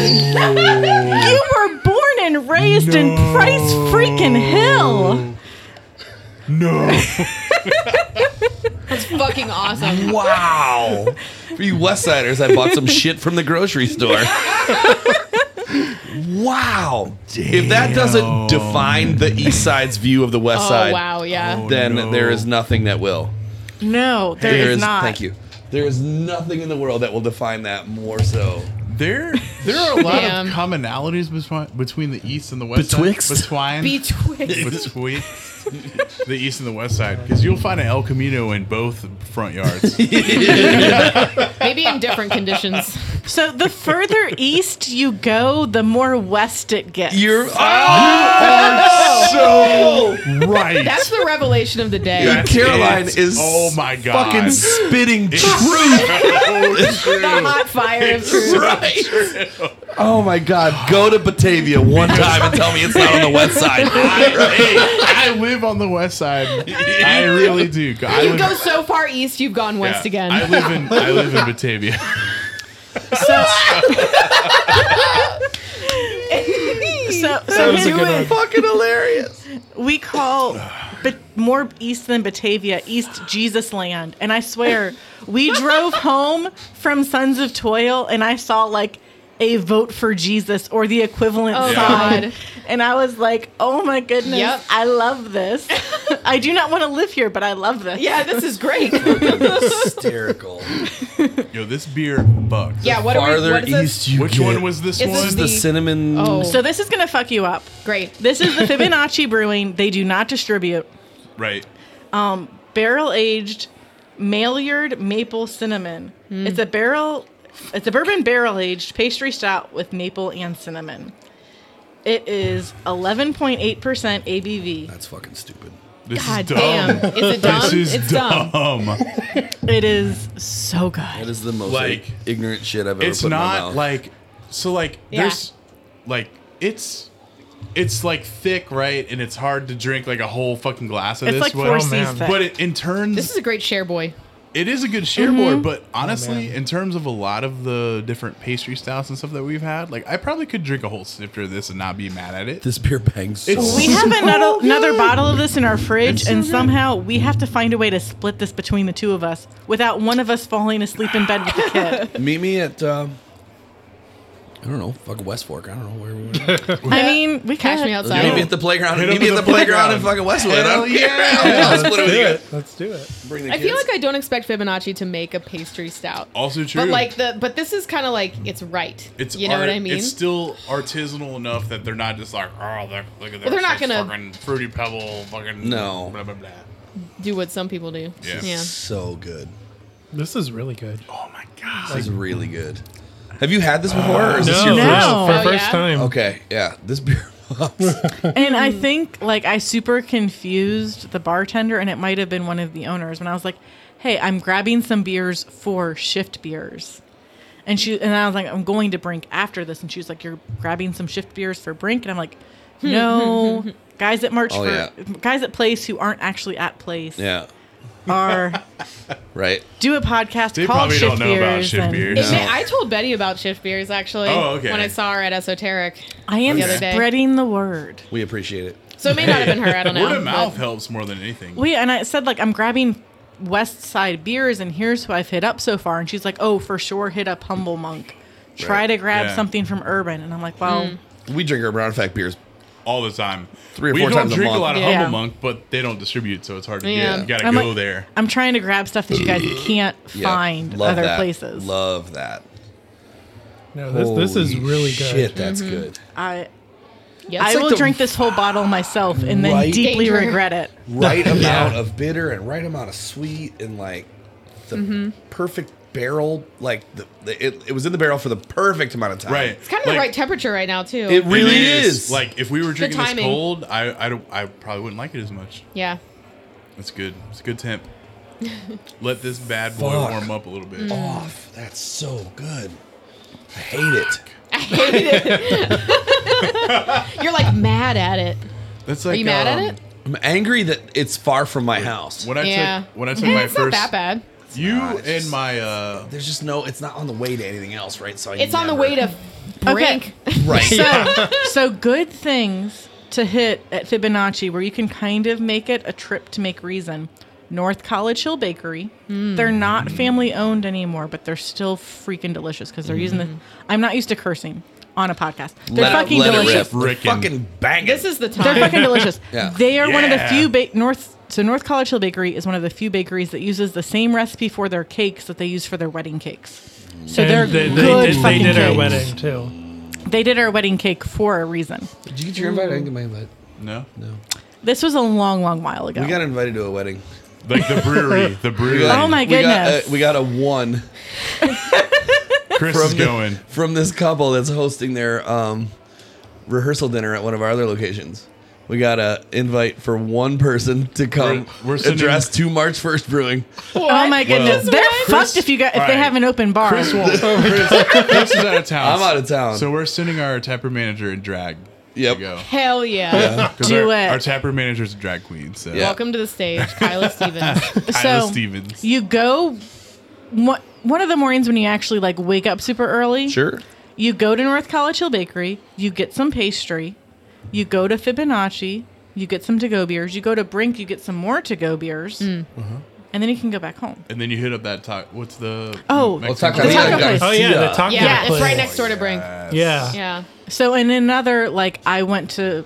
[SPEAKER 4] you were born and raised in Price freaking Hill.
[SPEAKER 1] No.
[SPEAKER 3] That's fucking awesome.
[SPEAKER 2] Wow. For you West Siders, I bought some shit from the grocery store. wow. If that doesn't define the East Side's view of the West
[SPEAKER 3] Oh
[SPEAKER 2] Side,
[SPEAKER 3] wow, yeah.
[SPEAKER 2] then
[SPEAKER 1] no.
[SPEAKER 2] there is nothing that will.
[SPEAKER 4] No, there is not.
[SPEAKER 2] Thank you. There is nothing in the world that will define that more so.
[SPEAKER 1] There, there are a lot
[SPEAKER 3] Damn.
[SPEAKER 1] of commonalities between between the east and the west.
[SPEAKER 2] Betwixt?
[SPEAKER 1] side. between,
[SPEAKER 3] Betwixt.
[SPEAKER 1] between the east and the west side, because you'll find an El Camino in both front yards.
[SPEAKER 3] Maybe in different conditions.
[SPEAKER 4] So the
[SPEAKER 2] Ah!
[SPEAKER 4] further east you go, the more west it gets.
[SPEAKER 2] You're oh,
[SPEAKER 1] so right.
[SPEAKER 3] That's the revelation of the day.
[SPEAKER 1] Yeah.
[SPEAKER 2] Caroline
[SPEAKER 1] It's-
[SPEAKER 2] is
[SPEAKER 1] oh my God.
[SPEAKER 2] fucking spitting truth.
[SPEAKER 1] It's so true.
[SPEAKER 3] The hot fire of truth.
[SPEAKER 2] Right. Oh my God! Go to Batavia one time and tell me it's not on the west side.
[SPEAKER 1] I live on the west side. I really do. I
[SPEAKER 3] You
[SPEAKER 1] live-
[SPEAKER 3] go so far east, you've gone west
[SPEAKER 1] yeah,
[SPEAKER 3] again.
[SPEAKER 1] I live in I live in Batavia.
[SPEAKER 4] So, so
[SPEAKER 5] was a good
[SPEAKER 4] anyway,
[SPEAKER 2] fucking hilarious.
[SPEAKER 4] we call but more east than Batavia East Jesus Land, and I swear we drove home from Sons of Toil, and I saw like a vote for Jesus or the equivalent
[SPEAKER 3] Oh,
[SPEAKER 4] sign,
[SPEAKER 3] God.
[SPEAKER 4] and I was like, oh my goodness,
[SPEAKER 3] Yep.
[SPEAKER 4] I love this. I do not want to live here, but I love this.
[SPEAKER 3] yeah, this is great.
[SPEAKER 2] Hysterical.
[SPEAKER 1] Yo, this beer bucks.
[SPEAKER 3] Yeah, what are we?
[SPEAKER 2] Farther
[SPEAKER 3] What is this?
[SPEAKER 2] east you
[SPEAKER 1] Which
[SPEAKER 2] get,
[SPEAKER 1] one was this
[SPEAKER 3] Is
[SPEAKER 1] one?
[SPEAKER 3] this
[SPEAKER 2] This is the
[SPEAKER 3] the-
[SPEAKER 2] cinnamon.
[SPEAKER 3] Oh,
[SPEAKER 4] So this is gonna fuck you up.
[SPEAKER 3] great.
[SPEAKER 4] This is the Fibonacci Brewing. They do not distribute.
[SPEAKER 1] right.
[SPEAKER 4] barrel aged Maillard maple cinnamon. It's a barrel it's a bourbon barrel aged pastry stout with maple and cinnamon. It is 11.8% ABV.
[SPEAKER 2] That's fucking stupid.
[SPEAKER 1] This
[SPEAKER 3] God
[SPEAKER 1] is dumb.
[SPEAKER 3] damn. Is it dumb?
[SPEAKER 1] This is
[SPEAKER 3] it's dumb.
[SPEAKER 1] dumb.
[SPEAKER 4] It is so good.
[SPEAKER 2] That is the most
[SPEAKER 1] Like,
[SPEAKER 2] ignorant shit I've ever.
[SPEAKER 1] It's
[SPEAKER 2] put in my
[SPEAKER 1] not
[SPEAKER 2] mouth.
[SPEAKER 1] like so like
[SPEAKER 3] Yeah.
[SPEAKER 1] there's like it's it's like thick, right? And it's hard to drink like a whole fucking glass of
[SPEAKER 4] It's
[SPEAKER 1] this
[SPEAKER 4] like
[SPEAKER 1] one.
[SPEAKER 4] four
[SPEAKER 5] Oh,
[SPEAKER 4] C's
[SPEAKER 5] man.
[SPEAKER 4] thick.
[SPEAKER 1] but it, in turns
[SPEAKER 3] This is Mm-hmm. a great share boy.
[SPEAKER 1] It is a good share board, but honestly,
[SPEAKER 2] Oh,
[SPEAKER 5] man.
[SPEAKER 1] in terms of a lot of the different pastry styles and stuff that we've had, like I probably could drink a whole snifter of this and not be mad at it.
[SPEAKER 2] this beer bangs. So
[SPEAKER 1] It's-
[SPEAKER 4] we have another, another bottle of this in our fridge, and somehow we have to find a way to split this between the two of us without one of us falling asleep in bed with the kid.
[SPEAKER 2] Meet me at. Um, I don't know, fucking West Fork. I don't know where. where.
[SPEAKER 4] I mean, we
[SPEAKER 3] Cash
[SPEAKER 4] could.
[SPEAKER 3] me outside.
[SPEAKER 2] Meet me at the playground.
[SPEAKER 1] Hit
[SPEAKER 2] Meet
[SPEAKER 1] up
[SPEAKER 2] me at
[SPEAKER 1] at
[SPEAKER 2] the
[SPEAKER 1] the
[SPEAKER 2] playground in
[SPEAKER 1] playground.
[SPEAKER 2] fucking Westwood. I
[SPEAKER 1] Hell
[SPEAKER 2] don't care.
[SPEAKER 1] yeah.
[SPEAKER 2] I'll split it with you.
[SPEAKER 5] Let's do it.
[SPEAKER 2] Bring the
[SPEAKER 3] I feel
[SPEAKER 2] kids.
[SPEAKER 3] like I don't expect Fibonacci to make a pastry stout.
[SPEAKER 1] Also true.
[SPEAKER 3] But like the but this is kind of like it's right.
[SPEAKER 1] it's
[SPEAKER 3] you know
[SPEAKER 1] art-
[SPEAKER 3] what I mean.
[SPEAKER 1] It's still artisanal enough that they're not just like, oh, look, look at that.
[SPEAKER 3] they're not
[SPEAKER 1] shit's
[SPEAKER 3] gonna-
[SPEAKER 1] fucking fruity pebble, fucking
[SPEAKER 2] No.
[SPEAKER 1] blah blah blah.
[SPEAKER 3] Do what some people do.
[SPEAKER 1] Yeah.
[SPEAKER 2] so good.
[SPEAKER 5] This is really good.
[SPEAKER 1] Oh my god.
[SPEAKER 2] This is really good. Have you had this before? Or is this your
[SPEAKER 4] No.
[SPEAKER 2] first?
[SPEAKER 5] for
[SPEAKER 3] Oh,
[SPEAKER 5] the first
[SPEAKER 3] yeah?
[SPEAKER 5] time.
[SPEAKER 2] Okay, yeah. This beer.
[SPEAKER 4] And I
[SPEAKER 3] Mm.
[SPEAKER 4] think like I super confused the bartender, and it might have been one of the owners when I was like, "Hey, I'm grabbing some beers for shift beers," and she and I was like, "I'm going to Brink after this," and she was like, "You're grabbing some shift beers for Brink," and I'm like,
[SPEAKER 3] Hmm.
[SPEAKER 4] "No." Guys at March
[SPEAKER 2] Oh,
[SPEAKER 4] for
[SPEAKER 2] yeah.
[SPEAKER 4] guys at Place who aren't actually at Place
[SPEAKER 2] yeah.
[SPEAKER 4] are
[SPEAKER 2] Right.
[SPEAKER 4] do a podcast
[SPEAKER 1] They
[SPEAKER 4] called
[SPEAKER 1] probably
[SPEAKER 4] Shift
[SPEAKER 1] don't know
[SPEAKER 4] Beers.
[SPEAKER 1] about shift
[SPEAKER 4] and-
[SPEAKER 1] beers.
[SPEAKER 3] It may-
[SPEAKER 2] No.
[SPEAKER 3] I told Betty about shift beers actually
[SPEAKER 1] Oh, okay.
[SPEAKER 3] when I saw her at Esoteric.
[SPEAKER 4] I am
[SPEAKER 3] The other day.
[SPEAKER 4] spreading the word.
[SPEAKER 2] We appreciate it.
[SPEAKER 3] So it may not have been her. I don't know.
[SPEAKER 1] Word of
[SPEAKER 3] but-
[SPEAKER 1] mouth helps more than anything.
[SPEAKER 4] Well, yeah, and I said like I'm grabbing West Side beers, and here's who I've hit up so far. And she's like, "Oh, for sure, hit up Humble Monk. Try
[SPEAKER 2] Right.
[SPEAKER 4] to grab
[SPEAKER 1] Yeah.
[SPEAKER 4] something from Urban." And I'm like, "Well,
[SPEAKER 2] We drink our brown fact beers.
[SPEAKER 1] All the time.
[SPEAKER 2] Three or
[SPEAKER 1] we
[SPEAKER 2] four
[SPEAKER 1] don't
[SPEAKER 2] times a
[SPEAKER 1] drink
[SPEAKER 2] month.
[SPEAKER 1] lot of
[SPEAKER 4] Yeah.
[SPEAKER 1] humble monk, but they don't distribute, so it's hard to
[SPEAKER 3] Yeah.
[SPEAKER 1] get. You gotta
[SPEAKER 4] I'm
[SPEAKER 1] go
[SPEAKER 4] like-
[SPEAKER 1] there.
[SPEAKER 4] I'm trying to grab stuff that you guys can't
[SPEAKER 2] Yeah,
[SPEAKER 4] find
[SPEAKER 2] love
[SPEAKER 4] other
[SPEAKER 2] that.
[SPEAKER 4] places."
[SPEAKER 2] Love that.
[SPEAKER 5] No, this this is
[SPEAKER 2] Holy
[SPEAKER 5] really
[SPEAKER 2] Shit,
[SPEAKER 5] good.
[SPEAKER 2] that's
[SPEAKER 4] Mm-hmm.
[SPEAKER 2] good.
[SPEAKER 4] I
[SPEAKER 3] Yes.
[SPEAKER 4] I
[SPEAKER 3] It's like
[SPEAKER 4] will
[SPEAKER 2] the-
[SPEAKER 4] drink this whole bottle myself and then
[SPEAKER 2] Right.
[SPEAKER 4] deeply
[SPEAKER 3] Danger.
[SPEAKER 4] regret it.
[SPEAKER 2] Right
[SPEAKER 5] Yeah.
[SPEAKER 2] amount of bitter and right amount of sweet and like the
[SPEAKER 4] Mm-hmm.
[SPEAKER 2] perfect barrel. Like the, the it, it was in the barrel for the perfect amount of time.
[SPEAKER 1] Right.
[SPEAKER 3] It's kind of the right temperature right now too.
[SPEAKER 2] It really
[SPEAKER 1] It
[SPEAKER 2] is.
[SPEAKER 1] Like if we were drinking this
[SPEAKER 3] timing.
[SPEAKER 1] cold, I I, don't, I probably wouldn't like it as much.
[SPEAKER 3] yeah.
[SPEAKER 1] It's good. It's a good temp. Let this bad boy
[SPEAKER 2] Fuck.
[SPEAKER 1] warm up a little bit.
[SPEAKER 3] Mm.
[SPEAKER 2] off. That's so good. I hate it.
[SPEAKER 3] I hate it. You're like mad at it.
[SPEAKER 1] That's like
[SPEAKER 3] Are you mad
[SPEAKER 1] um,
[SPEAKER 3] at it?
[SPEAKER 2] I'm angry that it's far from my house.
[SPEAKER 1] When I
[SPEAKER 3] Yeah.
[SPEAKER 1] took when I took
[SPEAKER 3] Eh,
[SPEAKER 1] my
[SPEAKER 3] it's
[SPEAKER 1] first
[SPEAKER 3] not that bad.
[SPEAKER 1] you
[SPEAKER 2] not.
[SPEAKER 1] and my uh
[SPEAKER 2] There's just no. It's not on the way to anything else, right? So I
[SPEAKER 3] It's on the
[SPEAKER 2] never-
[SPEAKER 3] way to brink.
[SPEAKER 2] right.
[SPEAKER 4] So, so good things to hit at Fibonacci where you can kind of make it a trip to make reason. North College Hill Bakery. They're not family owned anymore, but they're still freaking delicious because they're using the. I'm not used to cursing on a podcast. They're
[SPEAKER 2] Let it-
[SPEAKER 4] fucking
[SPEAKER 2] let it
[SPEAKER 4] delicious.
[SPEAKER 2] rip. They're
[SPEAKER 1] Frickin'.
[SPEAKER 2] Fucking bang.
[SPEAKER 3] This is the
[SPEAKER 4] They're
[SPEAKER 3] time.
[SPEAKER 4] fucking delicious.
[SPEAKER 2] Yeah.
[SPEAKER 4] They are one of the
[SPEAKER 1] Yeah.
[SPEAKER 4] few ba- North. So North College Hill Bakery is one of the few bakeries that uses the same recipe for their cakes that they use for their wedding cakes. So
[SPEAKER 5] And
[SPEAKER 4] they're
[SPEAKER 5] they, they
[SPEAKER 4] good
[SPEAKER 5] did, they
[SPEAKER 4] fucking
[SPEAKER 5] did our
[SPEAKER 4] cakes.
[SPEAKER 5] wedding too.
[SPEAKER 4] They did our wedding cake for a reason.
[SPEAKER 2] Did you get your invite? I didn't get my invite.
[SPEAKER 1] no
[SPEAKER 2] No.
[SPEAKER 4] This was a long, long while ago.
[SPEAKER 2] We got invited to a wedding.
[SPEAKER 3] Oh
[SPEAKER 1] like the brewery the brewery
[SPEAKER 4] Oh my
[SPEAKER 2] We got, uh,
[SPEAKER 4] goodness.
[SPEAKER 2] We got, a one
[SPEAKER 1] Chris is
[SPEAKER 2] from the-
[SPEAKER 1] going
[SPEAKER 2] from this couple that's hosting their um, rehearsal dinner at one of our other locations. We got a invite for one person to come
[SPEAKER 1] We're- we're sending-
[SPEAKER 2] address to March first brewing.
[SPEAKER 4] Oh my goodness,
[SPEAKER 1] Well,
[SPEAKER 4] they're
[SPEAKER 1] Chris-
[SPEAKER 4] fucked if you got if
[SPEAKER 1] all
[SPEAKER 4] they
[SPEAKER 1] right.
[SPEAKER 4] have an open bar.
[SPEAKER 1] Chris won't. Chris, Chris is out of town.
[SPEAKER 2] I'm out of town.
[SPEAKER 1] So we're sending our tapper manager in drag.
[SPEAKER 2] Yep.
[SPEAKER 1] To go.
[SPEAKER 3] Hell yeah.
[SPEAKER 1] 'Cause
[SPEAKER 4] Do
[SPEAKER 1] our,
[SPEAKER 4] it.
[SPEAKER 1] Our tapper manager's a drag queen. So
[SPEAKER 2] Yeah.
[SPEAKER 3] Welcome to the stage, Kyla Stevens.
[SPEAKER 1] Kyla
[SPEAKER 4] So-
[SPEAKER 1] Stevens.
[SPEAKER 4] You go one one of the mornings when you actually like wake up super early.
[SPEAKER 2] Sure.
[SPEAKER 4] You go to North College Hill Bakery. You get some pastry. You go to Fibonacci. You get some to-go beers. You go to Brink. You get some more to-go beers. And then you can go back home.
[SPEAKER 1] And then you hit up that talk. What's the
[SPEAKER 4] Oh,
[SPEAKER 1] Mexican
[SPEAKER 2] taco-
[SPEAKER 1] place?
[SPEAKER 4] The taco place.
[SPEAKER 5] Oh yeah,
[SPEAKER 2] uh,
[SPEAKER 5] the taco
[SPEAKER 3] Yeah, it's
[SPEAKER 5] place.
[SPEAKER 3] right next door
[SPEAKER 1] Oh,
[SPEAKER 3] to Brink.
[SPEAKER 5] Yeah.
[SPEAKER 3] Yeah.
[SPEAKER 4] So in another like I went to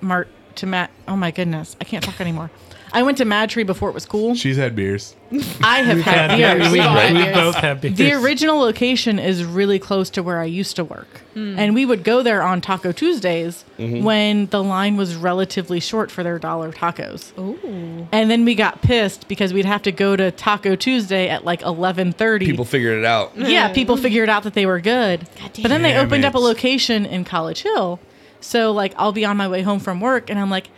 [SPEAKER 4] Mart to Matt. Oh my goodness, I can't talk anymore. I went to Mad Tree before it was cool.
[SPEAKER 1] She's had beers.
[SPEAKER 4] I have had
[SPEAKER 5] Yeah,
[SPEAKER 4] beers.
[SPEAKER 5] we,
[SPEAKER 3] Right.
[SPEAKER 5] we both have beers.
[SPEAKER 4] The original location is really close to where I used to work. And we would go there on Taco Tuesdays when the line was relatively short for their dollar tacos.
[SPEAKER 3] Ooh.
[SPEAKER 4] And then we got pissed because we'd have to go to Taco Tuesday at like 11:30.
[SPEAKER 2] People figured it out.
[SPEAKER 3] Mm.
[SPEAKER 4] yeah, people figured out that they were good. But then they
[SPEAKER 1] Damn
[SPEAKER 4] opened up a
[SPEAKER 1] it.
[SPEAKER 4] location in College Hill. So like I'll be on my way home from work and I'm like,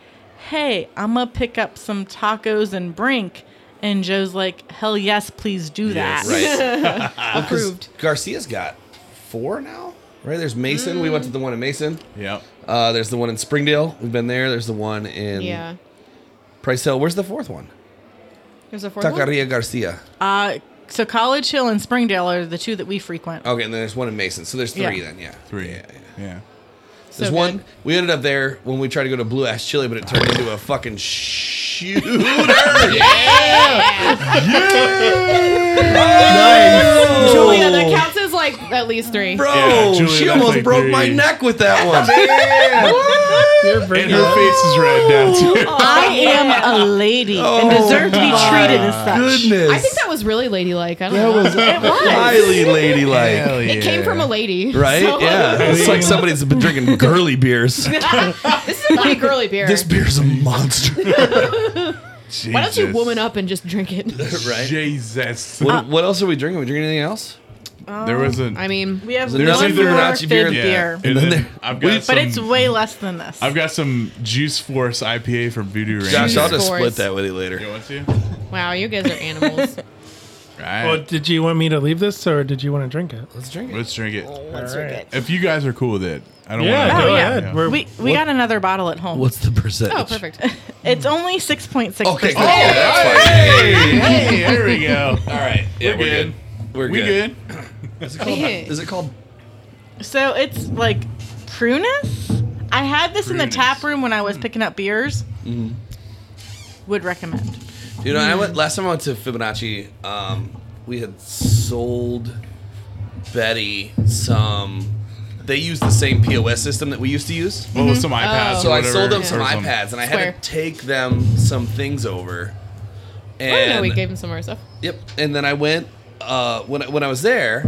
[SPEAKER 4] "Hey, I'm gonna pick up some tacos and brink." And Joe's like, "Hell yes, please do that."
[SPEAKER 2] Right.
[SPEAKER 3] Approved.
[SPEAKER 2] Garcia's got four now. Right. There's Mason.
[SPEAKER 3] Mm.
[SPEAKER 2] We went to the one in Mason.
[SPEAKER 1] Yep.
[SPEAKER 2] Uh, there's the one in Springdale. We've been there. There's the one in
[SPEAKER 3] Yeah.
[SPEAKER 2] Price Hill. Where's the fourth one?
[SPEAKER 3] There's a fourth one.
[SPEAKER 2] Taqueria Garcia.
[SPEAKER 4] Uh, so College Hill and Springdale are the two that we frequent.
[SPEAKER 2] Okay, and then there's one in Mason. So there's three
[SPEAKER 4] Yeah.
[SPEAKER 2] then, yeah.
[SPEAKER 1] Three.
[SPEAKER 2] Yeah, yeah.
[SPEAKER 1] yeah.
[SPEAKER 2] There's
[SPEAKER 3] So
[SPEAKER 2] one.
[SPEAKER 3] good.
[SPEAKER 2] We ended up there when we tried to go to Blue Ash Chili, but it turned into a fucking shooter. yeah.
[SPEAKER 3] Julia,
[SPEAKER 1] Oh.
[SPEAKER 3] that counts as like at least three.
[SPEAKER 2] Bro,
[SPEAKER 1] Yeah, Julia,
[SPEAKER 2] she
[SPEAKER 1] that's
[SPEAKER 2] almost
[SPEAKER 1] like
[SPEAKER 2] broke
[SPEAKER 1] three.
[SPEAKER 2] my neck with that one.
[SPEAKER 5] You're
[SPEAKER 1] And
[SPEAKER 5] bringing
[SPEAKER 1] her face is red now
[SPEAKER 3] Oh,
[SPEAKER 1] too.
[SPEAKER 4] I am a lady and deserve to be treated as such.
[SPEAKER 2] Oh Goodness.
[SPEAKER 3] I think that was really ladylike. I don't know.
[SPEAKER 4] It was.
[SPEAKER 2] highly ladylike.
[SPEAKER 1] Hell
[SPEAKER 3] It came
[SPEAKER 1] yeah.
[SPEAKER 3] from a lady.
[SPEAKER 2] Right?
[SPEAKER 3] So-
[SPEAKER 2] yeah. It's like somebody's been drinking girly beers.
[SPEAKER 3] this is a pretty girly beer.
[SPEAKER 2] this beer's a monster.
[SPEAKER 3] Why don't you
[SPEAKER 1] Jesus.
[SPEAKER 3] woman up and just drink it?
[SPEAKER 1] Jesus.
[SPEAKER 3] Uh,
[SPEAKER 2] What, what else are we drinking? Are we drinking anything else?
[SPEAKER 1] there was an.
[SPEAKER 3] I mean,
[SPEAKER 4] We have
[SPEAKER 2] There's
[SPEAKER 4] one
[SPEAKER 2] either
[SPEAKER 4] more
[SPEAKER 2] an Nazi
[SPEAKER 4] fifth
[SPEAKER 2] beer-
[SPEAKER 4] beer,
[SPEAKER 2] Yeah.
[SPEAKER 1] And
[SPEAKER 2] then
[SPEAKER 1] then
[SPEAKER 2] there-
[SPEAKER 1] I've got some,
[SPEAKER 4] but it's way less than this.
[SPEAKER 1] I've got some Juice Force IPA from Voodoo Ranch.
[SPEAKER 2] Josh, I'll just
[SPEAKER 3] Scores.
[SPEAKER 2] split that with you
[SPEAKER 1] You
[SPEAKER 2] later.
[SPEAKER 1] want to?
[SPEAKER 3] wow, you guys are animals.
[SPEAKER 1] Right.
[SPEAKER 5] Well, did you want me to leave this or did you want to drink it?
[SPEAKER 2] Let's drink it.
[SPEAKER 1] Let's drink it.
[SPEAKER 5] All right.
[SPEAKER 1] If you guys are cool with it, I don't
[SPEAKER 5] Yeah,
[SPEAKER 1] want
[SPEAKER 5] go
[SPEAKER 4] Oh, yeah.
[SPEAKER 5] ahead. We're,
[SPEAKER 4] we we got another bottle at home.
[SPEAKER 2] What's the percentage?
[SPEAKER 3] Oh, perfect.
[SPEAKER 4] It's only six point six
[SPEAKER 2] Okay,
[SPEAKER 4] percent.
[SPEAKER 2] good. that's fine.
[SPEAKER 1] Hey, hey, there we go.
[SPEAKER 2] All right.
[SPEAKER 1] We're
[SPEAKER 2] Yeah,
[SPEAKER 1] good.
[SPEAKER 2] We're good.
[SPEAKER 1] We good?
[SPEAKER 2] Is it called?
[SPEAKER 3] Yeah.
[SPEAKER 2] Is it called?
[SPEAKER 4] So it's like prunus. I had this in the
[SPEAKER 1] Prunus.
[SPEAKER 4] tap room when I
[SPEAKER 2] Mm.
[SPEAKER 4] was picking up beers.
[SPEAKER 2] Mm-hmm.
[SPEAKER 4] Would recommend.
[SPEAKER 2] You know, I
[SPEAKER 3] Hmm.
[SPEAKER 2] went last time I went to Fibonacci. Um, we had sold Betty some. They used the same POS system that we used to use.
[SPEAKER 1] Well, with some
[SPEAKER 3] Oh.
[SPEAKER 1] iPads. or
[SPEAKER 2] So I
[SPEAKER 1] whatever,
[SPEAKER 2] sold them some
[SPEAKER 1] or some-
[SPEAKER 2] iPads, and I
[SPEAKER 3] Square.
[SPEAKER 2] had to take them some things over.
[SPEAKER 3] I
[SPEAKER 2] And
[SPEAKER 3] know Oh, we gave him some of our stuff.
[SPEAKER 2] Yep. And then I went uh, when I- when I was there.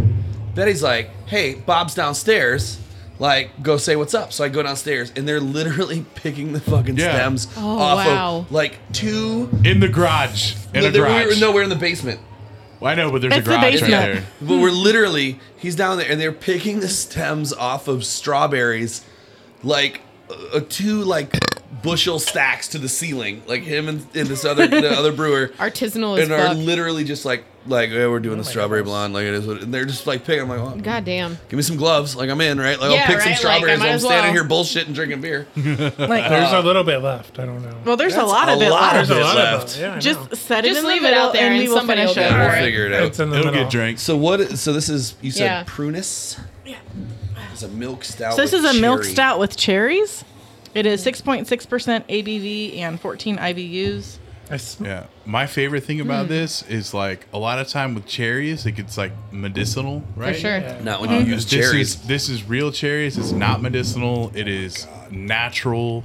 [SPEAKER 2] Betty's like, "Hey, Bob's downstairs. Like, go say what's up." So I go downstairs, and they're literally picking the fucking
[SPEAKER 1] Yeah.
[SPEAKER 2] stems
[SPEAKER 3] Oh,
[SPEAKER 2] off
[SPEAKER 3] wow.
[SPEAKER 2] of like two.
[SPEAKER 1] In the garage. In
[SPEAKER 2] no,
[SPEAKER 1] a
[SPEAKER 2] they- we
[SPEAKER 1] garage.
[SPEAKER 2] were- no, we're in the basement.
[SPEAKER 1] Well, I know, but there's a
[SPEAKER 4] It's the
[SPEAKER 1] garage right
[SPEAKER 4] basement.
[SPEAKER 1] there.
[SPEAKER 2] But
[SPEAKER 3] Hmm.
[SPEAKER 2] we're literally he's down there, and they're picking the stems off of strawberries, like uh, two like bushel stacks to the ceiling. Like him and, and this other the other brewer
[SPEAKER 3] Artisanal as
[SPEAKER 2] and are
[SPEAKER 3] fuck.
[SPEAKER 2] literally just like like yeah, we're
[SPEAKER 3] Oh
[SPEAKER 2] doing the strawberry blonde like it is what and they're just like picking I'm like oh,
[SPEAKER 3] God damn.
[SPEAKER 2] give me some gloves like I'm in right like
[SPEAKER 3] Yeah,
[SPEAKER 2] I'll pick
[SPEAKER 3] right,
[SPEAKER 2] some
[SPEAKER 3] like, I
[SPEAKER 2] strawberries
[SPEAKER 3] might
[SPEAKER 2] while I'm
[SPEAKER 3] as
[SPEAKER 2] standing
[SPEAKER 3] well.
[SPEAKER 2] here bullshit and drinking beer
[SPEAKER 4] Like, uh,
[SPEAKER 5] There's a little bit left. I don't know.
[SPEAKER 4] well, there's a
[SPEAKER 2] That's
[SPEAKER 4] lot of it
[SPEAKER 2] of
[SPEAKER 4] left.
[SPEAKER 5] There's a
[SPEAKER 2] it
[SPEAKER 5] lot
[SPEAKER 2] left.
[SPEAKER 5] of it. Yeah, I know.
[SPEAKER 4] Just set it
[SPEAKER 3] Just
[SPEAKER 4] in the
[SPEAKER 3] leave it
[SPEAKER 4] middle
[SPEAKER 3] out there
[SPEAKER 4] and
[SPEAKER 3] and
[SPEAKER 4] we will
[SPEAKER 3] somebody
[SPEAKER 4] finish
[SPEAKER 3] will
[SPEAKER 4] it.
[SPEAKER 3] get it.
[SPEAKER 2] we'll
[SPEAKER 3] Alright.
[SPEAKER 2] figure it
[SPEAKER 5] It's
[SPEAKER 2] out
[SPEAKER 5] in the
[SPEAKER 1] It'll
[SPEAKER 5] middle.
[SPEAKER 1] get drank.
[SPEAKER 2] so what is- so this is you said
[SPEAKER 3] Yeah.
[SPEAKER 2] prunus yeah it's a milk stout
[SPEAKER 4] So this
[SPEAKER 2] with
[SPEAKER 4] is a milk
[SPEAKER 2] cherry.
[SPEAKER 4] stout with cherries. It is 6.6% ABV and 14 IBUs.
[SPEAKER 5] I s-
[SPEAKER 1] Yeah. My favorite thing about this is like a lot of time with cherries, it gets like medicinal,
[SPEAKER 3] For
[SPEAKER 1] right?
[SPEAKER 3] sure.
[SPEAKER 2] not when
[SPEAKER 1] Um,
[SPEAKER 2] you use
[SPEAKER 1] this
[SPEAKER 2] cherries
[SPEAKER 1] Is, this is real cherries. It's not medicinal. It is natural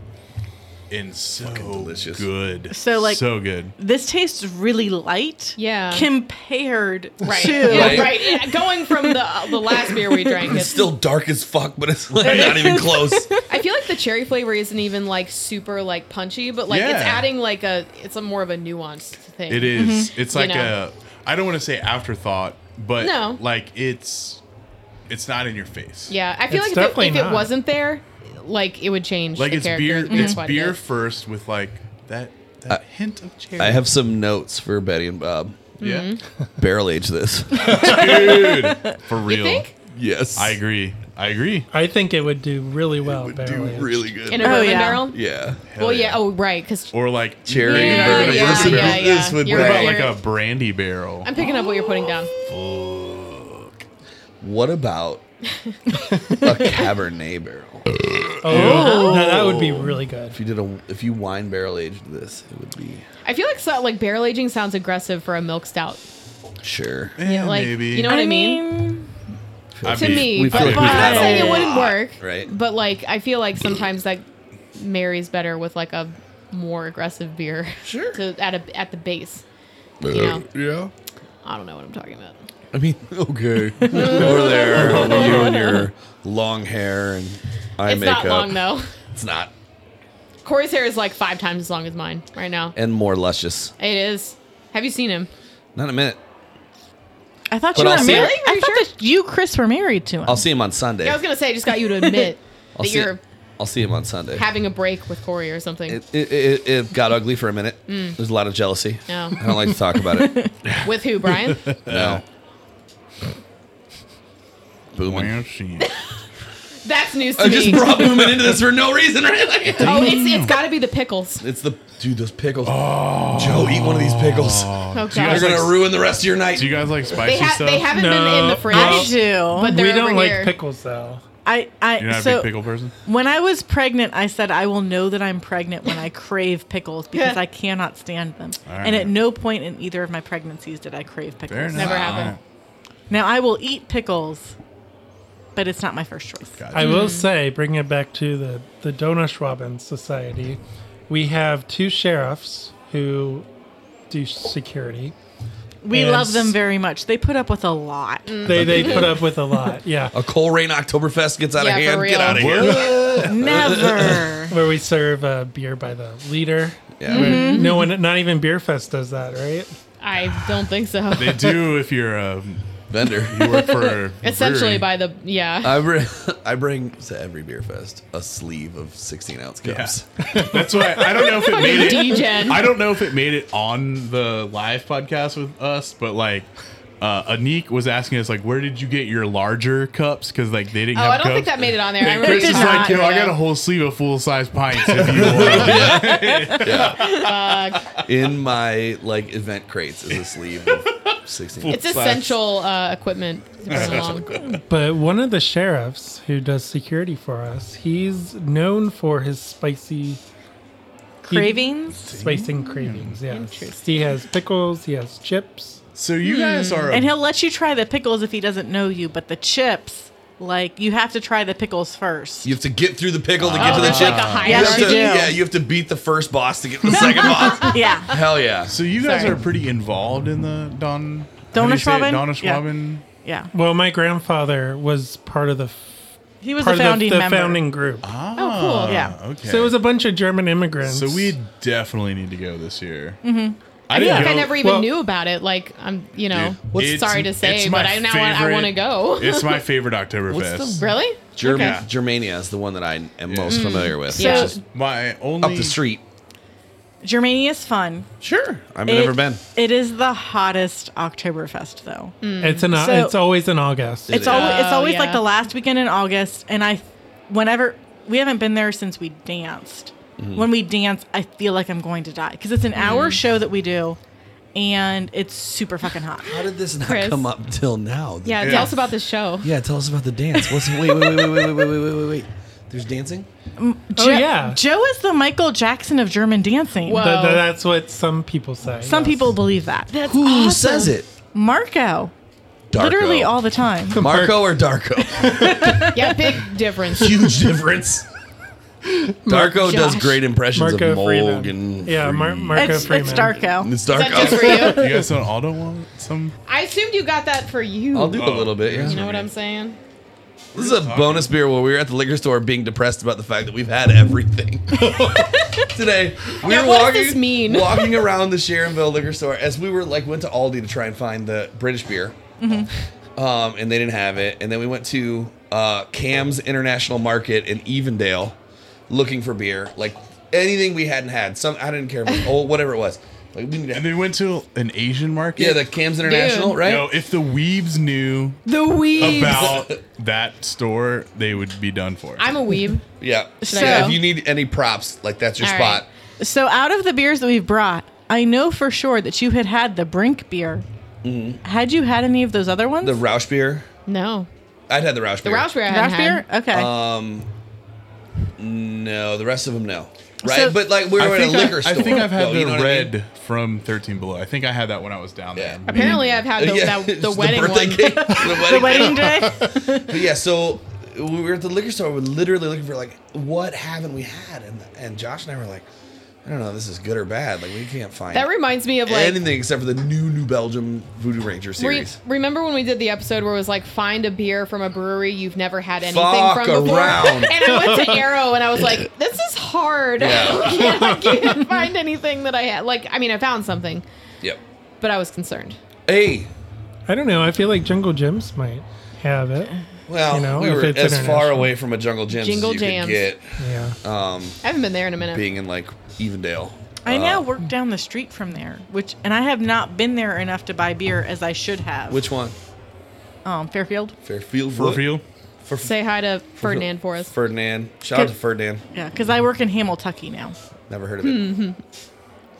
[SPEAKER 1] and so
[SPEAKER 2] delicious.
[SPEAKER 1] good.
[SPEAKER 4] So, like-
[SPEAKER 1] so good.
[SPEAKER 4] This tastes really light.
[SPEAKER 3] Yeah.
[SPEAKER 4] Compared
[SPEAKER 3] Right.
[SPEAKER 4] to
[SPEAKER 3] Yeah,
[SPEAKER 2] Right.
[SPEAKER 3] right. Yeah, Going from the uh, the last beer we drank,
[SPEAKER 2] it's
[SPEAKER 3] it's
[SPEAKER 2] still dark as fuck but it's like not even close
[SPEAKER 3] I feel like the cherry flavor isn't even like super like punchy, but like
[SPEAKER 1] Yeah.
[SPEAKER 3] it's adding like a it's a more of a nuanced thing.
[SPEAKER 1] It is- It's like
[SPEAKER 3] Mm-hmm. know.
[SPEAKER 1] a. I don't want to say afterthought, but
[SPEAKER 3] No.
[SPEAKER 1] like it's it's not in your face.
[SPEAKER 3] Yeah, I feel
[SPEAKER 5] It's
[SPEAKER 3] like if, it,
[SPEAKER 5] definitely
[SPEAKER 3] if it
[SPEAKER 5] not.
[SPEAKER 3] wasn't there, like it would change.
[SPEAKER 1] Like
[SPEAKER 3] the
[SPEAKER 1] it's beer.
[SPEAKER 3] character and
[SPEAKER 1] It's
[SPEAKER 3] what it
[SPEAKER 1] beer
[SPEAKER 3] is.
[SPEAKER 1] first with like that
[SPEAKER 2] Uh,
[SPEAKER 1] that hint of cherry.
[SPEAKER 2] I have some notes for Betty and Bob.
[SPEAKER 3] mm-hmm.
[SPEAKER 1] yeah,
[SPEAKER 2] Barrel age this.
[SPEAKER 1] dude, for real.
[SPEAKER 3] You think?
[SPEAKER 2] yes.
[SPEAKER 1] I agree. I agree.
[SPEAKER 5] I think it would do really well.
[SPEAKER 2] Would do
[SPEAKER 5] barrel aged.
[SPEAKER 2] really good.
[SPEAKER 3] In a
[SPEAKER 4] Oh,
[SPEAKER 3] bourbon
[SPEAKER 4] yeah.
[SPEAKER 3] barrel?
[SPEAKER 2] yeah.
[SPEAKER 1] Hell
[SPEAKER 3] Well, yeah. Oh, right. Because
[SPEAKER 1] Or like
[SPEAKER 2] Cherry
[SPEAKER 1] maybe
[SPEAKER 3] Yeah,
[SPEAKER 1] not
[SPEAKER 2] bourbon
[SPEAKER 1] a
[SPEAKER 3] yeah,
[SPEAKER 2] versus
[SPEAKER 1] bourbon
[SPEAKER 3] yeah,
[SPEAKER 1] barrel.
[SPEAKER 3] yeah.
[SPEAKER 2] this would
[SPEAKER 3] You're
[SPEAKER 1] What
[SPEAKER 3] right.
[SPEAKER 1] about
[SPEAKER 2] bang.
[SPEAKER 1] like a brandy barrel?
[SPEAKER 3] I'm picking up what you're putting down.
[SPEAKER 2] What about a Cabernet barrel? If
[SPEAKER 5] Oh, no, that would be really good.
[SPEAKER 2] you did a, if you wine barrel aged this, it would be
[SPEAKER 3] I feel like so, like barrel aging sounds aggressive for a milk stout.
[SPEAKER 2] sure.
[SPEAKER 1] Eh,
[SPEAKER 3] Yeah, like
[SPEAKER 1] maybe.
[SPEAKER 3] you know what I mean.
[SPEAKER 1] I'd
[SPEAKER 3] to
[SPEAKER 1] be-
[SPEAKER 3] me,
[SPEAKER 2] we
[SPEAKER 3] but
[SPEAKER 2] feel
[SPEAKER 3] I'm
[SPEAKER 2] like we've
[SPEAKER 3] not
[SPEAKER 2] had a
[SPEAKER 3] saying it wouldn't
[SPEAKER 2] lot,
[SPEAKER 3] work.
[SPEAKER 2] right?
[SPEAKER 3] But like, I feel like sometimes that marries better with like a more aggressive beer.
[SPEAKER 2] Sure.
[SPEAKER 3] to, at a, at the base. You know,
[SPEAKER 2] Yeah.
[SPEAKER 3] I don't know what I'm talking about.
[SPEAKER 2] I mean, okay. Over there, you and your long hair and eye
[SPEAKER 3] it's
[SPEAKER 2] makeup.
[SPEAKER 3] not long though.
[SPEAKER 2] It's not.
[SPEAKER 3] Corey's hair is like five times as long as mine right now.
[SPEAKER 2] And more luscious.
[SPEAKER 3] It is. Have you seen him?
[SPEAKER 2] Not in a minute.
[SPEAKER 4] I thought
[SPEAKER 2] But
[SPEAKER 4] you were
[SPEAKER 2] I'll see-
[SPEAKER 4] married.
[SPEAKER 3] Really? Are
[SPEAKER 4] I
[SPEAKER 3] you
[SPEAKER 4] thought
[SPEAKER 3] sure?
[SPEAKER 4] that you, Chris, were married to him.
[SPEAKER 2] I'll see him on Sunday.
[SPEAKER 3] Yeah, I was gonna say, I just got you to admit
[SPEAKER 2] I'll
[SPEAKER 3] that
[SPEAKER 2] see
[SPEAKER 3] you're
[SPEAKER 2] I'll see him on Sunday.
[SPEAKER 3] having a break with Corey or something.
[SPEAKER 2] It, it, it, it got ugly for a minute.
[SPEAKER 3] Mm.
[SPEAKER 2] There's a lot of jealousy.
[SPEAKER 3] No.
[SPEAKER 2] I don't like to talk about it.
[SPEAKER 3] with who, Brian?
[SPEAKER 2] no. Booming.
[SPEAKER 1] Brandy.
[SPEAKER 3] That's news to
[SPEAKER 2] I
[SPEAKER 3] me.
[SPEAKER 2] just brought Booming into this for no reason, right? Like-
[SPEAKER 3] oh, it's it's got to be the pickles.
[SPEAKER 2] it's the dude. Those pickles. Joe, eat one of these pickles.
[SPEAKER 3] Oh
[SPEAKER 1] you
[SPEAKER 3] god,
[SPEAKER 1] guys
[SPEAKER 2] They're gonna
[SPEAKER 1] like-
[SPEAKER 2] ruin the rest of your night.
[SPEAKER 1] Do you guys like spicy
[SPEAKER 3] they, ha-
[SPEAKER 1] stuff?
[SPEAKER 3] they haven't been
[SPEAKER 5] No,
[SPEAKER 3] in the fridge.
[SPEAKER 5] no.
[SPEAKER 4] I do.
[SPEAKER 3] But they're
[SPEAKER 5] We don't
[SPEAKER 3] over
[SPEAKER 5] like
[SPEAKER 3] here.
[SPEAKER 5] pickles though.
[SPEAKER 4] I, I
[SPEAKER 1] You're not a
[SPEAKER 4] so
[SPEAKER 1] big pickle person.
[SPEAKER 4] when I was pregnant, I said I will know that I'm pregnant when I crave pickles because
[SPEAKER 3] Yeah.
[SPEAKER 4] I cannot stand them.
[SPEAKER 1] All
[SPEAKER 4] And
[SPEAKER 1] right.
[SPEAKER 4] at no point in either of my pregnancies did I crave pickles.
[SPEAKER 1] Fair enough.
[SPEAKER 3] Never
[SPEAKER 1] All
[SPEAKER 3] happened.
[SPEAKER 1] right.
[SPEAKER 4] Now I will eat pickles, but it's not my first choice.
[SPEAKER 5] I
[SPEAKER 3] Mm-hmm.
[SPEAKER 5] will say, bringing it back to the the Donauschwaben Society, we have two sheriffs who do security.
[SPEAKER 4] We
[SPEAKER 5] And
[SPEAKER 4] love them
[SPEAKER 5] s-
[SPEAKER 4] very much. They put up with a lot.
[SPEAKER 3] Mm-hmm.
[SPEAKER 5] They they put up with a lot. Yeah,
[SPEAKER 2] A cold rain Oktoberfest gets out
[SPEAKER 3] Yeah,
[SPEAKER 2] of
[SPEAKER 3] for
[SPEAKER 2] hand.
[SPEAKER 3] real.
[SPEAKER 2] Get out of here.
[SPEAKER 4] Never.
[SPEAKER 5] where we serve uh, beer by the liter.
[SPEAKER 2] Yeah.
[SPEAKER 5] Where
[SPEAKER 3] Mm-hmm.
[SPEAKER 5] No one, not even Beer Fest does that, right?
[SPEAKER 3] I don't think so.
[SPEAKER 1] They do if you're um,
[SPEAKER 2] Vendor.
[SPEAKER 1] you work for a
[SPEAKER 3] Essentially,
[SPEAKER 1] brewery.
[SPEAKER 3] by the yeah.
[SPEAKER 2] I bring, I bring to every beer fest a sleeve of 16 ounce cups.
[SPEAKER 1] Yeah. That's why I don't know if it made it.
[SPEAKER 3] D-Gen.
[SPEAKER 1] I don't know if it made it on the live podcast with us, but like. Uh, Anik was asking us like, where did you get your larger cups? Because like they didn't
[SPEAKER 3] Oh,
[SPEAKER 1] have.
[SPEAKER 3] I don't
[SPEAKER 1] cups.
[SPEAKER 3] think that made it on there. I
[SPEAKER 1] And
[SPEAKER 3] remember
[SPEAKER 1] Chris
[SPEAKER 3] it
[SPEAKER 1] is
[SPEAKER 3] did
[SPEAKER 1] like,
[SPEAKER 3] not,
[SPEAKER 1] yo, I
[SPEAKER 3] yeah.
[SPEAKER 1] got a whole sleeve of full size pints. If you want.
[SPEAKER 2] In my like event crates is a sleeve of 16
[SPEAKER 3] It's essential uh, equipment. to bring
[SPEAKER 1] Oh,
[SPEAKER 3] along.
[SPEAKER 5] But one of the sheriffs who does security for us, he's known for his spicy
[SPEAKER 4] Cravings.
[SPEAKER 5] spicing cravings. Yes,
[SPEAKER 3] Interesting.
[SPEAKER 5] he has pickles. He has chips.
[SPEAKER 1] so you guys are.
[SPEAKER 4] Hmm. And he'll let you try the pickles if he doesn't know you, but the chips, like you have to try the pickles first.
[SPEAKER 2] You have to get through the pickle to get
[SPEAKER 3] Oh,
[SPEAKER 2] to the
[SPEAKER 3] there's
[SPEAKER 2] chip.
[SPEAKER 3] like a high
[SPEAKER 2] You have
[SPEAKER 4] Yes, you
[SPEAKER 2] to-
[SPEAKER 4] do.
[SPEAKER 2] yeah, you have to beat the first boss to get to the second boss.
[SPEAKER 4] yeah.
[SPEAKER 2] Hell yeah.
[SPEAKER 1] so you guys
[SPEAKER 3] Sorry.
[SPEAKER 1] are pretty involved in the Don.
[SPEAKER 4] Donna Schwaben?
[SPEAKER 1] Donna
[SPEAKER 4] Yeah.
[SPEAKER 1] Schwaben.
[SPEAKER 4] Yeah.
[SPEAKER 5] Well, my grandfather was part of the
[SPEAKER 4] He was a
[SPEAKER 5] part of the,
[SPEAKER 4] founding
[SPEAKER 5] the
[SPEAKER 4] member.
[SPEAKER 5] founding group.
[SPEAKER 3] Oh, cool.
[SPEAKER 4] Yeah.
[SPEAKER 1] Okay.
[SPEAKER 5] So it was a bunch of German immigrants.
[SPEAKER 1] Ah. So we definitely need to go this year. I
[SPEAKER 3] Mm-hmm. I feel
[SPEAKER 1] didn't
[SPEAKER 3] like
[SPEAKER 1] go.
[SPEAKER 3] I never even
[SPEAKER 5] well-
[SPEAKER 3] knew about it. Like I'm, you know,
[SPEAKER 1] Dude, it's-
[SPEAKER 3] sorry to say,
[SPEAKER 1] it's my
[SPEAKER 3] but I now want, I
[SPEAKER 1] favorite-
[SPEAKER 3] want to go.
[SPEAKER 1] it's my favorite Oktoberfest.
[SPEAKER 3] really?
[SPEAKER 2] Germ-
[SPEAKER 1] Okay.
[SPEAKER 2] Germania is the one that I am
[SPEAKER 3] Mm.
[SPEAKER 2] most familiar with.
[SPEAKER 4] Yeah.
[SPEAKER 2] It's just
[SPEAKER 1] My only
[SPEAKER 2] up the street.
[SPEAKER 4] Germania is fun.
[SPEAKER 2] Sure. I've
[SPEAKER 4] It-
[SPEAKER 2] never been.
[SPEAKER 4] It is the hottest Oktoberfest though.
[SPEAKER 5] It's an.
[SPEAKER 4] Hmm. So-
[SPEAKER 5] it's always in August.
[SPEAKER 4] It's
[SPEAKER 2] is.
[SPEAKER 4] always it's
[SPEAKER 3] Mm. Oh,
[SPEAKER 4] always like
[SPEAKER 3] yeah.
[SPEAKER 4] the last weekend in August, and I, whenever we haven't been there since we danced.
[SPEAKER 2] Mm-hmm.
[SPEAKER 4] When we dance, I feel like I'm going to die because it's an hour show that we do, and it's super fucking hot.
[SPEAKER 2] How did this not
[SPEAKER 3] Chris.
[SPEAKER 2] come up till now?
[SPEAKER 3] Yeah.
[SPEAKER 1] Yeah.
[SPEAKER 3] Tell us about this show.
[SPEAKER 2] Yeah, tell us about the dance. What's wait, wait, wait, wait, wait, wait, wait, wait, wait, wait. There's dancing?
[SPEAKER 5] oh yeah.
[SPEAKER 4] Joe is the Michael Jackson of German dancing.
[SPEAKER 3] Whoa.
[SPEAKER 5] Th- th- that's what some people say.
[SPEAKER 4] Oh. Some
[SPEAKER 5] yes.
[SPEAKER 4] people believe that.
[SPEAKER 3] That's
[SPEAKER 2] Who
[SPEAKER 3] awesome.
[SPEAKER 2] says it?
[SPEAKER 4] Marco,
[SPEAKER 2] Darko.
[SPEAKER 4] literally all the time.
[SPEAKER 2] Marco or Darko?
[SPEAKER 3] Yeah, big difference.
[SPEAKER 2] Huge difference. Darko does
[SPEAKER 3] Josh.
[SPEAKER 2] great impressions
[SPEAKER 5] Marco
[SPEAKER 2] of Morgan.
[SPEAKER 5] Freeman. Yeah, Mar-
[SPEAKER 2] Freed.
[SPEAKER 5] Marco
[SPEAKER 4] It's,
[SPEAKER 5] Freeman.
[SPEAKER 4] it's Darko.
[SPEAKER 2] It's
[SPEAKER 3] Is that just for
[SPEAKER 2] Darko.
[SPEAKER 3] you?
[SPEAKER 1] You guys don't auto want some?
[SPEAKER 3] I assumed you got that for you.
[SPEAKER 2] I'll do a little bit. Yeah.
[SPEAKER 3] You know what I'm saying?
[SPEAKER 2] this is a bonus beer where we were at the liquor store being depressed about the fact that we've had everything. Today, we
[SPEAKER 3] Now,
[SPEAKER 2] were
[SPEAKER 3] what does
[SPEAKER 2] walking,
[SPEAKER 3] this mean?
[SPEAKER 2] walking around the Sharonville liquor store as we were like went to Aldi to try and find the British beer.
[SPEAKER 3] Mm-hmm.
[SPEAKER 2] um, and they didn't have it. And then we went to uh, Cam's International Market in Evendale, looking for beer, like anything we hadn't had. Some I didn't care about, oh whatever it was. Like we need to,
[SPEAKER 1] And they went to an Asian market.
[SPEAKER 2] yeah, the Cam's International,
[SPEAKER 3] Dude.
[SPEAKER 2] right?
[SPEAKER 1] Yo, if the weebs knew
[SPEAKER 3] The weebs.
[SPEAKER 1] about that store, they would be done for.
[SPEAKER 3] I'm a weeb.
[SPEAKER 2] Yeah.
[SPEAKER 3] Should I
[SPEAKER 2] yeah.
[SPEAKER 3] go?
[SPEAKER 2] If you need any props, like that's your
[SPEAKER 3] All
[SPEAKER 2] spot.
[SPEAKER 3] right.
[SPEAKER 4] So, out of the beers that we've brought, I know for sure that you had had the Brink beer. Had you had any of those other ones?
[SPEAKER 2] The Roush beer.
[SPEAKER 3] No.
[SPEAKER 2] I'd had the Roush
[SPEAKER 3] The
[SPEAKER 2] beer.
[SPEAKER 3] Roush beer. I
[SPEAKER 4] Craft
[SPEAKER 3] hadn't had.
[SPEAKER 4] beer? Okay.
[SPEAKER 2] No, the rest of them no. Right,
[SPEAKER 4] So-
[SPEAKER 2] but like we
[SPEAKER 1] I
[SPEAKER 2] were at a
[SPEAKER 1] think,
[SPEAKER 2] liquor
[SPEAKER 1] I,
[SPEAKER 2] store.
[SPEAKER 1] think I've had
[SPEAKER 2] though,
[SPEAKER 1] the
[SPEAKER 2] you know what I mean?
[SPEAKER 1] red from 13 Below. I think I had that when I was down
[SPEAKER 2] Yeah.
[SPEAKER 1] there.
[SPEAKER 3] Apparently, I've had the,
[SPEAKER 2] Yeah,
[SPEAKER 3] that,
[SPEAKER 2] it's
[SPEAKER 3] the wedding
[SPEAKER 2] birthday
[SPEAKER 3] one.
[SPEAKER 2] cake, the
[SPEAKER 4] the
[SPEAKER 2] wedding,
[SPEAKER 4] wedding day?
[SPEAKER 2] But yeah, so we were at the liquor store. We're literally looking for like, what haven't we had? And and Josh and I were like, I don't know, if this is good or bad. Like we can't find
[SPEAKER 3] That reminds me of like.
[SPEAKER 2] anything except for the new New Belgium Voodoo Ranger
[SPEAKER 3] Re-
[SPEAKER 2] series.
[SPEAKER 3] remember when we did the episode where it was like find a beer from a brewery you've never had anything
[SPEAKER 2] Fuck
[SPEAKER 3] from before?
[SPEAKER 2] around.
[SPEAKER 3] And I went to Arrow and I was like, this is hard.
[SPEAKER 2] Yeah.
[SPEAKER 3] Yeah, I can't find anything that I had. Like, I mean, I found something,
[SPEAKER 2] Yep.
[SPEAKER 3] but I was concerned.
[SPEAKER 2] Hey,
[SPEAKER 5] I don't know. I feel like Jungle Gyms might have it.
[SPEAKER 2] well,
[SPEAKER 5] You know,
[SPEAKER 2] we
[SPEAKER 5] if
[SPEAKER 2] were
[SPEAKER 5] it's
[SPEAKER 2] as far
[SPEAKER 5] international.
[SPEAKER 2] away from a Jungle Jams
[SPEAKER 3] Jingle
[SPEAKER 2] as you
[SPEAKER 3] Jams.
[SPEAKER 2] could get.
[SPEAKER 5] Yeah.
[SPEAKER 1] Uh,
[SPEAKER 2] Um,
[SPEAKER 3] I haven't been there in a minute.
[SPEAKER 2] being in like Evendale.
[SPEAKER 4] I
[SPEAKER 2] Uh,
[SPEAKER 4] now work down the street from there, which and I have not been there enough to buy beer as I should have.
[SPEAKER 2] Which one?
[SPEAKER 4] um Fairfield?
[SPEAKER 2] Fairfield.
[SPEAKER 1] Furfield?
[SPEAKER 2] For,
[SPEAKER 3] Say hi to Ferdinand for us.
[SPEAKER 2] Ferdinand. Shout out
[SPEAKER 4] Good.
[SPEAKER 2] to Ferdinand.
[SPEAKER 4] Yeah, because I work in Hamiltucky now.
[SPEAKER 2] Never heard of it.
[SPEAKER 3] Hmm.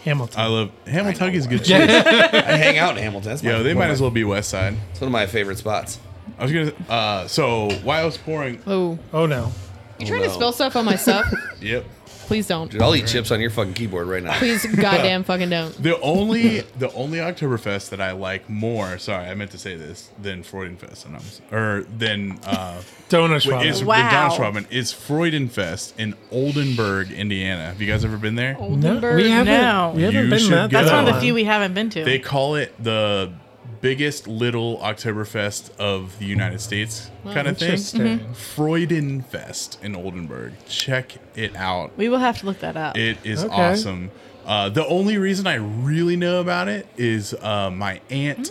[SPEAKER 5] Hamilton.
[SPEAKER 1] I love Hamilton is good. shit.
[SPEAKER 2] I hang out in Hamilton. That's my,
[SPEAKER 1] Yo, they
[SPEAKER 2] one
[SPEAKER 1] might
[SPEAKER 2] of
[SPEAKER 1] as
[SPEAKER 2] my-
[SPEAKER 1] well be West Side.
[SPEAKER 2] It's one of my favorite spots.
[SPEAKER 1] I was gonna. Uh, so while I was pouring,
[SPEAKER 3] Oh,
[SPEAKER 5] oh no.
[SPEAKER 3] you trying to
[SPEAKER 2] no.
[SPEAKER 3] spill stuff on my stuff?
[SPEAKER 1] yep.
[SPEAKER 3] Please don't.
[SPEAKER 2] Dude, I'll eat chips on your fucking keyboard right now.
[SPEAKER 3] Please, goddamn fucking don't.
[SPEAKER 1] The only the only Oktoberfest that I like more. Sorry, I meant to say this than Freudenfest, and I'm s- or than uh,
[SPEAKER 5] Donut
[SPEAKER 1] wait,
[SPEAKER 5] Schwab.
[SPEAKER 1] is
[SPEAKER 4] Wow.
[SPEAKER 1] the Donschwaben is Freudenfest in Oldenburg, Indiana. Have you guys ever been there?
[SPEAKER 5] No,
[SPEAKER 3] Oldenburg.
[SPEAKER 5] we haven't.
[SPEAKER 4] No.
[SPEAKER 5] We haven't
[SPEAKER 1] You
[SPEAKER 5] been
[SPEAKER 1] should
[SPEAKER 5] that.
[SPEAKER 1] go.
[SPEAKER 4] That's one of the
[SPEAKER 1] Um,
[SPEAKER 4] few we haven't been to.
[SPEAKER 1] They call it the biggest little Oktoberfest of the United States, kind of thing.
[SPEAKER 5] Interesting.
[SPEAKER 4] Mm-hmm.
[SPEAKER 1] Freudenfest in Oldenburg. Check it out.
[SPEAKER 4] we will have to look that up.
[SPEAKER 1] It is
[SPEAKER 5] Okay.
[SPEAKER 1] awesome. Uh, the only reason I really know about it is uh, my aunt,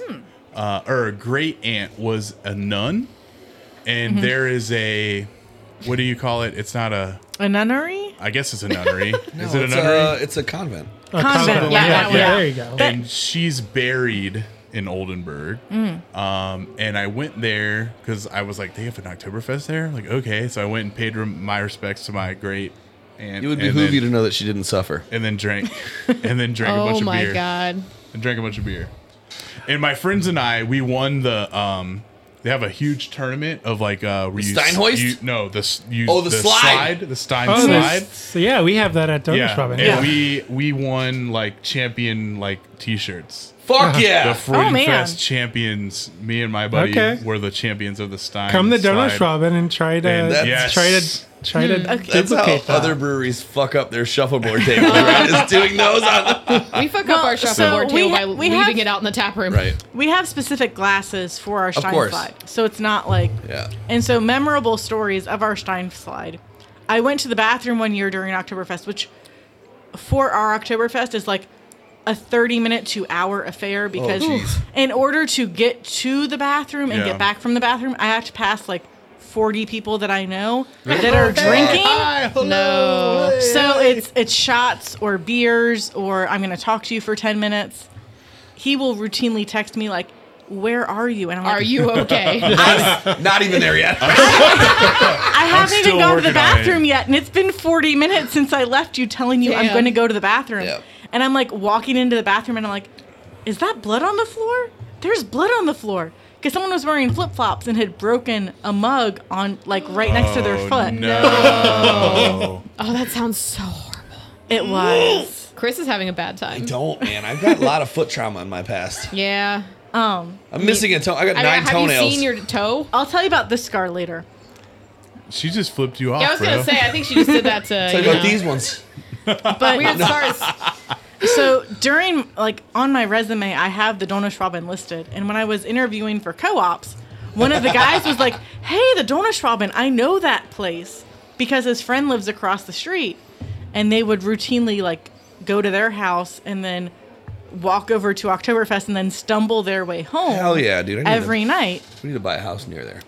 [SPEAKER 1] uh, or great aunt, was a nun, and there is a what do you call it? It's not a.
[SPEAKER 4] a nunnery?
[SPEAKER 1] I guess it's a nunnery. is
[SPEAKER 2] No,
[SPEAKER 1] it a
[SPEAKER 2] it's,
[SPEAKER 1] nunnery?
[SPEAKER 2] uh, it's a convent.
[SPEAKER 5] A
[SPEAKER 4] Convent,
[SPEAKER 5] convent,
[SPEAKER 4] yeah,
[SPEAKER 5] yeah,
[SPEAKER 4] that one.
[SPEAKER 5] yeah, there you go.
[SPEAKER 1] and she's buried in Oldenburg. Um, and I went there because I was like, they have an Oktoberfest there. Like, okay, so I went and paid her my respects to my great aunt.
[SPEAKER 2] It would
[SPEAKER 1] and
[SPEAKER 2] behoove
[SPEAKER 1] then,
[SPEAKER 2] you to know that she didn't suffer.
[SPEAKER 1] And then drank, and then drank a bunch
[SPEAKER 3] Oh
[SPEAKER 1] of
[SPEAKER 3] my
[SPEAKER 1] beer.
[SPEAKER 3] god.
[SPEAKER 1] And drank a bunch of beer. And my friends and I, we won the. Um, they have a huge tournament of like uh, where you-
[SPEAKER 2] Steinhoist?
[SPEAKER 1] You, no, the s- you,
[SPEAKER 2] Oh, the slide.
[SPEAKER 1] the Stein
[SPEAKER 5] Oh,
[SPEAKER 1] slide.
[SPEAKER 5] there's- so yeah, we have that at Donut
[SPEAKER 1] Yeah,
[SPEAKER 5] Schwab.
[SPEAKER 1] and
[SPEAKER 5] Yeah.
[SPEAKER 1] we we won like champion like t-shirts.
[SPEAKER 2] Fuck
[SPEAKER 1] The
[SPEAKER 2] yeah!
[SPEAKER 4] Oh, man.
[SPEAKER 1] Freudenfest champions, me and my buddy
[SPEAKER 5] Okay.
[SPEAKER 1] were the champions of the Stein.
[SPEAKER 5] Come to Donut
[SPEAKER 1] slide.
[SPEAKER 5] Schwab and try to
[SPEAKER 1] And
[SPEAKER 2] that's- Hmm,
[SPEAKER 5] try to try to
[SPEAKER 2] That's how
[SPEAKER 5] duplicate that.
[SPEAKER 2] other breweries fuck up their shuffleboard tables, right? Is doing those on the-
[SPEAKER 3] We fuck up
[SPEAKER 4] Well,
[SPEAKER 3] our
[SPEAKER 4] so
[SPEAKER 3] shuffleboard
[SPEAKER 4] we
[SPEAKER 3] table
[SPEAKER 4] ha-
[SPEAKER 3] by
[SPEAKER 4] we
[SPEAKER 3] leaving
[SPEAKER 4] have-
[SPEAKER 3] it out in the tap room.
[SPEAKER 2] Right.
[SPEAKER 4] We have specific glasses for our Stein
[SPEAKER 2] course.
[SPEAKER 4] slide. So it's not like
[SPEAKER 2] Yeah.
[SPEAKER 4] And so memorable stories of our Stein slide. I went to the bathroom one year during Oktoberfest, which for our Oktoberfest is like a 30 minute to hour affair because
[SPEAKER 2] jeez.
[SPEAKER 4] in order to get to the bathroom and
[SPEAKER 1] Yeah.
[SPEAKER 4] get back from the bathroom, I have to pass like 40 people that I know that are drinking.
[SPEAKER 1] Hi, hello.
[SPEAKER 3] No.
[SPEAKER 1] Hey,
[SPEAKER 4] So
[SPEAKER 1] hey.
[SPEAKER 4] it's it's shots or beers or I'm gonna talk to you for ten minutes. He will routinely text me like, "Where are you?" And I'm like,
[SPEAKER 3] Are you okay?
[SPEAKER 2] Not even there yet.
[SPEAKER 4] I haven't even
[SPEAKER 1] still
[SPEAKER 4] gone to
[SPEAKER 1] working
[SPEAKER 4] the
[SPEAKER 1] on it."
[SPEAKER 4] bathroom yet, and it's been 40 minutes since I left you telling you I'm
[SPEAKER 3] Damn.
[SPEAKER 4] going to go to the bathroom."
[SPEAKER 2] Yep.
[SPEAKER 4] And I'm like walking into the bathroom, and I'm like, "Is that blood on the floor? There's blood on the floor." Because someone was wearing flip flops and had broken a mug on, like, right next to their
[SPEAKER 1] Oh,
[SPEAKER 4] foot.
[SPEAKER 1] No.
[SPEAKER 3] oh, that sounds so horrible.
[SPEAKER 4] It was.
[SPEAKER 3] Chris is having a bad time.
[SPEAKER 2] Don't, man. I've got a lot of foot trauma in my past.
[SPEAKER 3] Yeah.
[SPEAKER 4] Um,
[SPEAKER 2] I'm missing a toe. I got
[SPEAKER 3] I mean,
[SPEAKER 2] nine
[SPEAKER 3] have you
[SPEAKER 2] toenails. Oh,
[SPEAKER 3] seen your toe?
[SPEAKER 4] I'll tell you about this scar later.
[SPEAKER 1] she just flipped you off.
[SPEAKER 3] Yeah, I was
[SPEAKER 1] bro.
[SPEAKER 3] gonna say. I think she just did that to
[SPEAKER 2] Tell
[SPEAKER 3] you
[SPEAKER 2] you about
[SPEAKER 3] know,
[SPEAKER 2] these ones.
[SPEAKER 4] But
[SPEAKER 3] weird stars.
[SPEAKER 4] so during like on my resume i have the donut schwaben listed and when i was interviewing for co-ops one of the guys was like hey the donut schwaben i know that place because his friend lives across the street and they would routinely like go to their house and then walk over to Oktoberfest and then stumble their way home
[SPEAKER 2] Hell yeah, dude. I need
[SPEAKER 4] every
[SPEAKER 2] to,
[SPEAKER 4] night.
[SPEAKER 2] We need to buy a house near there.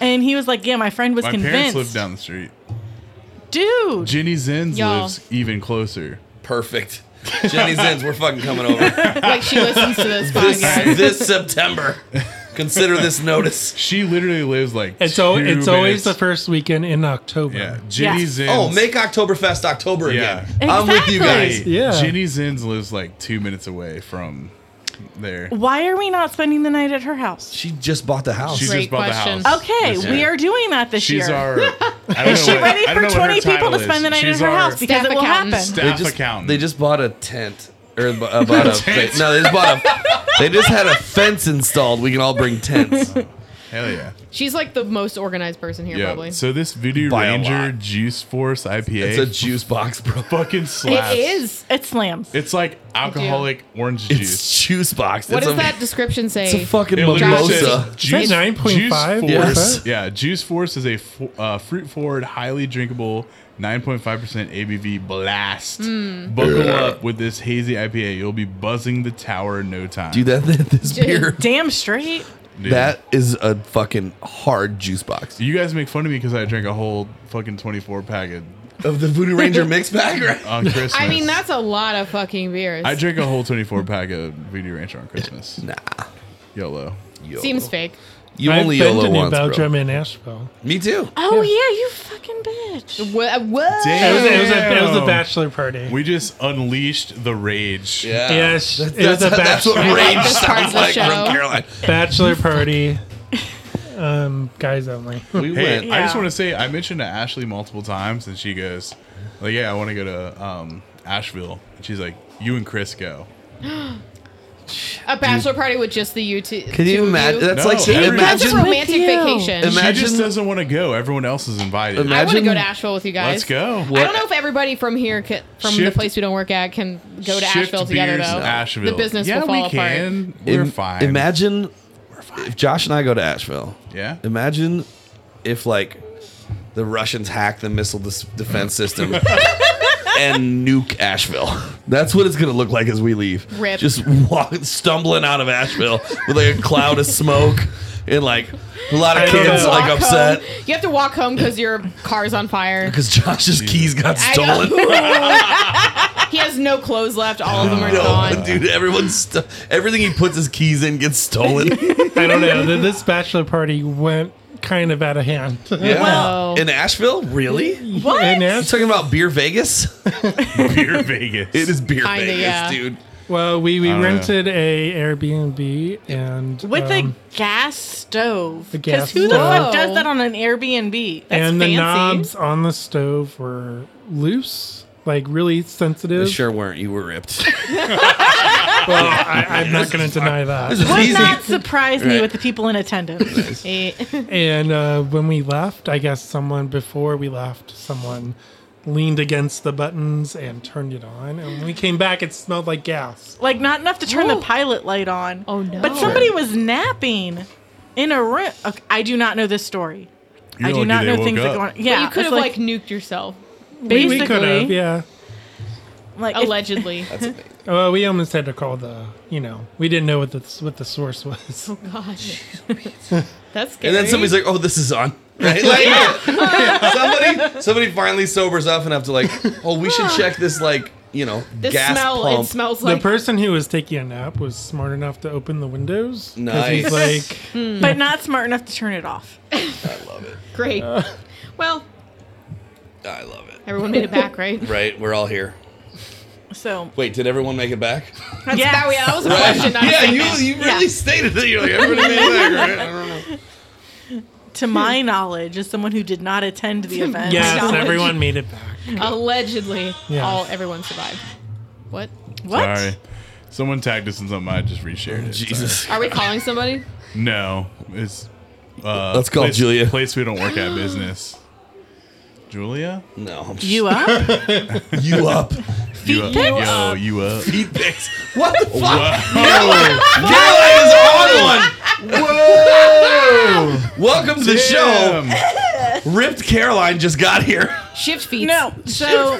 [SPEAKER 4] And he was like, "Yeah, my friend was
[SPEAKER 1] My parents
[SPEAKER 4] convinced,
[SPEAKER 1] live down the street.
[SPEAKER 4] dude."
[SPEAKER 1] Ginny Zins
[SPEAKER 3] Y'all.
[SPEAKER 1] lives even closer.
[SPEAKER 2] Perfect. Jenny Zins, we're fucking coming over.
[SPEAKER 3] Like she listens to this
[SPEAKER 2] This,
[SPEAKER 3] podcast.
[SPEAKER 2] this September. Consider this notice.
[SPEAKER 1] She literally lives like
[SPEAKER 5] It's, al-
[SPEAKER 1] two
[SPEAKER 5] it's always the
[SPEAKER 1] minutes-
[SPEAKER 5] first weekend in October.
[SPEAKER 1] Yeah, Ginny
[SPEAKER 4] Yes.
[SPEAKER 1] Zins.
[SPEAKER 2] Oh, make Oktoberfest October
[SPEAKER 1] Yeah.
[SPEAKER 2] again. I'm with you guys.
[SPEAKER 4] Exactly.
[SPEAKER 5] Yeah.
[SPEAKER 1] Ginny Zins lives like two minutes away from there.
[SPEAKER 4] Why are we not spending the night at her house?
[SPEAKER 2] She just bought the house.
[SPEAKER 1] She
[SPEAKER 3] Great
[SPEAKER 1] just bought
[SPEAKER 3] question.
[SPEAKER 1] the house.
[SPEAKER 4] Okay,
[SPEAKER 1] This
[SPEAKER 4] we
[SPEAKER 1] year.
[SPEAKER 4] are doing that this
[SPEAKER 1] She's
[SPEAKER 4] year.
[SPEAKER 1] our. I don't
[SPEAKER 4] Is
[SPEAKER 1] know
[SPEAKER 4] she
[SPEAKER 1] what-
[SPEAKER 4] ready
[SPEAKER 1] I don't
[SPEAKER 4] for
[SPEAKER 1] know what her
[SPEAKER 4] 20 people
[SPEAKER 1] title
[SPEAKER 4] to
[SPEAKER 1] is.
[SPEAKER 4] spend the night
[SPEAKER 1] She's
[SPEAKER 4] at her
[SPEAKER 1] our
[SPEAKER 4] house because
[SPEAKER 3] Staff
[SPEAKER 4] it will
[SPEAKER 3] accountant.
[SPEAKER 4] happen.
[SPEAKER 1] Staff
[SPEAKER 2] they just,
[SPEAKER 1] accountant.
[SPEAKER 2] They just bought a tent. Or bu- uh, bought a
[SPEAKER 1] Tent.
[SPEAKER 2] no, they just bought a. They just had a fence installed. We can all bring tents.
[SPEAKER 1] Hell yeah.
[SPEAKER 3] She's like the most organized person here,
[SPEAKER 1] Yeah.
[SPEAKER 3] probably.
[SPEAKER 1] So this Voodoo
[SPEAKER 2] By a
[SPEAKER 1] Ranger
[SPEAKER 2] lot.
[SPEAKER 1] Juice Force IPA
[SPEAKER 2] It's a juice box, bro.
[SPEAKER 1] fucking slaps.
[SPEAKER 3] it is.
[SPEAKER 4] It slams.
[SPEAKER 1] It's like alcoholic orange juice.
[SPEAKER 2] It's juice box.
[SPEAKER 3] What
[SPEAKER 2] it's
[SPEAKER 3] does
[SPEAKER 2] a,
[SPEAKER 3] that description say?
[SPEAKER 2] It's a fucking
[SPEAKER 1] It literally
[SPEAKER 2] mimosa.
[SPEAKER 1] says
[SPEAKER 5] Is that 9.5?
[SPEAKER 1] Juice
[SPEAKER 2] Yes.
[SPEAKER 1] Force- Yeah, Juice Force is a fo- uh, fruit forward, highly drinkable, 9.5% ABV blast.
[SPEAKER 5] Hmm.
[SPEAKER 1] Buckle up with this hazy IPA. You'll be buzzing the tower in no time.
[SPEAKER 2] Dude, that this
[SPEAKER 3] Dude.
[SPEAKER 2] beer.
[SPEAKER 4] Damn straight.
[SPEAKER 1] Dude.
[SPEAKER 2] That is a fucking hard juice box
[SPEAKER 1] You guys make fun of me because I drank a whole fucking 24 pack of,
[SPEAKER 2] of the Voodoo Ranger mix pack. Right?
[SPEAKER 1] on Christmas.
[SPEAKER 3] I mean, that's a lot of fucking beers.
[SPEAKER 1] I drank a whole 24 pack of Voodoo Ranch on Christmas.
[SPEAKER 2] Nah,
[SPEAKER 1] YOLO.
[SPEAKER 2] YOLO.
[SPEAKER 3] Seems fake.
[SPEAKER 2] You
[SPEAKER 5] I've
[SPEAKER 2] only
[SPEAKER 5] been
[SPEAKER 2] YOLO
[SPEAKER 5] to New
[SPEAKER 2] once,
[SPEAKER 5] Belgium
[SPEAKER 2] bro.
[SPEAKER 5] and Nashville.
[SPEAKER 2] Me too.
[SPEAKER 4] Oh yeah, you fucking bitch.
[SPEAKER 3] What? uh, what?
[SPEAKER 5] It was, it, was a, it was
[SPEAKER 1] Damn.
[SPEAKER 5] a bachelor party.
[SPEAKER 1] We just unleashed the rage.
[SPEAKER 5] yes,
[SPEAKER 2] That's,
[SPEAKER 5] it was a
[SPEAKER 2] that's- that's what
[SPEAKER 5] bachelor,
[SPEAKER 2] rage
[SPEAKER 3] This part of
[SPEAKER 2] sounds
[SPEAKER 3] the
[SPEAKER 2] like
[SPEAKER 3] show.
[SPEAKER 2] from Caroline.
[SPEAKER 5] bachelor party. Um, guys only.
[SPEAKER 2] We
[SPEAKER 1] Hey,
[SPEAKER 2] went.
[SPEAKER 1] I just
[SPEAKER 4] Yeah.
[SPEAKER 1] want to say I mentioned to Ashley multiple times, and she goes, "Like, yeah, I want to go to um, Asheville." And she's like, "You and Chris go."
[SPEAKER 3] A bachelor party with just the you two. two
[SPEAKER 2] Can you
[SPEAKER 3] of
[SPEAKER 2] imagine? That's
[SPEAKER 1] No,
[SPEAKER 2] like
[SPEAKER 1] every-
[SPEAKER 3] That's a
[SPEAKER 2] imagine.
[SPEAKER 3] romantic
[SPEAKER 4] With you.
[SPEAKER 3] vacation.
[SPEAKER 2] Ima-
[SPEAKER 1] she
[SPEAKER 2] Imagine-
[SPEAKER 1] just doesn't want to go. Everyone else is invited.
[SPEAKER 2] Ima-
[SPEAKER 3] I want to
[SPEAKER 2] imagine-
[SPEAKER 3] go to Asheville with you guys.
[SPEAKER 1] Let's go.
[SPEAKER 3] I don't know if everybody from here, ca- from the
[SPEAKER 1] Shift-
[SPEAKER 3] place we don't work at, can go to
[SPEAKER 1] Shift
[SPEAKER 3] Asheville together though.
[SPEAKER 1] beers to Asheville.
[SPEAKER 3] The business
[SPEAKER 1] yeah,
[SPEAKER 3] will fall
[SPEAKER 1] we
[SPEAKER 3] apart.
[SPEAKER 1] can. We're
[SPEAKER 2] Im-
[SPEAKER 1] fine.
[SPEAKER 2] Imagine if Josh and I go to Asheville.
[SPEAKER 1] Yeah.
[SPEAKER 2] Imagine if like the Russians hack the missile dis- defense system and nuke Asheville. That's what it's gonna look like as we leave.
[SPEAKER 3] Rip.
[SPEAKER 2] Just walk, stumbling out of Asheville with like a cloud of smoke and like a lot of
[SPEAKER 5] I know.
[SPEAKER 2] kids like
[SPEAKER 3] Walk
[SPEAKER 2] upset
[SPEAKER 3] Home. You have to walk home because your car's on fire.
[SPEAKER 2] because Josh's keys got
[SPEAKER 3] I
[SPEAKER 2] stolen.
[SPEAKER 3] He has no clothes left. All of them are
[SPEAKER 2] Oh, No,
[SPEAKER 3] gone.
[SPEAKER 2] dude, everyone's st- everything he puts his keys in gets stolen.
[SPEAKER 5] I don't know. Th- This bachelor party went kind of out of hand.
[SPEAKER 2] Yeah.
[SPEAKER 3] Wow.
[SPEAKER 2] In Asheville? Really?
[SPEAKER 5] What? In
[SPEAKER 2] You
[SPEAKER 5] Nash-
[SPEAKER 2] talking about Beer Vegas?
[SPEAKER 1] beer Vegas.
[SPEAKER 2] It is Beer
[SPEAKER 3] Kinda,
[SPEAKER 2] Vegas,
[SPEAKER 3] yeah.
[SPEAKER 2] dude.
[SPEAKER 5] well, we, we
[SPEAKER 2] Oh,
[SPEAKER 1] I don't know.
[SPEAKER 5] rented a Airbnb and
[SPEAKER 4] With
[SPEAKER 5] um,
[SPEAKER 4] a gas stove.
[SPEAKER 5] a
[SPEAKER 4] Because
[SPEAKER 5] gas
[SPEAKER 4] who the
[SPEAKER 5] stove.
[SPEAKER 4] fuck does that on an Airbnb? That's
[SPEAKER 5] and
[SPEAKER 4] fancy.
[SPEAKER 5] the knobs on the stove were loose, like really sensitive.
[SPEAKER 2] They sure weren't. You were ripped.
[SPEAKER 5] Well, I, I'm not going to deny that.
[SPEAKER 2] This is
[SPEAKER 4] Would
[SPEAKER 2] easy.
[SPEAKER 4] not surprise me
[SPEAKER 2] Right.
[SPEAKER 4] with the people in attendance.
[SPEAKER 3] Eh.
[SPEAKER 5] And uh, when we left, I guess someone before we left, someone leaned against the buttons and turned it on. And when we came back, it smelled like gas.
[SPEAKER 4] like not enough to turn
[SPEAKER 3] Ooh.
[SPEAKER 4] the pilot light on.
[SPEAKER 3] Oh, no.
[SPEAKER 4] But somebody was napping in a room. Okay, I do not know this story.
[SPEAKER 1] You're
[SPEAKER 4] I do
[SPEAKER 1] lucky
[SPEAKER 4] not
[SPEAKER 1] they
[SPEAKER 4] know
[SPEAKER 1] woke
[SPEAKER 4] things that
[SPEAKER 1] up.
[SPEAKER 4] go on.
[SPEAKER 3] But
[SPEAKER 4] Yeah,
[SPEAKER 3] you could
[SPEAKER 4] it's
[SPEAKER 3] have like, nuked yourself
[SPEAKER 5] We-
[SPEAKER 4] basically
[SPEAKER 5] we could have, yeah.
[SPEAKER 4] like if-
[SPEAKER 3] allegedly.
[SPEAKER 5] Well, we almost had to call the, you know, we didn't know what the what the source was.
[SPEAKER 3] Gosh, that's scary.
[SPEAKER 2] And then somebody's like, "Oh, this is on." Right? Like, somebody, somebody finally sobers up and have to like, "Oh, we should check this like, you know,
[SPEAKER 3] This
[SPEAKER 2] gas
[SPEAKER 3] smell.
[SPEAKER 2] pump."
[SPEAKER 3] It smells
[SPEAKER 5] the
[SPEAKER 3] like.
[SPEAKER 5] person who was taking a nap was smart enough to open the windows. 'cause
[SPEAKER 2] Nice.
[SPEAKER 5] He's like,
[SPEAKER 4] but not smart enough to turn it off.
[SPEAKER 2] I love it.
[SPEAKER 3] great.
[SPEAKER 2] Uh.
[SPEAKER 3] well,
[SPEAKER 2] I love it.
[SPEAKER 3] everyone made it back, right?
[SPEAKER 2] Right? We're all here.
[SPEAKER 4] So
[SPEAKER 2] Wait, did everyone make it back?
[SPEAKER 3] Yeah,
[SPEAKER 4] yeah,
[SPEAKER 3] that, was- that was a question. not a
[SPEAKER 2] yeah, you
[SPEAKER 3] statement.
[SPEAKER 2] you really
[SPEAKER 4] Yeah.
[SPEAKER 2] stated that. You're like, everybody made it back, right? I don't know.
[SPEAKER 4] to my knowledge, as someone who did not attend the event,
[SPEAKER 5] yes,
[SPEAKER 3] knowledge.
[SPEAKER 5] everyone made it back.
[SPEAKER 3] allegedly
[SPEAKER 5] Yeah.
[SPEAKER 3] all everyone survived. What?
[SPEAKER 4] what?
[SPEAKER 1] Sorry. Someone tagged us in something. I just reshared it.
[SPEAKER 2] Jesus.
[SPEAKER 3] Are we calling somebody?
[SPEAKER 1] Sorry. No. It's. Uh,
[SPEAKER 2] Let's call
[SPEAKER 1] place-
[SPEAKER 2] Julia.
[SPEAKER 1] Place we don't work at business. Julia?
[SPEAKER 2] No, I'm
[SPEAKER 4] You up?
[SPEAKER 2] you up.
[SPEAKER 1] You up?
[SPEAKER 4] pics?
[SPEAKER 1] Yo, you up?
[SPEAKER 2] Feet pics. What the fuck?
[SPEAKER 1] Whoa.
[SPEAKER 2] Caroline is on one. Whoa! Welcome to the show.
[SPEAKER 1] Damn.
[SPEAKER 2] Ripped Caroline just got here.
[SPEAKER 3] Shift feet.
[SPEAKER 4] no. So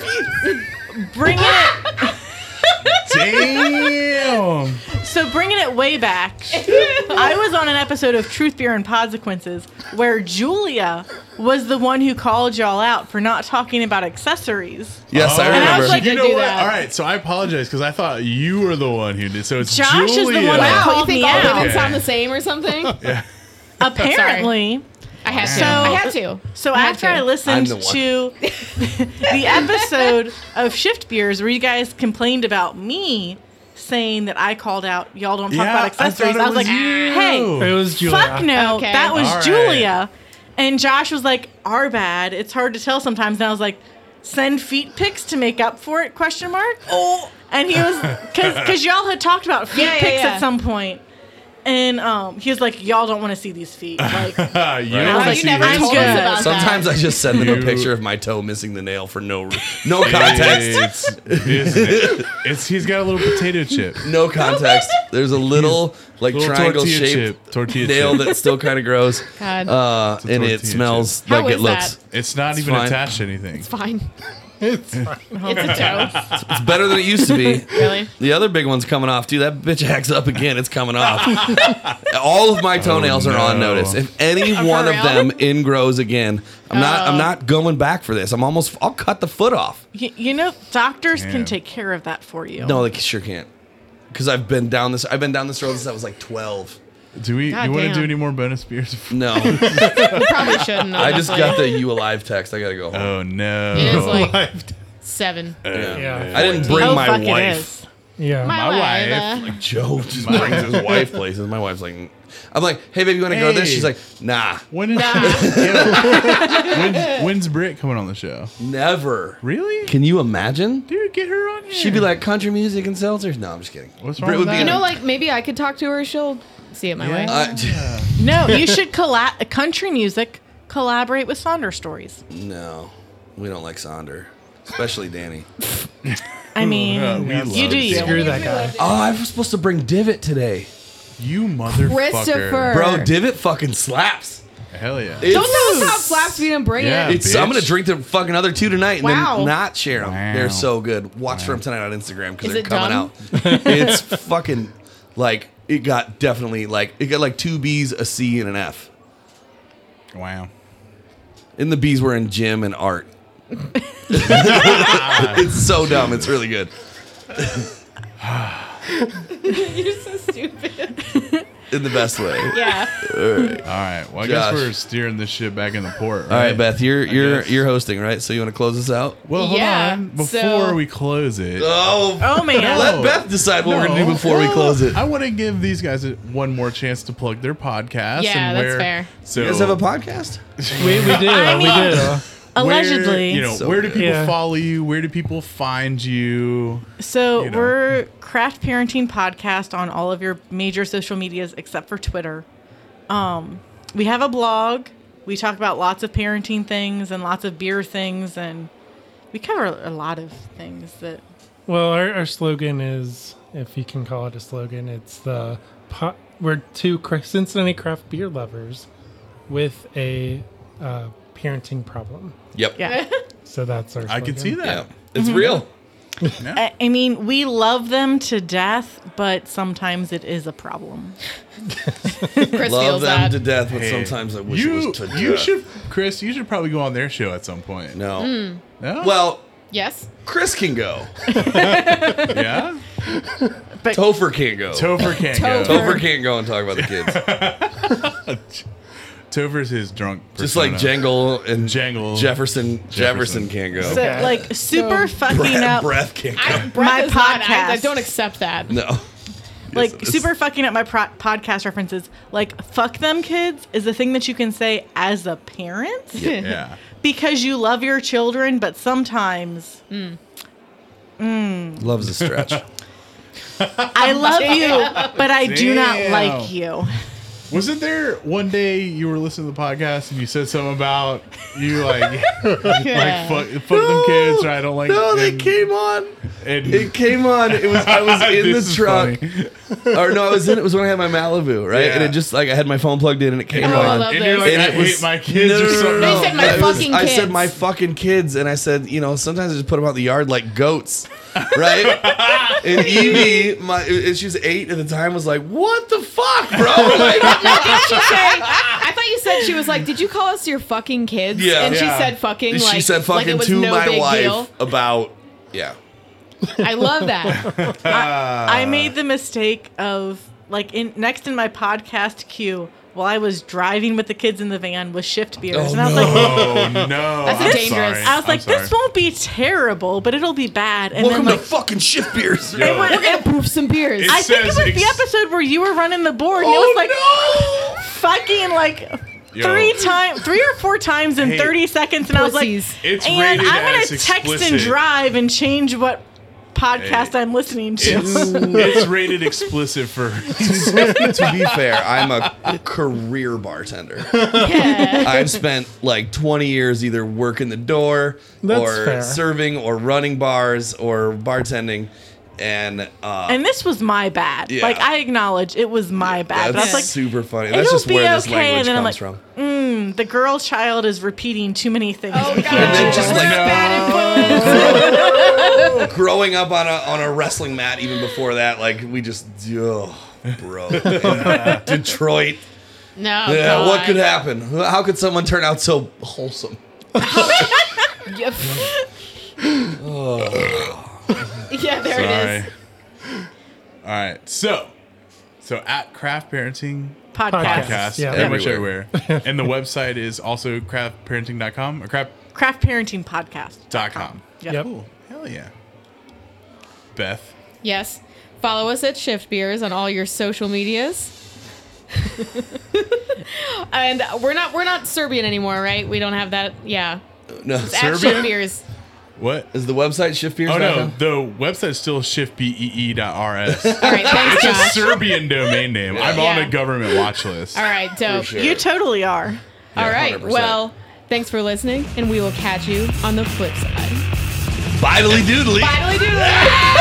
[SPEAKER 4] bring it.
[SPEAKER 1] Damn.
[SPEAKER 4] So bringing it way back, I was on an episode of Truth Beer and Podsequences where Julia was the one who called y'all out for not talking about accessories.
[SPEAKER 2] Yes, I
[SPEAKER 1] Oh.
[SPEAKER 4] And I
[SPEAKER 2] remember.
[SPEAKER 4] was like,
[SPEAKER 1] you
[SPEAKER 4] I
[SPEAKER 1] know
[SPEAKER 4] do
[SPEAKER 1] what?
[SPEAKER 4] that.
[SPEAKER 1] All right, so I apologize because I thought you were the one who did. So it's
[SPEAKER 4] Josh is the
[SPEAKER 1] Julia.
[SPEAKER 4] one that-
[SPEAKER 3] Wow, you
[SPEAKER 4] Called
[SPEAKER 3] think
[SPEAKER 4] me
[SPEAKER 3] all
[SPEAKER 4] out.
[SPEAKER 3] women sound
[SPEAKER 1] Okay.
[SPEAKER 3] the same or something?
[SPEAKER 4] Apparently,
[SPEAKER 3] I had to.
[SPEAKER 4] So-
[SPEAKER 3] I had to.
[SPEAKER 4] so
[SPEAKER 3] Oh, I had
[SPEAKER 4] after
[SPEAKER 3] to.
[SPEAKER 4] I listened
[SPEAKER 2] I'm the one.
[SPEAKER 4] to the episode of Shift Beers where you guys complained about me saying that I called out y'all don't talk
[SPEAKER 1] Yeah,
[SPEAKER 4] about
[SPEAKER 1] I thought
[SPEAKER 4] accessories,
[SPEAKER 1] it
[SPEAKER 4] I,
[SPEAKER 1] was
[SPEAKER 4] was like,
[SPEAKER 1] you.
[SPEAKER 4] hey,
[SPEAKER 5] It was Julia.
[SPEAKER 4] Fuck no,
[SPEAKER 3] Okay.
[SPEAKER 4] that was
[SPEAKER 1] All right.
[SPEAKER 4] Julia. And Josh was like, "Our bad. It's hard to tell sometimes." And I was like, "Send feet pics to make up for it?" Question mark. Oh. And he was because because y'all had talked about feet
[SPEAKER 3] Yeah, yeah,
[SPEAKER 4] pics
[SPEAKER 3] yeah.
[SPEAKER 4] at some point, and um, he was like, "Y'all don't want to see these feet." Like,
[SPEAKER 1] Ah, you
[SPEAKER 2] Right.
[SPEAKER 1] don't
[SPEAKER 2] Right,
[SPEAKER 1] wanna
[SPEAKER 3] you
[SPEAKER 1] see
[SPEAKER 3] never
[SPEAKER 1] this.
[SPEAKER 4] told
[SPEAKER 3] told
[SPEAKER 4] us
[SPEAKER 3] us
[SPEAKER 4] about
[SPEAKER 3] about
[SPEAKER 4] that.
[SPEAKER 2] Sometimes I just send them a
[SPEAKER 1] You-
[SPEAKER 2] picture of my toe missing the nail for no no context.
[SPEAKER 1] It's, it's- it's- he's got a little potato chip.
[SPEAKER 2] No context. There's a little like
[SPEAKER 1] Little
[SPEAKER 2] triangle
[SPEAKER 1] tortilla
[SPEAKER 2] shaped
[SPEAKER 1] chip. Tortilla
[SPEAKER 2] nail
[SPEAKER 1] chip.
[SPEAKER 2] that's still kind of gross.
[SPEAKER 3] God.
[SPEAKER 2] Uh,
[SPEAKER 1] a
[SPEAKER 2] and
[SPEAKER 1] tortilla
[SPEAKER 2] it
[SPEAKER 1] chip.
[SPEAKER 2] smells
[SPEAKER 3] How
[SPEAKER 2] like it
[SPEAKER 3] is
[SPEAKER 2] looks.
[SPEAKER 3] that?
[SPEAKER 1] It's not even
[SPEAKER 2] fine.
[SPEAKER 1] attached to anything.
[SPEAKER 3] Fine.
[SPEAKER 5] It's fine.
[SPEAKER 3] It's a joke.
[SPEAKER 2] It's better than it used to be.
[SPEAKER 3] really?
[SPEAKER 2] The other big one's coming off, dude. That bitch hacks up again. It's coming off. All of my toenails are on
[SPEAKER 1] Oh, no.
[SPEAKER 2] notice. If any one of
[SPEAKER 3] real?
[SPEAKER 2] them ingrows again, I'm not.
[SPEAKER 4] Oh.
[SPEAKER 2] I'm not going back for this. I'm almost. I'll cut the foot off.
[SPEAKER 4] y- you know, doctors
[SPEAKER 1] Damn.
[SPEAKER 4] can take care of that for you.
[SPEAKER 2] No, they sure can't. Because I've been down this. I've been down this road since I was like 12.
[SPEAKER 1] Do we?
[SPEAKER 3] God
[SPEAKER 1] you want to
[SPEAKER 3] damn.
[SPEAKER 1] do any more bonus beers?
[SPEAKER 2] No,
[SPEAKER 3] You probably shouldn't.
[SPEAKER 2] I just
[SPEAKER 3] honestly.
[SPEAKER 2] got the "you alive" text. I gotta go home.
[SPEAKER 1] Oh no!
[SPEAKER 3] It is like
[SPEAKER 5] Lifed.
[SPEAKER 3] seven.
[SPEAKER 2] Yeah.
[SPEAKER 5] Yeah.
[SPEAKER 2] I didn't bring
[SPEAKER 4] oh
[SPEAKER 2] my
[SPEAKER 4] fuck, it
[SPEAKER 2] wife.
[SPEAKER 4] is.
[SPEAKER 5] Yeah.
[SPEAKER 3] My,
[SPEAKER 1] My
[SPEAKER 3] wife.
[SPEAKER 1] wife.
[SPEAKER 3] uh,
[SPEAKER 2] Joe just brings his wife places. My wife's like, I'm like, hey baby, you wanna go to this?
[SPEAKER 1] Hey.
[SPEAKER 2] She's like, nah,
[SPEAKER 1] When is
[SPEAKER 3] nah.
[SPEAKER 1] when's, when's Britt coming on the show?
[SPEAKER 2] never.
[SPEAKER 1] Really?
[SPEAKER 2] Can you imagine?
[SPEAKER 1] Dude, get her on here.
[SPEAKER 2] She'd be like country music and seltzers. No, I'm just kidding.
[SPEAKER 1] What's
[SPEAKER 2] Brit
[SPEAKER 1] wrong with
[SPEAKER 2] would be
[SPEAKER 1] that?
[SPEAKER 3] you
[SPEAKER 2] in a-
[SPEAKER 3] know, like maybe I could talk to her. She'll see it my way.
[SPEAKER 2] Uh,
[SPEAKER 4] No, you should collab country music. Collaborate with Sonder Stories.
[SPEAKER 2] no, we don't like Sonder, especially Danny.
[SPEAKER 4] I mean,
[SPEAKER 1] Uh, we
[SPEAKER 5] Yeah,
[SPEAKER 1] love
[SPEAKER 4] you do you.
[SPEAKER 1] Danny.
[SPEAKER 5] Screw that guy.
[SPEAKER 2] Oh, I was supposed to bring Divot today,
[SPEAKER 1] You motherfucker.
[SPEAKER 3] Christopher.
[SPEAKER 2] bro. Divot fucking slaps.
[SPEAKER 1] Hell yeah.
[SPEAKER 2] It's-
[SPEAKER 3] Don't tell us how it slaps we didn't bring
[SPEAKER 1] Yeah.
[SPEAKER 3] it.
[SPEAKER 2] It's, I'm
[SPEAKER 1] bitch.
[SPEAKER 2] gonna drink the fucking other two tonight and
[SPEAKER 3] Wow.
[SPEAKER 2] then not share them.
[SPEAKER 1] Wow.
[SPEAKER 2] They're so good. Watch for them tonight on Instagram
[SPEAKER 3] Is
[SPEAKER 2] because they're
[SPEAKER 3] it
[SPEAKER 2] coming
[SPEAKER 3] dumb?
[SPEAKER 2] out. it's fucking like it got definitely like it got like two B's, a C, and an F.
[SPEAKER 1] Wow.
[SPEAKER 2] And the B's were in gym and art. it's so dumb. It's really good.
[SPEAKER 3] You're so stupid.
[SPEAKER 2] In the best way.
[SPEAKER 3] Yeah.
[SPEAKER 1] All right. Well, I guess
[SPEAKER 2] Josh.
[SPEAKER 1] we're steering this shit back in the port. Right?
[SPEAKER 2] All right, Beth, you're you're
[SPEAKER 1] guess.
[SPEAKER 2] you're hosting, right? So you want to close this out?
[SPEAKER 1] Well, hold
[SPEAKER 3] Yeah,
[SPEAKER 1] on. Before
[SPEAKER 3] so-
[SPEAKER 1] we close it,
[SPEAKER 2] Oh,
[SPEAKER 4] oh man,
[SPEAKER 2] let Beth decide what we're gonna do
[SPEAKER 1] No.
[SPEAKER 2] before we close it.
[SPEAKER 1] I want to give these guys a- one more chance to plug their podcast.
[SPEAKER 3] Yeah,
[SPEAKER 1] and
[SPEAKER 3] that's
[SPEAKER 1] where,
[SPEAKER 3] fair.
[SPEAKER 1] So
[SPEAKER 2] You guys have a podcast?
[SPEAKER 5] We, we do. we do.
[SPEAKER 1] where-
[SPEAKER 4] allegedly.
[SPEAKER 1] you know,
[SPEAKER 2] So
[SPEAKER 1] where do people
[SPEAKER 5] Yeah.
[SPEAKER 1] follow you? Where do people find you?
[SPEAKER 4] So
[SPEAKER 1] you know.
[SPEAKER 4] we're Craft Parenting Podcast on all of your major social medias except for Twitter. Um, we have a blog. We talk about lots of parenting things and lots of beer things, and we cover a lot of things that
[SPEAKER 5] Well, our, our slogan is, if you can call it a slogan, it's the po- we're two cra- Cincinnati craft beer lovers with a uh, parenting problem.
[SPEAKER 2] Yep.
[SPEAKER 4] yeah.
[SPEAKER 5] So that's our. Slogan.
[SPEAKER 1] I can see
[SPEAKER 2] Yeah. Mm-hmm.
[SPEAKER 1] that.
[SPEAKER 2] It's real.
[SPEAKER 4] I, I mean, we love them to death, but sometimes it is a problem.
[SPEAKER 3] Chris
[SPEAKER 2] Love
[SPEAKER 3] feels
[SPEAKER 2] them
[SPEAKER 3] that.
[SPEAKER 2] to death, but
[SPEAKER 1] Hey,
[SPEAKER 2] sometimes I wish
[SPEAKER 1] you
[SPEAKER 2] it was to
[SPEAKER 1] you
[SPEAKER 2] death.
[SPEAKER 1] should Chris. You should probably go on their show at some point.
[SPEAKER 2] No.
[SPEAKER 1] No?
[SPEAKER 2] Well,
[SPEAKER 3] yes.
[SPEAKER 2] Chris can go.
[SPEAKER 1] yeah.
[SPEAKER 2] Topher can't go.
[SPEAKER 1] Topher can't go.
[SPEAKER 2] Topher can't go and talk about the kids.
[SPEAKER 1] Topher's his drunk.
[SPEAKER 2] Just like
[SPEAKER 1] persona.
[SPEAKER 2] Jangle and
[SPEAKER 1] Jangle.
[SPEAKER 2] Jefferson.
[SPEAKER 1] Jefferson.
[SPEAKER 2] Jefferson, can't go.
[SPEAKER 4] So, like, super fucking
[SPEAKER 2] Breath,
[SPEAKER 4] up.
[SPEAKER 2] breath can't go.
[SPEAKER 3] I,
[SPEAKER 4] My
[SPEAKER 3] my podcast. I, I
[SPEAKER 4] podcast.
[SPEAKER 3] don't accept that.
[SPEAKER 2] no.
[SPEAKER 4] like
[SPEAKER 2] It's-
[SPEAKER 4] super fucking up my pro- podcast references. Like fuck them kids is the thing that you can say as a parent
[SPEAKER 1] Yeah.
[SPEAKER 4] because you love your children, but sometimes
[SPEAKER 2] Love's a stretch.
[SPEAKER 4] I love you, but I do not
[SPEAKER 1] Damn.
[SPEAKER 4] like you.
[SPEAKER 1] Wasn't there one day you were listening to the podcast and you said something about you like like fuck, fuck them kids or I don't like
[SPEAKER 2] No, they
[SPEAKER 1] them,"
[SPEAKER 2] came on.
[SPEAKER 1] and-
[SPEAKER 2] It came on. It was I was in
[SPEAKER 1] This
[SPEAKER 2] the
[SPEAKER 1] is
[SPEAKER 2] truck,
[SPEAKER 3] Oh,
[SPEAKER 1] funny.
[SPEAKER 2] or no, I was in. It was when I had my Malibu, right?
[SPEAKER 1] Yeah.
[SPEAKER 2] And it just like I had my phone plugged in, and it came
[SPEAKER 3] Oh, I
[SPEAKER 2] on.
[SPEAKER 3] love
[SPEAKER 1] and you're
[SPEAKER 3] this.
[SPEAKER 1] like
[SPEAKER 2] And
[SPEAKER 1] I
[SPEAKER 2] it was-
[SPEAKER 1] hate my kids or
[SPEAKER 2] No, no, no,
[SPEAKER 1] something.
[SPEAKER 2] no,
[SPEAKER 3] They said
[SPEAKER 2] no.
[SPEAKER 3] my
[SPEAKER 2] It was-
[SPEAKER 3] fucking
[SPEAKER 2] I said
[SPEAKER 3] kids.
[SPEAKER 2] my fucking kids, and I said, you know, sometimes I just put them out in the yard like goats, right? and Evie, my, and she was eight at the time, was like, "What the fuck, bro?" Like,
[SPEAKER 3] Now, didn't she say? I thought you said she was like, "Did you call us your fucking kids?"
[SPEAKER 2] Yeah.
[SPEAKER 3] and she
[SPEAKER 1] Yeah.
[SPEAKER 3] said "fucking."
[SPEAKER 2] she
[SPEAKER 3] Like,
[SPEAKER 2] said,
[SPEAKER 3] like it
[SPEAKER 2] "Fucking
[SPEAKER 3] was
[SPEAKER 2] to
[SPEAKER 3] no
[SPEAKER 2] my
[SPEAKER 3] big
[SPEAKER 2] wife
[SPEAKER 3] Deal.
[SPEAKER 2] about yeah."
[SPEAKER 3] I love that.
[SPEAKER 4] I made the mistake of like in next in my podcast queue while I was driving with the kids in the van was shift beers,
[SPEAKER 2] Oh,
[SPEAKER 4] and I was
[SPEAKER 2] no.
[SPEAKER 4] like,
[SPEAKER 1] Oh no,
[SPEAKER 3] That's
[SPEAKER 1] I'm
[SPEAKER 3] dangerous.
[SPEAKER 1] sorry.
[SPEAKER 4] I was
[SPEAKER 1] I'm
[SPEAKER 4] like,
[SPEAKER 1] sorry.
[SPEAKER 4] this won't be terrible, but it'll be bad. And
[SPEAKER 2] Welcome
[SPEAKER 4] then
[SPEAKER 2] to
[SPEAKER 4] like,
[SPEAKER 2] fucking shift beers.
[SPEAKER 1] Yo.
[SPEAKER 4] went-
[SPEAKER 3] We're gonna proof some beers.
[SPEAKER 1] It's-
[SPEAKER 4] I think it
[SPEAKER 1] says
[SPEAKER 4] was the
[SPEAKER 1] ex-
[SPEAKER 4] episode where you were running the board, and it
[SPEAKER 2] Oh
[SPEAKER 4] was like
[SPEAKER 2] no!
[SPEAKER 4] fucking like.
[SPEAKER 1] Yo.
[SPEAKER 4] Three times, three or four times in
[SPEAKER 1] Hey.
[SPEAKER 4] 30 seconds, and
[SPEAKER 3] Pussies.
[SPEAKER 4] I was like,
[SPEAKER 1] It's
[SPEAKER 4] and
[SPEAKER 1] rated
[SPEAKER 4] I'm gonna
[SPEAKER 1] as
[SPEAKER 4] text and
[SPEAKER 1] explicit.
[SPEAKER 4] drive and change what podcast
[SPEAKER 1] Hey.
[SPEAKER 4] I'm listening to.
[SPEAKER 1] It's, it's rated explicit for.
[SPEAKER 2] to be fair, I'm a career bartender.
[SPEAKER 3] yeah.
[SPEAKER 2] I've spent like 20 years either working the door
[SPEAKER 5] That's
[SPEAKER 2] or
[SPEAKER 5] fair.
[SPEAKER 2] serving or running bars or bartending. And uh,
[SPEAKER 4] and this was my bad.
[SPEAKER 2] Yeah.
[SPEAKER 4] Like I acknowledge it was my bad.
[SPEAKER 2] that's
[SPEAKER 4] But I was like,
[SPEAKER 2] super funny. That's
[SPEAKER 4] "It'll
[SPEAKER 2] just where
[SPEAKER 4] be
[SPEAKER 2] this
[SPEAKER 4] okay,"
[SPEAKER 2] language
[SPEAKER 4] and then I'm
[SPEAKER 2] comes
[SPEAKER 4] like,
[SPEAKER 2] from.
[SPEAKER 4] the girl child is repeating too many things.
[SPEAKER 3] Oh god.
[SPEAKER 2] then just
[SPEAKER 3] We're
[SPEAKER 2] like-
[SPEAKER 3] bad influence.
[SPEAKER 2] Growing up on a on a wrestling mat, even before that, like we just, oh, bro, Detroit.
[SPEAKER 3] No.
[SPEAKER 2] Yeah,
[SPEAKER 3] Oh, God.
[SPEAKER 2] what could happen? How could someone turn out so wholesome?
[SPEAKER 3] Yeah, pff. yeah, there
[SPEAKER 1] Sorry.
[SPEAKER 3] it is.
[SPEAKER 1] All right, so so at Craft Parenting
[SPEAKER 4] Podcast.
[SPEAKER 1] Podcast,
[SPEAKER 5] Yeah.
[SPEAKER 1] pretty much
[SPEAKER 2] Everywhere.
[SPEAKER 1] everywhere, and the website is also craftparenting.com or craft.com.
[SPEAKER 4] Craft parenting podcast. Yeah.
[SPEAKER 5] Yep.
[SPEAKER 1] Cool, hell yeah. Beth,
[SPEAKER 3] Yes. Follow us at Shift Beers on all your social medias. and we're not we're not Serbian anymore, right? We don't have that. Yeah.
[SPEAKER 2] No,
[SPEAKER 3] At
[SPEAKER 2] Serbia?
[SPEAKER 3] Shift Beers.
[SPEAKER 1] what?
[SPEAKER 2] Is the website shiftbeers?
[SPEAKER 1] Oh no, the website's still E shiftbee.rs.
[SPEAKER 3] All right, thanks,
[SPEAKER 1] It's a
[SPEAKER 3] Josh.
[SPEAKER 1] Serbian domain name. I'm on
[SPEAKER 3] Yeah.
[SPEAKER 1] a government watch list.
[SPEAKER 3] All right, dope.
[SPEAKER 2] sure.
[SPEAKER 4] You totally are.
[SPEAKER 3] Oh, All right.
[SPEAKER 2] 100%.
[SPEAKER 3] Well, thanks for listening, and we will catch you on the flip side.
[SPEAKER 2] Vitally doodly.
[SPEAKER 3] Finally, doodly.